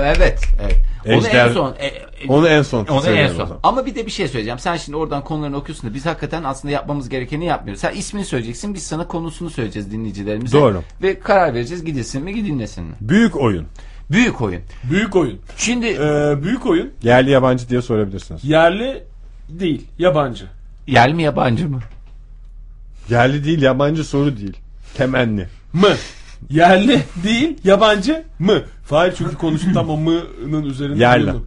B: evet. evet. Onu
G: Ejder-
B: en son. e, e,
G: Onu en son
B: onu en
G: söyleyelim o
B: son.
G: zaman.
B: Ama bir de bir şey söyleyeceğim. Sen şimdi oradan konularını okuyorsun da biz hakikaten aslında yapmamız gerekeni yapmıyoruz. Sen ismini söyleyeceksin. Biz sana konusunu söyleyeceğiz dinleyicilerimize.
G: Doğru.
B: Ve karar vereceğiz gidilsin mi gidilmesin mi?
G: Büyük oyun.
B: Büyük oyun.
C: Büyük oyun.
B: Şimdi
C: E, büyük oyun
G: Yerli yabancı diye sorabilirsiniz.
C: yerli değil, yabancı.
B: yerli mi yabancı mı?
G: Yerli değil yabancı soru değil. Temenni.
C: Mı? Yerli değil, yabancı mı? Fahir çünkü konuştu tam o mı'nın üzerinde.
G: Yerli.
C: durdu.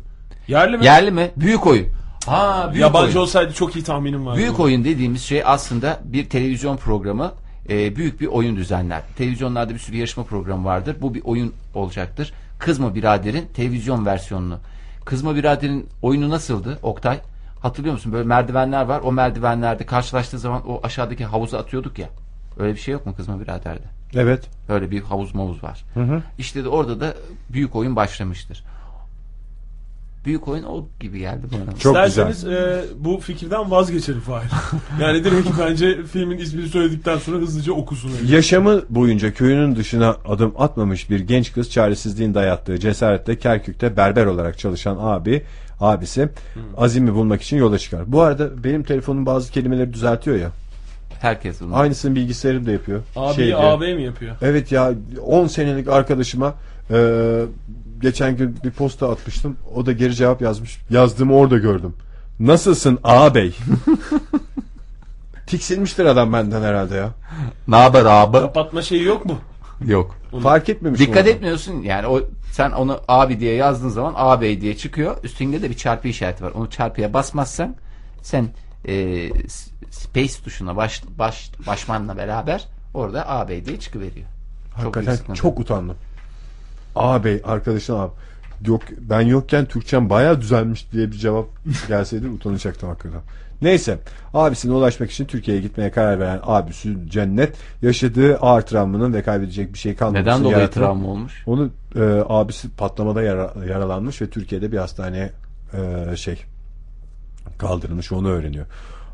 C: Yerli mi?
B: Yerli mi? Büyük oyun. Ha büyük
C: yabancı
B: oyun.
C: olsaydı çok iyi tahminim vardı.
B: Büyük oyun dediğimiz şey aslında bir televizyon programı e, büyük bir oyun düzenler. Televizyonlarda bir sürü yarışma programı vardır. Bu bir oyun olacaktır. Kızma Birader'in televizyon versiyonunu. Kızma Birader'in oyunu nasıldı Oktay? Hatırlıyor musun? Böyle merdivenler var. O merdivenlerde karşılaştığı zaman o aşağıdaki havuza atıyorduk ya. Öyle bir şey yok mu Kızma Birader'de?
G: Evet.
B: Öyle bir havuz mavuz var. İşte de orada da büyük oyun başlamıştır. Büyük oyun o gibi geldi bana.
G: Çok güzel.
C: İsterseniz e, bu fikirden vazgeçelim Fahir. Yani direkt bence filmin ismini söyledikten sonra hızlıca okusun.
G: Şey Yaşamı boyunca köyünün dışına adım atmamış bir genç kız çaresizliğin dayattığı cesaretle Kerkük'te berber olarak çalışan abi abisi Azim'i bulmak için yola çıkar. Bu arada benim telefonum bazı kelimeleri düzeltiyor ya.
B: Herkes bunu.
G: Aynısını bilgisayarım da yapıyor.
C: Abi
G: Şey diye.
C: AB mi yapıyor?
G: Evet ya 10 senelik arkadaşıma e, geçen gün bir posta atmıştım. O da geri cevap yazmış. Yazdığımı orada gördüm. Nasılsın ağabey? Tiksinmiştir adam benden herhalde ya.
I: Ne haber abi?
J: Kapatma şeyi yok mu?
I: Yok.
G: Fark etmemiş.
B: Dikkat
G: mi adam?
B: etmiyorsun yani o sen onu abi diye yazdığın zaman ağabey diye çıkıyor. Üstünde de bir çarpı işareti var. Onu çarpıya basmazsan sen e, s- space tuşuna baş, baş, başmanla beraber orada ağabey diye çıkıveriyor.
G: Hakikaten
B: büyük
G: çok,
B: sıkıntı.
G: utandım. Ağabey arkadaşına abi. Yok ben yokken Türkçem bayağı düzelmiş diye bir cevap gelseydi utanacaktım hakikaten. Neyse abisine ulaşmak için Türkiye'ye gitmeye karar veren abisi Cennet yaşadığı ağır travmanın ve kaybedecek bir şey kalmaması
B: Neden dolayı
G: yaratan-
B: travma olmuş?
G: Onu e, abisi patlamada yara- yaralanmış ve Türkiye'de bir hastaneye e, şey kaldırılmış onu öğreniyor.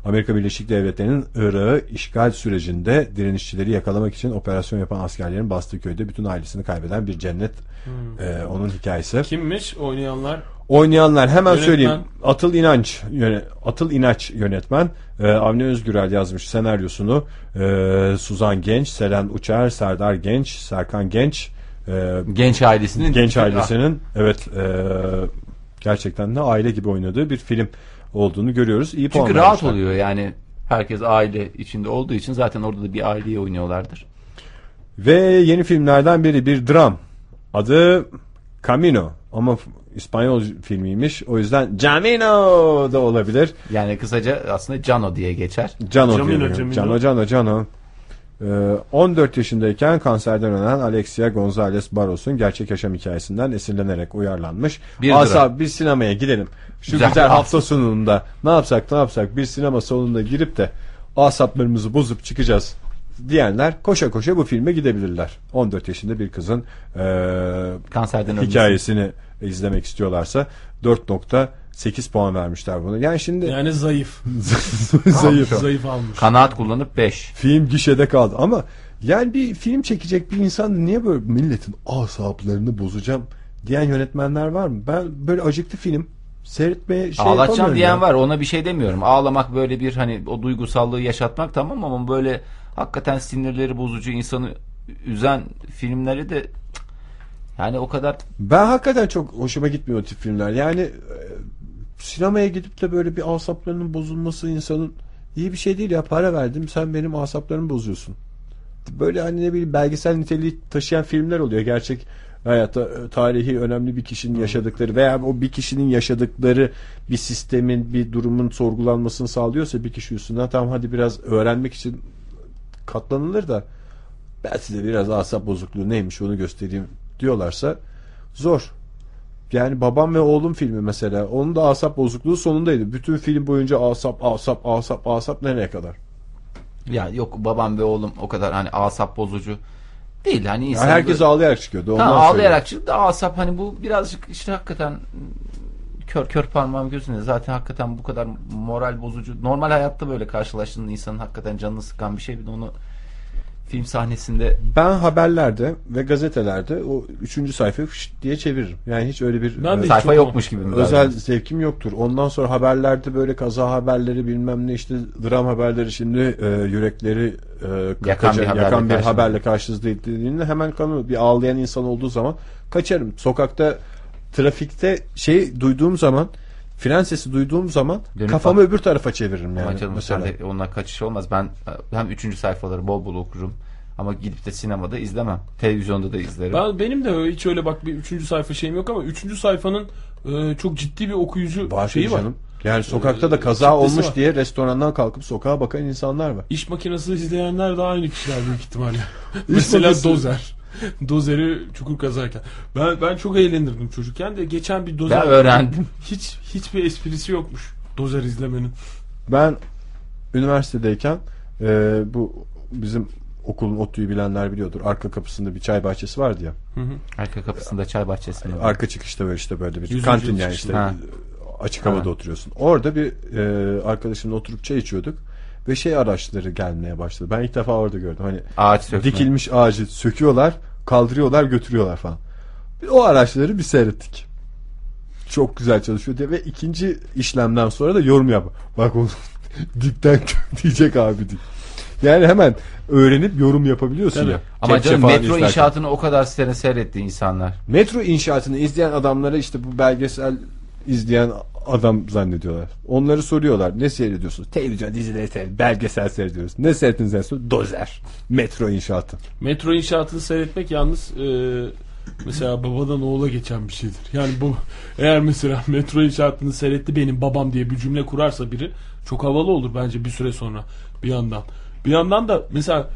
G: Amerika Birleşik Devletleri'nin Irak'ı işgal sürecinde direnişçileri yakalamak için operasyon yapan askerlerin bastığı köyde bütün ailesini kaybeden bir cennet e, onun hikayesi.
J: Kimmiş oynayanlar?
G: Oynayanlar hemen
J: Yönetmen.
G: söyleyeyim. Atıl İnanç yöne- Atıl İnaç yönetmen. Ee, Avni Özgürel yazmış senaryosunu. Ee, Suzan Genç, Selen Uçar, Serdar Genç, Serkan Genç, e,
B: Genç ailesinin
G: genç ailesinin evet e, gerçekten de aile gibi oynadığı bir film olduğunu görüyoruz. İyi
B: Çünkü
G: puan
B: rahat
G: vermişler.
B: oluyor yani. Herkes aile içinde olduğu için zaten orada da bir aileye oynuyorlardır.
G: Ve yeni filmlerden biri bir dram. Adı Camino ama f- İspanyol filmiymiş. O yüzden Camino da olabilir.
B: Yani kısaca aslında Cano diye geçer.
G: Cano
J: Camilo,
G: diyorum.
J: Camilo.
G: Cano, Cano, Cano. Ee, 14 yaşındayken kanserden ölen Alexia Gonzalez Barros'un gerçek yaşam hikayesinden esinlenerek uyarlanmış.
B: Bir
G: Asa
B: dram.
G: bir sinemaya gidelim. Şu güzel,
B: Güzel.
G: hafta sonunda ne yapsak ne yapsak bir sinema salonuna girip de asaplarımızı bozup çıkacağız diyenler koşa koşa bu filme gidebilirler. 14 yaşında bir kızın ee,
B: Kanserden ölmüş.
G: hikayesini izlemek istiyorlarsa 4.8 puan vermişler bunu. Yani şimdi
J: Yani zayıf.
G: zayıf.
J: Zayıf almış.
B: Kanaat kullanıp 5.
G: Film gişede kaldı ama yani bir film çekecek bir insan niye böyle milletin asaplarını bozacağım diyen yönetmenler var mı? Ben böyle acıktı film seyretmeye şey
B: Ağlatacağım
G: yapamıyorum
B: diyen
G: ya.
B: var. Ona bir şey demiyorum. Ağlamak böyle bir hani o duygusallığı yaşatmak tamam ama böyle hakikaten sinirleri bozucu insanı üzen filmleri de cık, yani o kadar
G: Ben hakikaten çok hoşuma gitmiyor o tip filmler. Yani e, sinemaya gidip de böyle bir asaplarının bozulması insanın iyi bir şey değil ya. Para verdim sen benim asaplarımı bozuyorsun. Böyle hani ne bileyim belgesel niteliği taşıyan filmler oluyor. Gerçek hayatta e, tarihi önemli bir kişinin yaşadıkları veya o bir kişinin yaşadıkları bir sistemin bir durumun sorgulanmasını sağlıyorsa bir kişi üstünden tamam hadi biraz öğrenmek için katlanılır da ben size biraz asap bozukluğu neymiş onu göstereyim diyorlarsa zor. Yani babam ve oğlum filmi mesela. Onun da asap bozukluğu sonundaydı. Bütün film boyunca asap, asap, asap, asap nereye kadar?
B: ya yok babam ve oğlum o kadar hani asap bozucu değil hani
G: Ya
B: insan
G: herkes
B: böyle-
G: ağlayarak çıkıyordu. Ondan
B: Tamam,
G: söylüyorum.
B: ağlayarak çıktı da asap hani bu birazcık işte hakikaten kör kör parmağım gözünde zaten hakikaten bu kadar moral bozucu normal hayatta böyle karşılaştığın insanın hakikaten canını sıkan bir şey bir de onu film sahnesinde
G: Ben haberlerde ve gazetelerde o üçüncü sayfayı fışt diye çeviririm. Yani hiç öyle bir
J: Ben de
G: e,
J: hiç
B: sayfa
J: olmaz.
B: yokmuş gibi mi?
G: özel zevkim yoktur. Ondan sonra haberlerde böyle kaza haberleri bilmem ne işte dram haberleri şimdi e, yürekleri e,
B: Yakan bir
G: yakacak,
B: haberle
G: yakan bir
B: karşınızda.
G: haberle karşınızdayım hemen kanım bir ağlayan insan olduğu zaman kaçarım. Sokakta trafikte şey duyduğum zaman fren sesi duyduğum zaman
B: Dönüp
G: kafamı öbür tarafa çeviririm yani.
B: Ama canım
G: mesela.
B: sen de ondan kaçış olmaz. Ben e, hem üçüncü sayfaları bol bol okurum. Ama gidip de sinemada izlemem. Televizyonda da izlerim.
J: Ben benim de hiç öyle bak bir üçüncü sayfa şeyim yok ama üçüncü sayfanın e, çok ciddi bir okuyucu
G: Var
J: şeyi
G: tabii
J: var. Ee,
G: canım. Yani sokakta da kaza
J: kitlesi
G: olmuş
J: var.
G: diye restorandan kalkıp sokağa bakan insanlar var.
J: İş makinesi izleyenler de aynı kişiler büyük ihtimalle. Mesela dozer. Dozeri çukur kazarken. Ben ben çok eğlenirdim çocukken de geçen bir dozer
B: ben öğrendim.
J: hiç hiçbir esprisi yokmuş dozer izlemenin.
G: Ben üniversitedeyken e, bu bizim okulun ODTÜ'yü bilenler biliyordur. Arka kapısında bir çay bahçesi vardı ya.
B: Arka kapısında çay bahçesinde.
G: Arka çıkışta böyle işte böyle bir
J: Yüzüncü
G: kantin
J: yıl
G: yani
J: çıkışı.
G: işte
B: Ha.
G: açık havada
B: Ha.
G: oturuyorsun. Orada bir e, arkadaşımla oturup çay içiyorduk ve şey araçları gelmeye başladı. Ben ilk defa orada gördüm. Hani
B: Ağaç sökme.
G: dikilmiş ağacı söküyorlar, kaldırıyorlar, götürüyorlar falan. Bir O araçları bir seyrettik. Çok güzel çalışıyor diye ve ikinci işlemden sonra da yorum yap. Bak onu dipten diyecek abi diye. Yani hemen öğrenip yorum yapabiliyorsun ya.
B: Ama
G: Kepçe
B: canım
G: falan
B: metro
G: izlerken.
B: inşaatını o kadar sene seyretti insanlar.
G: Metro inşaatını izleyen adamlara işte bu belgesel izleyen adam zannediyorlar. Onları soruyorlar. Ne seyrediyorsunuz? Televizyon dizileri seyrediyoruz. Belgesel seyrediyoruz. Ne seyrettiniz en son? Dozer. Metro inşaatı.
C: Metro inşaatını seyretmek yalnız e, mesela babadan oğula geçen bir şeydir. Yani bu eğer mesela metro inşaatını seyretti benim babam diye bir cümle kurarsa biri çok havalı olur bence bir süre sonra bir yandan. Bir yandan da mesela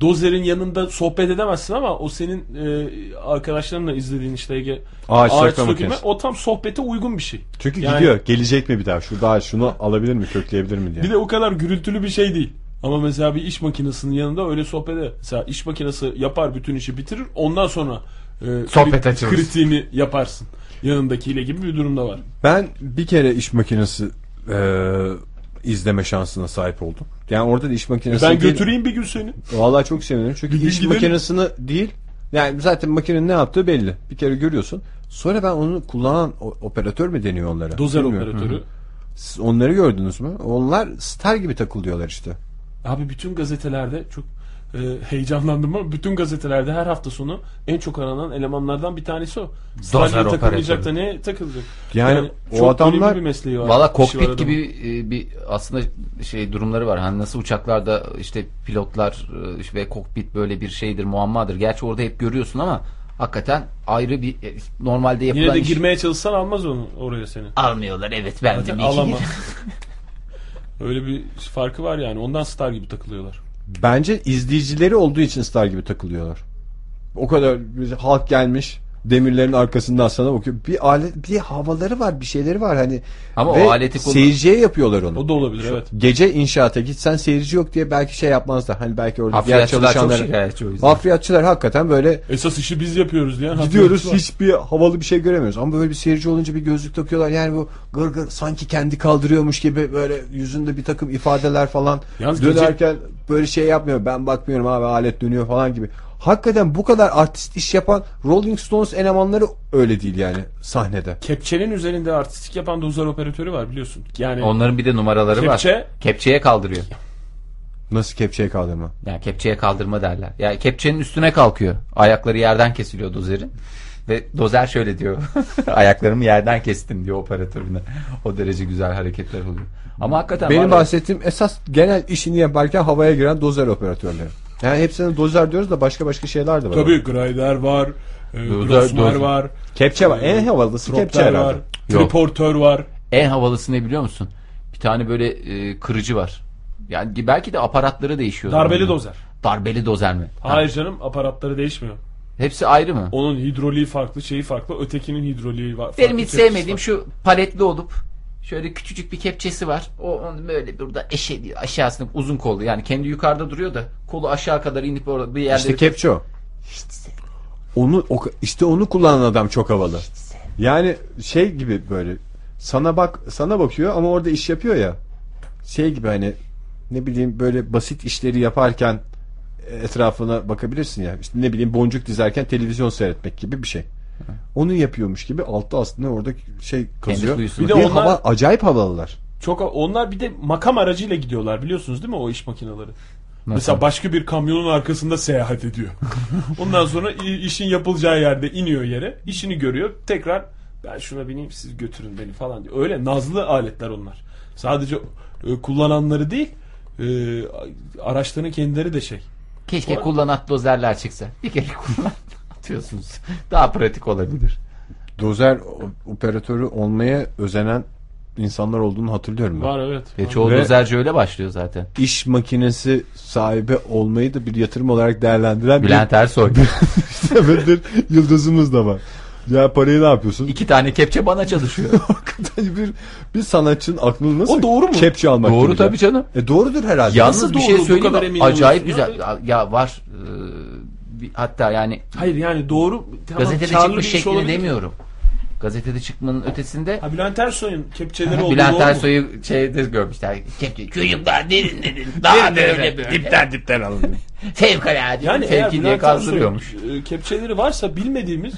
C: Dozer'in yanında sohbet edemezsin ama o senin e, arkadaşlarınla izlediğin işte Ege
G: Ağaç saklama
C: sökümü,
G: makinesi.
C: o tam sohbete uygun bir şey.
G: Çünkü
C: Yani-
G: gidiyor. Gelecek mi bir daha? Şurada ağaç şunu alabilir mi? Kökleyebilir mi diye.
C: Bir de o kadar gürültülü bir şey değil. Ama mesela bir iş makinesinin yanında öyle sohbet eder. Mesela iş makinesi yapar bütün işi bitirir. Ondan sonra e,
B: Sohbet
C: kri-
B: açılır.
C: kritiğini yaparsın. Yanındakiyle gibi bir durumda var.
G: Ben bir kere iş makinesi e, izleme şansına sahip oldum. Yani orada da iş makinesi
C: Ben
G: değil-
C: götüreyim bir gün seni.
G: Vallahi çok sevinirim. Çünkü
C: gün
G: iş
C: gidelim.
G: makinesini değil. Yani zaten makinenin ne yaptığı belli. Bir kere görüyorsun. Sonra ben onu kullanan o- operatör mü deniyor onlara?
C: Dozer
G: Bilmiyorum.
C: operatörü.
G: Siz onları gördünüz mü? Onlar star gibi takılıyorlar işte.
C: Abi bütün gazetelerde çok e, heyecanlandım ama bütün gazetelerde her hafta sonu en çok aranan elemanlardan bir tanesi o. Dozer
B: operatörü.
C: takılmayacak da ne takılacak?
G: Yani o
C: çok
G: adamlar-
C: önemli bir mesleği var.
B: Valla
G: şey
C: İşi var
B: kokpit
C: adamın.
B: gibi e, bir aslında şey durumları var. Hani nasıl uçaklarda işte pilotlar e, işte ve kokpit böyle bir şeydir, muammadır. Gerçi orada hep görüyorsun ama hakikaten ayrı bir e, normalde yapılan
C: Yine de
B: iş-
C: girmeye çalışsan almaz onu oraya seni.
B: almıyorlar. Evet ben de bir iki-
C: Alamaz. Öyle bir farkı var yani. Ondan star gibi takılıyorlar.
G: Bence izleyicileri olduğu için star gibi takılıyorlar. O kadar bize halk gelmiş. Demirlerin arkasından sana bakıyor. Bir alet, bir havaları var, bir şeyleri var hani.
B: Ama
G: Ve
B: o aleti kullan-
G: seyirciye yapıyorlar onu.
C: O da olabilir evet.
G: Gece inşaata gitsen seyirci yok diye belki şey yapmazlar. Hani belki orada diğer
B: Hafriyatçılar çok
G: çalışanlara.
B: şikayetçi o yüzden.
G: Hafriyatçılar hakikaten böyle
C: Esas işi biz yapıyoruz diyen
G: gidiyoruz
C: haklı-
G: hiçbir havalı bir şey göremiyoruz. Ama böyle bir seyirci olunca bir gözlük takıyorlar. Yani bu gır gır sanki kendi kaldırıyormuş gibi böyle yüzünde bir takım ifadeler falan
C: Yalnız gece-
G: dönerken böyle şey yapmıyor. Ben bakmıyorum abi alet dönüyor falan gibi. Hakikaten bu kadar artist iş yapan Rolling Stones elemanları öyle değil yani sahnede.
C: Kepçenin üzerinde artistik yapan dozer operatörü var biliyorsun. Yani
B: Onların bir de numaraları var.
C: Kepçe-
B: Kepçeye kaldırıyor.
G: Nasıl kepçeye kaldırma?
B: Yani kepçeye kaldırma derler. Yani kepçenin üstüne kalkıyor. Ayakları yerden kesiliyor dozerin. Ve dozer şöyle diyor. Ayaklarımı yerden kestin diyor operatörüne. O derece güzel hareketler oluyor. Ama hakikaten
G: Benim
B: var ya-
G: bahsettiğim esas genel işini yaparken havaya giren dozer operatörleri. Yani hepsine dozer diyoruz da başka başka şeyler de var.
C: tabii grider var. E,
B: Dozer-
C: Grossmer
B: dozer.
C: var.
G: Kepçe var. En havalısı kepçe
C: Propter
G: herhalde.
C: var. Triportör var.
B: En havalısı ne biliyor musun? Bir tane böyle e, kırıcı var. Yani belki de aparatları değişiyor.
G: Hmm.
C: Darbeli
B: Bilmiyorum.
C: dozer.
B: Darbeli dozer mi? Ha,
C: Hayır canım aparatları değişmiyor.
B: Hepsi ayrı mı?
C: Onun hidroliği farklı, şeyi farklı. Ötekinin hidroliği var.
B: Benim
C: farklı,
B: hiç
C: kepçesi
B: sevmediğim
C: farklı.
B: şu paletli olup şöyle küçücük bir kepçesi var. O onu böyle burada eşeliyor aşağısını uzun kollu. Yani kendi yukarıda duruyor da kolu aşağı kadar inip orada bir yerde
G: İşte kepçe o. Onu o- işte onu kullanan adam çok havalı. Yani şey gibi böyle sana bak sana bakıyor ama orada iş yapıyor ya. Şey gibi hani ne bileyim böyle basit işleri yaparken etrafına bakabilirsin ya. İşte ne bileyim boncuk dizerken televizyon seyretmek gibi bir şey. Onu yapıyormuş gibi altta aslında orada şey kazıyor.
B: kuyusunu.
G: Bir
C: Bir de onlar-
G: hava acayip havalılar.
C: Çok onlar bir de makam aracıyla gidiyorlar biliyorsunuz değil mi o iş makineleri? Mesela başka bir kamyonun arkasında seyahat ediyor. Ondan sonra i- işin yapılacağı yerde iniyor yere, işini görüyor. Tekrar ben şuna bineyim siz götürün beni falan diyor. Öyle nazlı aletler onlar. Sadece e, kullananları değil, e, araçların kendileri de şey.
B: Keşke kullanat dozerler çıksa. Bir kere kullan atıyorsunuz. Daha pratik olabilir.
G: Dozer o- operatörü olmaya özenen insanlar olduğunu hatırlıyorum ben.
C: Var evet.
B: E, çoğu
G: Ve-
B: dozerci öyle başlıyor zaten.
G: iş makinesi sahibi olmayı da bir yatırım olarak değerlendiren
B: Bülent Ersoy.
G: bir sebebidir. Yıldızımız da var. Ya parayı ne yapıyorsun? Hani
B: İki tane kepçe bana çalışıyor.
G: bir bir sanatçının aklını nasıl
C: O doğru mu?
G: kepçe almak
B: Doğru
G: gibi ya?
B: tabii canım.
G: E doğrudur herhalde.
B: Yalnız bir şey
C: doğru? Bu
B: söyleyeyim
C: kadar
B: mi?
C: emin
B: Acayip
C: olursun ya.
B: güzel. Ya, var. e, bir- hatta yani
C: Hayır yani doğru tamam,
B: gazetede
C: karlı
B: çıkmış
C: bir iş
B: şeklini
C: olabilir.
B: demiyorum. Gazetede çıkmanın ötesinde
C: Ha, Bülent Ersoy'un kepçeleri oldu.
B: Bülent
C: doğru mu?
B: Ersoy'u şeyde görmüşler. Kepçe, çocuklar derin derin. Daha böyle böyle. Dipten dipten alın. Fevkalade.
C: Yani
B: Yani
C: eğer
B: Fevki diye
C: Bülent
B: kazdırıyormuş.
C: Ersoy'un, e, kepçeleri varsa bilmediğimiz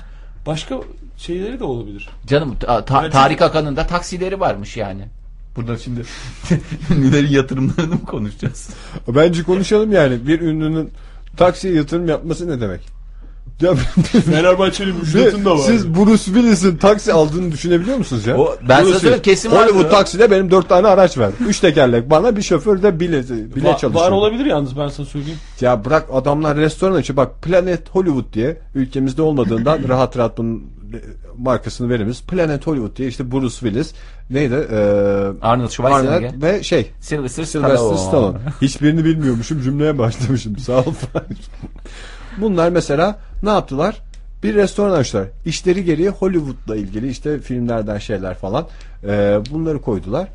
C: başka şeyleri de olabilir.
B: Canım ta- ta- Tarık Akan'ın da taksileri varmış yani. Burada şimdi ünlülerin yatırımlarını mı konuşacağız?
G: Bence konuşalım yani. Bir ünlünün taksiye yatırım yapması ne demek? Ya,
C: Fenerbahçeli Müjdat'ın da var.
G: siz Bruce Willis'in taksi aldığını düşünebiliyor musunuz ya?
B: O, ben size söyleyeyim kesin var.
G: Hollywood takside benim dört tane araç ver. Üç tekerlek bana bir şoför de bile, bile
C: Va-
G: çalışıyor.
C: var olabilir yalnız ben sana söyleyeyim.
G: Ya bırak adamlar restoran açıyor. Bak Planet Hollywood diye ülkemizde olmadığından rahat rahat bunun e, markasını veririz. Planet Hollywood diye işte Bruce Willis neydi? Ee,
B: Arnold Schwarzenegger.
G: Arnold ve şey
B: Sylvester, Stallone.
G: Sylvester Stallone. Hiçbirini bilmiyormuşum cümleye başlamışım. Sağ ol. Bunlar mesela ne yaptılar? Bir restoran açtılar. İşleri gereği Hollywood'la ilgili işte filmlerden şeyler falan. Ee, bunları koydular.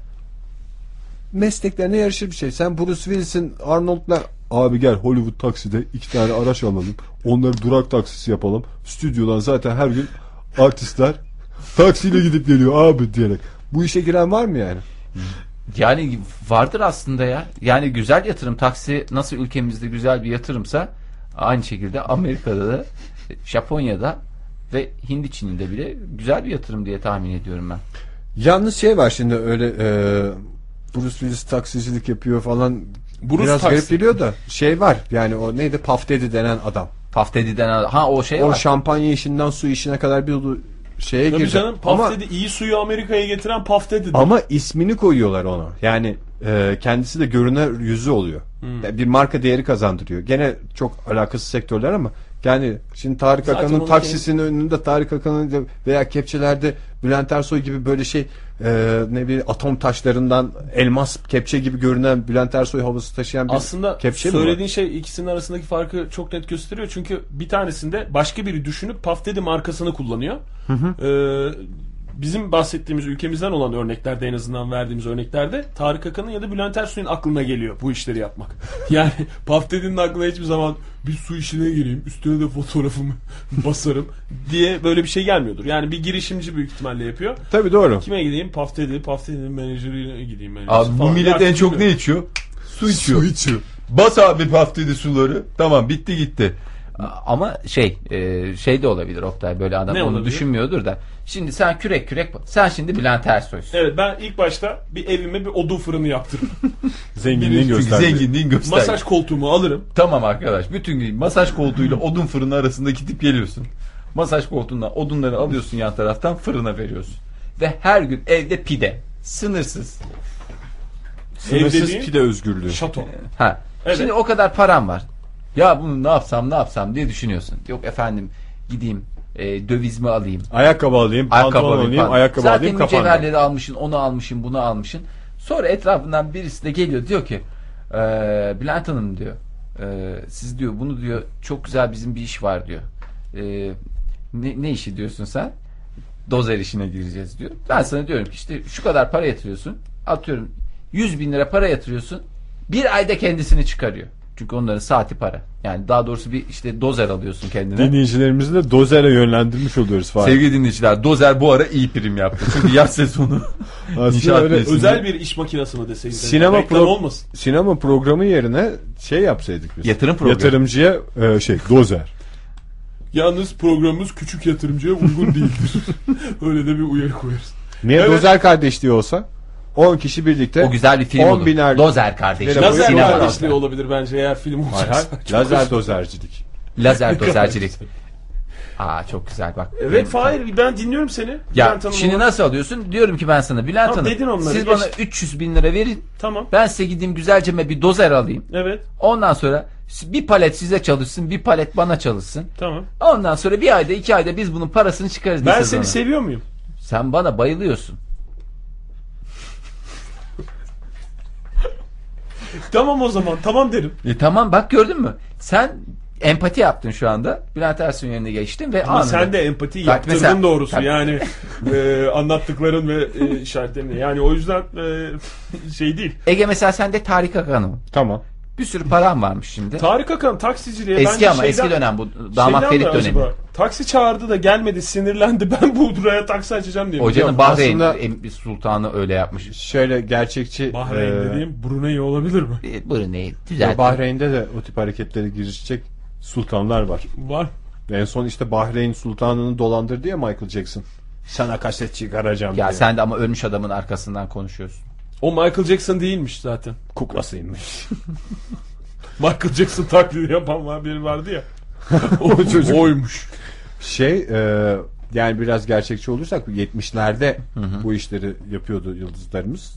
G: Mesleklerine yarışır bir şey. Sen Bruce Willis'in Arnold'la abi gel Hollywood takside iki tane araç alalım. Onları durak taksisi yapalım. Stüdyodan zaten her gün artistler taksiyle gidip geliyor abi diyerek. Bu işe giren var mı yani?
B: Yani vardır aslında ya. Yani güzel yatırım. Taksi nasıl ülkemizde güzel bir yatırımsa aynı şekilde Amerika'da da Japonya'da ve Hindi Çin'de bile güzel bir yatırım diye tahmin ediyorum ben.
G: Yalnız şey var şimdi öyle e, Bruce Willis taksicilik yapıyor falan
C: Bruce
G: biraz
C: taksi.
G: garip geliyor da şey var yani o neydi Puff Daddy denen adam.
B: Puff Daddy'den al- ha o şey
G: O
B: var.
G: şampanya işinden su işine kadar bir dolu şeye
C: E, Tabii
G: girdi.
C: canım Puff
G: ama,
C: dedi iyi suyu Amerika'ya getiren Puff dedi.
G: ama ismini koyuyorlar ona. Yani e, kendisi de görüne yüzü oluyor.
C: Hmm.
G: Yani bir marka değeri kazandırıyor. Gene çok alakasız sektörler ama yani şimdi Tarık
C: Zaten
G: Akan'ın
C: onun
G: taksisinin önünde Tarık Akan'ın veya kepçelerde Bülent Ersoy gibi böyle şey e, ne bir atom taşlarından elmas kepçe gibi görünen Bülent Ersoy havası taşıyan bir
C: Aslında
G: kepçe mi var?
C: söylediğin şey ikisinin arasındaki farkı çok net gösteriyor. Çünkü bir tanesinde başka biri düşünüp Puff Daddy markasını kullanıyor. Ee, bizim bahsettiğimiz ülkemizden olan örneklerde en azından verdiğimiz örneklerde Tarık Akan'ın ya da Bülent Ersoy'un aklına geliyor bu işleri yapmak. Yani Puff Daddy'nin aklına hiçbir zaman bir su işine gireyim üstüne de fotoğrafımı basarım diye böyle bir şey gelmiyordur. Yani bir girişimci büyük ihtimalle yapıyor.
G: Tabii doğru.
C: Kime gideyim? Puff Daddy, Puff Daddy'nin menajerine gideyim. menajerisi
K: Abi bu
C: falan.
K: millet en
C: Artık
K: çok
C: bilmiyorum.
K: ne içiyor? Su içiyor. Bas abi paftidi suları. Tamam bitti gitti.
B: Ama şey e, şey de olabilir Oktay böyle adam
C: Ne
B: onu
C: olabilir?
B: düşünmüyordur da. Şimdi sen kürek kürek sen şimdi Bülent Ersoy'sun.
C: Evet ben ilk başta bir evime bir odun fırını yaptırırım.
A: Zenginliğin
K: Çünkü
A: göstergesi.
K: zenginliğin göstergesi.
C: Masaj koltuğumu alırım.
K: Tamam arkadaş. Bütün gün masaj koltuğuyla odun fırını arasında gidip geliyorsun.
B: Masaj koltuğundan odunları alıyorsun yan taraftan fırına veriyorsun. Ve her gün evde pide. Sınırsız.
C: Ev
A: Sınırsız
C: dediğin
A: pide özgürlüğü.
C: şato.
B: Ha.
C: Evet.
B: Şimdi o kadar param var. Ya bunu ne yapsam ne yapsam diye düşünüyorsun. Yok efendim gideyim e, dövizimi alayım.
A: Ayakkabı alayım, pantolon
B: alayım,
A: alayım,
B: pantolon.
A: ayakkabı
B: Zaten
A: alayım, kapandım.
B: mücevherleri almışsın, onu almışsın, bunu almışsın. Sonra etrafından birisi de geliyor diyor ki e, Bülent Hanım diyor e, siz diyor bunu diyor çok güzel bizim bir iş var diyor. E, ne, ne işi diyorsun sen? Dozer işine gireceğiz diyor. Ben sana diyorum ki işte şu kadar para yatırıyorsun. Atıyorum 100 bin lira para yatırıyorsun. Bir ayda kendisini çıkarıyor. Çünkü onların saati para. Yani daha doğrusu bir işte dozer alıyorsun kendine.
A: Dinleyicilerimizi de dozere yönlendirmiş oluyoruz falan.
K: Sevgili dinleyiciler Dozer bu ara iyi prim yaptı. Çünkü yaz sezonu inşaat
G: öyle
K: mevsimi.
C: Özel bir iş makinesi mi deseydin?
G: Sinema
C: Reklam
G: pro-
C: olmasın.
G: Sinema programı yerine şey yapsaydık biz.
B: Yatırım programı.
G: Yatırımcıya e, şey dozer.
C: Yalnız programımız küçük yatırımcıya uygun değildir. Öyle de bir uyarı koyarız.
G: Niye dozer kardeş diye olsa 10 kişi birlikte
B: O güzel bir film
G: 10
B: olur.
G: biner-
B: Dozer kardeşim.
G: Lira boyu
C: Lazer
G: Sinema
B: Sinema
C: kardeşliği olabilir bence eğer film olacaksa.
G: lazer dozercilik.
B: Lazer dozercilik. Aa çok güzel bak.
C: Evet Fahir ben dinliyorum seni.
B: Ya
C: Bülent Hanım
B: şimdi
C: olarak.
B: nasıl alıyorsun? Diyorum ki ben sana Bülent
C: Tamam,
B: Hanım
C: dedin onları,
B: siz
C: geç.
B: bana 300 bin lira verin.
C: Tamam.
B: Ben size gideyim güzelceme bir dozer alayım.
C: Evet
B: Ondan sonra bir palet size çalışsın bir palet bana çalışsın.
C: tamam.
B: Ondan sonra bir ayda iki ayda biz bunun parasını çıkarız.
C: Ben
B: bir
C: seni
B: sezona.
C: seviyor muyum?
B: Sen bana bayılıyorsun.
C: Tamam o zaman tamam derim.
B: E, tamam bak gördün mü? Sen empati yaptın şu anda. Bülent Ersoy'un yerine geçtin ve
C: Ama
B: anında.
C: sen de empati
B: Bak
C: yaptırdın
B: mesela-
C: doğrusu
B: Tabii.
C: yani e, anlattıkların ve e, işaretlerin yani o yüzden e, şey değil.
B: Ege mesela sen de Tarık Akan'ım.
G: Tamam.
B: Bir sürü param varmış şimdi.
C: Tarık Akan taksiciliğe
B: Eski
C: bence
B: ama
C: şeyden-
B: eski dönem bu damat
C: Şeyden
B: Ferit
C: mi
B: dönemi.
C: acaba? Taksi çağırdı da gelmedi sinirlendi ben bu buraya taksi açacağım diye.
B: Hocanın
G: Yok,
B: Bahreyn
G: aslında-
B: em- sultanı öyle yapmış.
G: Şöyle gerçekçi
C: Bahreyn
G: e,
C: dediğim Brunei olabilir mi?
B: E, Bu ne?
G: Ya
B: Düzeltti.
G: Bahreyn'de de o tip hareketlere girişecek sultanlar var.
C: Var.
G: En son işte Bahreyn sultanını dolandırdı ya Michael Jackson. Sana kaset çıkaracağım
B: Ya
G: diye.
B: sen de ama ölmüş adamın arkasından konuşuyorsun.
C: O Michael Jackson değilmiş zaten.
G: Kuklasıymış.
C: Michael Jackson taklidi yapan var biri vardı ya.
G: o çocuk.
C: Oymuş.
G: Şey e, yani biraz gerçekçi olursak bu 70'lerde bu işleri yapıyordu yıldızlarımız.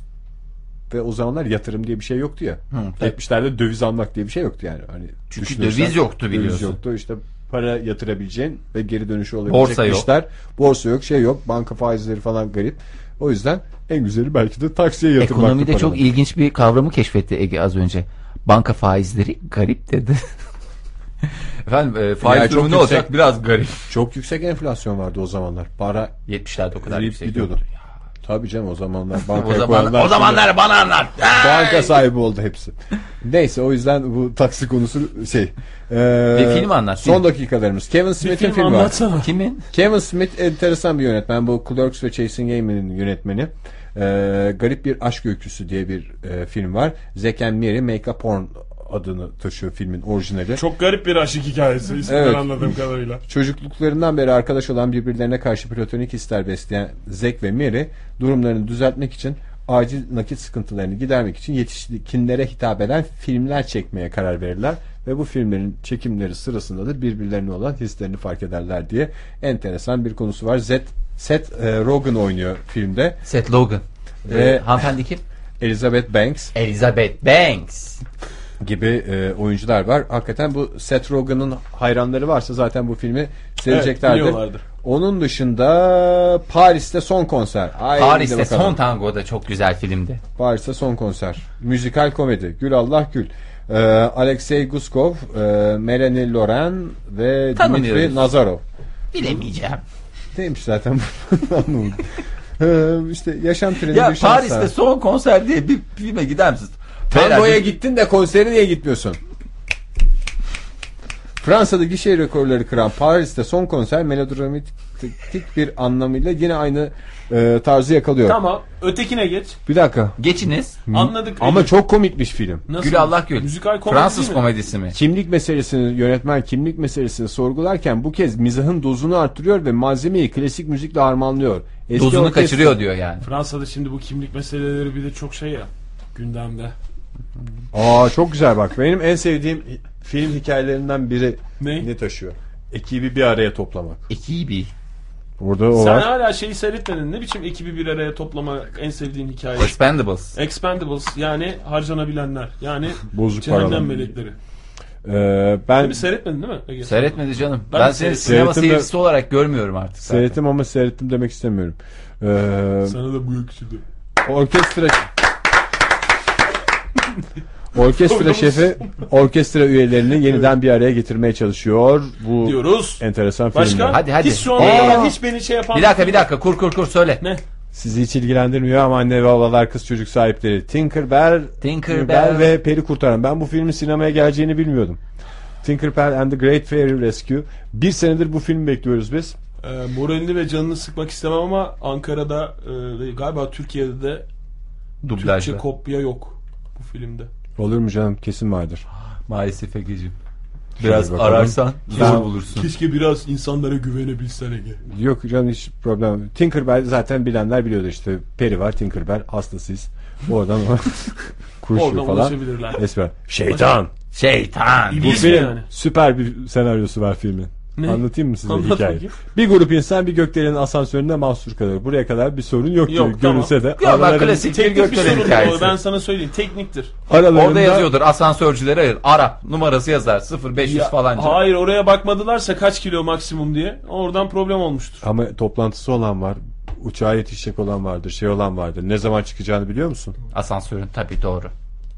G: Ve o zamanlar yatırım diye bir şey yoktu ya. 70'lerde döviz almak diye bir şey yoktu yani. Hani
B: Çünkü
G: düşünürsen,
B: döviz yoktu
G: Döviz
B: biliyorsun.
G: yoktu işte para yatırabileceğin ve geri dönüşü
B: Borsa
G: olabilecek
B: yok.
G: işler. Borsa yok, şey yok, banka faizleri falan garip. O yüzden en güzeli belki de taksiye yatırmak.
B: Ekonomide çok ilginç bir kavramı keşfetti Ege az önce. Banka faizleri garip dedi. Efendim e, faiz
G: Yani çok
B: durumu ne
G: yüksek.
B: olacak? Biraz garip.
G: Çok yüksek enflasyon vardı o zamanlar. Para
B: 70'lerde o kadar
G: eriyip
B: yüksek.
G: gidiyordu.
B: yoktur.
G: Tabii canım o zamanlar
B: O,
G: bankaya
B: zaman,
G: koyanlar
B: o zamanlar bana anlat.
G: şimdi banka sahibi oldu hepsi. Neyse o yüzden bu taksi konusu şey. Ee,
B: Bir film anlat,
G: Son
B: film.
G: dakikalarımız. Kevin Smith'in
C: Film
G: filmi var.
C: anlatsana.
B: Kimin?
G: Kevin Smith enteresan bir yönetmen. Bu Clerks ve Chasing Amy'nin yönetmeni. Ee, Garip Bir Aşk Öyküsü diye bir e, film var. Zack and Mary Make a Porn adını taşıyor filmin orijinali.
C: Çok garip bir aşık hikayesi isminden
G: Evet.
C: anladığım kadarıyla.
G: Çocukluklarından beri arkadaş olan birbirlerine karşı platonik hisler besleyen Zack ve Mary durumlarını düzeltmek için acil nakit sıkıntılarını gidermek için yetişkinlere hitap eden filmler çekmeye karar verirler ve bu filmlerin çekimleri sırasında da birbirlerine olan hislerini fark ederler diye enteresan bir konusu var. Zed Seth e, Rogen oynuyor filmde.
B: Seth Logan.
G: Ve-
B: Ee, hanımefendi kim?
G: Elizabeth Banks
B: Elizabeth Banks.
G: gibi e, oyuncular var. Hakikaten bu Seth Rogen'ın hayranları varsa zaten bu filmi seveceklerdir.
C: biliyorlardır.
G: Onun dışında Paris'te son konser. Ay, bir de
B: Paris'te
G: bakalım.
B: Son Tango da çok güzel filmdi.
G: Paris'te son konser. Müzikal komedi. Gül Allah Gül. E, Alexey Guskov, e, Melanie Loren ve
B: Tanımıyoruz.
G: Dmitri Nazarov.
B: Bilemeyeceğim.
G: Neymiş zaten bu? Anlamadım. E, işte yaşam treni
B: Ya
G: bir şans
B: Paris'te
G: daha.
B: son konser diye bir filme gider misin?
G: Tangoya
B: Herhalde-
G: gittin de konsere niye gitmiyorsun? Fransa'da gişe rekorları kıran Paris'te son konser melodramatik bir anlamıyla yine aynı e, tarzı yakalıyor.
C: Tamam. Ötekine geç.
G: Bir dakika.
B: Geçiniz.
C: Anladık.
G: Ama çok komikmiş film.
C: Nasıl?
B: Gül Allah Gül.
C: Müzikal komedi
B: Fransız
C: mi?
B: komedisi mi?
G: Kimlik meselesini yönetmen kimlik meselesini sorgularken bu kez mizahın dozunu artırıyor ve malzemeyi klasik müzikle harmanlıyor. Eski
B: Dozunu
G: orkestra-
B: kaçırıyor diyor yani.
C: Fransa'da şimdi bu kimlik meseleleri bir de çok şey ya gündemde.
G: Aa çok güzel bak. Benim en sevdiğim film hikayelerinden biri
C: Ne?
G: ne taşıyor? Ekibi bir araya toplamak.
B: Ekibi.
G: Burada o
C: Sen
G: var.
C: hala şeyi seyretmedin. Ne biçim ekibi bir araya toplama en sevdiğin hikaye?
B: Expendables.
C: Expendables yani harcanabilenler. Yani
G: Bozuk paralar.
C: cehennem melekleri.
G: Ee, ben
C: Değil mi? Seyretmedin değil mi? Ege?
B: Seyretmedi canım. Ben,
C: Ben
B: seni
C: seyrettim.
B: sinema
G: Seyrettim de-
B: seyircisi olarak görmüyorum artık. zaten.
G: Seyrettim ama seyrettim demek istemiyorum. Ee,
C: Sana da bu yakışırdı.
G: orkestra Orkestra şefi orkestra üyelerini yeniden bir araya getirmeye çalışıyor. Bu
C: Diyoruz.
G: enteresan film.
C: Başka?
B: Hadi, hadi.
C: Hiç şu ana
B: Ee,
C: kadar hiç beni şey yapan...
B: Bir dakika bir dakika kur kur kur söyle.
C: Ne?
G: Sizi hiç ilgilendirmiyor ama anne ve babalar kız çocuk sahipleri Tinkerbell,
B: Tinkerbell.
G: ve Peri Kurtaran. Ben bu filmin sinemaya geleceğini bilmiyordum. Tinkerbell and the Great Fairy Rescue. Bir senedir bu filmi bekliyoruz biz.
C: Ee, moralini ve canını sıkmak istemem ama Ankara'da e, ve galiba Türkiye'de de Türkçe
B: Dublajlı.
C: kopya yok bu filmde.
G: Olur mu canım? Kesin vardır.
B: Maalesef Ege'cim. Biraz
G: bakalım.
B: ararsan
G: Ben-
B: zor bulursun.
C: Keşke biraz insanlara güvenebilsen Ege.
G: Yok canım hiç problem. yok. Tinkerbell zaten bilenler biliyordu işte. Peri var Tinkerbell hastasıyız. Oradan o kurşun
C: Oradan
G: falan.
C: ulaşabilirler.
G: Esmer. Şeytan.
B: Şeytan.
G: Bu
C: İyi
G: film
C: yani.
G: süper bir senaryosu var filmin.
C: Ne?
G: Anlatayım mı size
C: Anlat
G: hikayeyi?
C: bakayım.
G: Bir grup insan bir gökdelenin asansöründe mahsur kalır. Buraya kadar bir sorun yok,
C: Yok,
G: gibi görünse de
B: Ya bak
G: aralarında,
B: klasik bir
C: Teknik bir
B: gökdelen
C: sorun bu.
B: hikayesi.
C: Ben sana söyleyeyim. Tekniktir.
G: aralarında
B: Orada yazıyordur asansörcülere hayır. Arap numarası yazar 0500
C: Ya,
B: falan.
C: hayır oraya bakmadılarsa kaç kilo maksimum diye. Oradan problem olmuştur.
G: ama toplantısı olan var. Uçağa yetişecek olan vardır, şey olan vardır. Ne zaman çıkacağını biliyor musun?
B: Asansörün tabii doğru.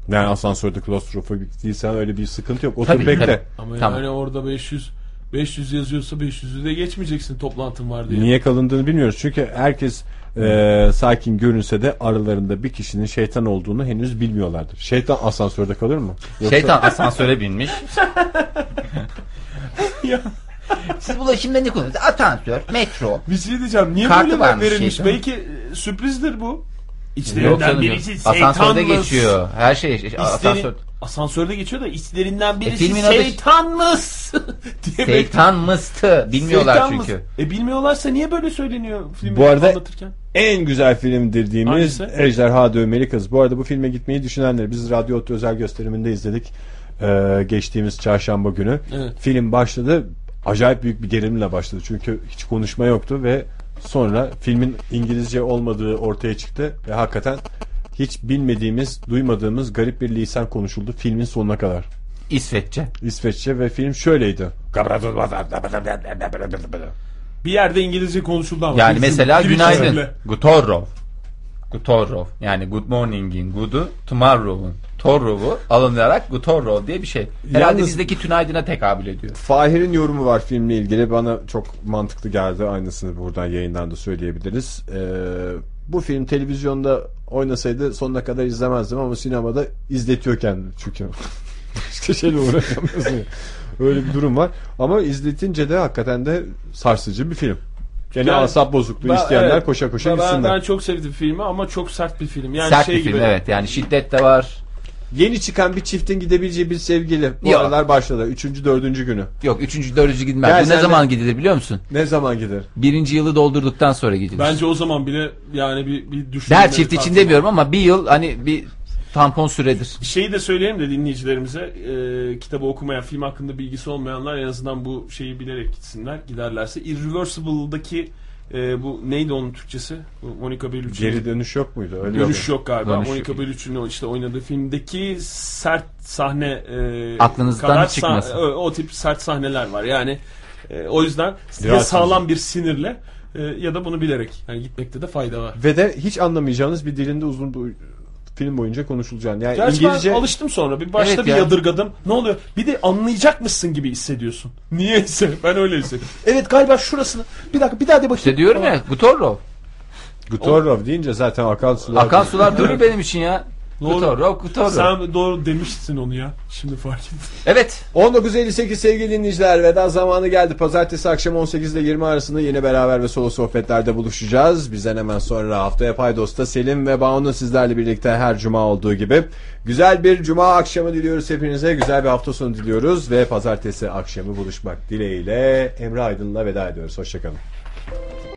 G: Yani asansörde klostrofobik değilsen öyle bir sıkıntı yok. Otur
B: Tabii,
G: bekle.
B: tabii.
C: Ama
B: Tamam.
C: yani orada 500 500 yazıyorsa 500'ü de geçmeyeceksin toplantın var diye.
G: Niye kalındığını bilmiyoruz. Çünkü herkes e, sakin görünse de aralarında bir kişinin şeytan olduğunu henüz bilmiyorlardır. Şeytan asansörde kalır mı? Yoksa-
B: Şeytan asansöre binmiş. Siz bu şimdi ne konuşuyorsunuz? Asansör, metro.
C: Bir şey diyeceğim. Niye
B: Kartı
C: böyle
B: varmış
C: verilmiş?
B: şeytanın.
C: Belki e, sürprizdir bu.
B: Yok
C: İçlerinden
B: canım. yok.
C: birisi
B: Asansörde
C: şeytanmış.
B: geçiyor. Her şey asansör. E,
C: Asansör. Asansörde geçiyor da içlerinden birisi
B: filmin adı-
C: şeytanmış diye belki-
B: Şeytan mıstı. Bilmiyorlar
C: Şeytanmış.
B: çünkü.
C: E bilmiyorlarsa niye böyle söyleniyor filmi
G: Bu arada-
C: anlatırken?
G: en güzel film dediğimiz
C: Hangisi?
G: Ejderha Dövmeli Kız. Bu arada bu filme gitmeyi düşünenler biz Radyo Otlu özel gösteriminde izledik. e, geçtiğimiz çarşamba günü. Film başladı. Acayip büyük bir gerilimle başladı. Çünkü hiç konuşma yoktu ve sonra filmin İngilizce olmadığı ortaya çıktı ve hakikaten hiç bilmediğimiz, duymadığımız garip bir lisan konuşuldu filmin sonuna kadar.
I: İsveççe.
G: İsveççe ve film şöyleydi.
C: Bir yerde İngilizce konuşuldu ama.
I: Yani
C: Bizim
I: mesela
C: bir
I: günaydın.
C: çözümle.
I: Gutorrov. Gutorrov. Yani good morning'in good'u, tomorrow'un Torrov'u alınarak Gutorrov diye bir şey. Herhalde
G: Yalnız-
I: bizdeki tünaydın'a tekabül ediyor.
G: Fahir'in yorumu var filmle ilgili. Bana çok mantıklı geldi. Aynısını buradan yayından da söyleyebiliriz. Ee, bu film televizyonda oynasaydı sonuna kadar izlemezdim ama sinemada izletiyor kendini çünkü. Başka şeyle uğraşamıyorsun. ya. Öyle bir durum var. Ama izletince de hakikaten de sarsıcı bir film. Gene
C: Yani-
G: asap bozukluğu
C: Ben-
G: isteyenler
C: evet.
G: koşa koşa
C: Ben- ben,
G: gitsinler.
C: ben çok sevdim filmi ama çok sert bir film. Yani
I: Sert
C: şey
I: bir film
C: gibi.
I: evet. Yani şiddet de var.
G: Yeni çıkan bir çiftin gidebileceği bir sevgili. Bu
I: Ya.
G: aralar başladı. Üçüncü, dördüncü günü.
I: Yok üçüncü dördüncü gidilmez.
G: Ya
I: Bu
G: sen
I: ne
G: de-
I: zaman gidilir biliyor musun?
G: Ne zaman gider?
I: Birinci yılı doldurduktan sonra gidilir.
C: Bence o zaman bile yani bir, bir düşünme.
I: Der çift için demiyorum ama bir yıl hani bir tampon süredir.
C: Şeyi de söyleyelim de dinleyicilerimize e, kitabı okumayan, film hakkında bilgisi olmayanlar en azından bu şeyi bilerek gitsinler. Giderlerse Irreversible'daki e, bu neydi onun Türkçesi? Bu Monica Bellucci'nin
G: Geri dönüş yok muydu? Öyle
C: Dönüş yok galiba.
I: Dönüş
C: Monica
I: yok.
C: Bellucci'nin o işte oynadığı filmdeki sert sahne e,
I: Aklınızdan
C: kadar
I: hiç çıkmasın.
C: sah- o, o tip sert sahneler var. Yani e, o yüzden ya
G: Rahatsız.
C: sağlam bir sinirle e, ya da bunu bilerek yani gitmekte de fayda var.
G: Ve de hiç anlamayacağınız bir dilinde uzun boy- film boyunca konuşulacağını. Yani
C: Gerçi
G: İngilizce
C: ben alıştım sonra. Bir başta
I: Evet
C: bir
I: ya.
C: yadırgadım. Ne oluyor? Bir de anlayacak mısın gibi hissediyorsun. Niyeyse ben öyle hissettim. evet galiba şurasını. Bir dakika bir daha de bakayım.
I: İşte diyorum ya Gutorrov.
G: Gutorov deyince zaten akan sular.
I: Akan sular durur benim için ya.
C: Doğru.
I: Gutorrov, Gutorrov.
C: Sen doğru demiştin onu ya. Şimdi fark ettim.
I: Evet.
G: 1958 sevgili dinleyiciler veda zamanı geldi. Pazartesi akşam 18 ile 20 arasında yine beraber ve solo sohbetlerde buluşacağız. Bizden hemen sonra haftaya Paydos'ta Selim ve Banu'nun sizlerle birlikte her cuma olduğu gibi. Güzel bir cuma akşamı diliyoruz hepinize. Güzel bir hafta sonu diliyoruz ve pazartesi akşamı buluşmak dileğiyle Emre Aydın'la veda ediyoruz. Hoşçakalın.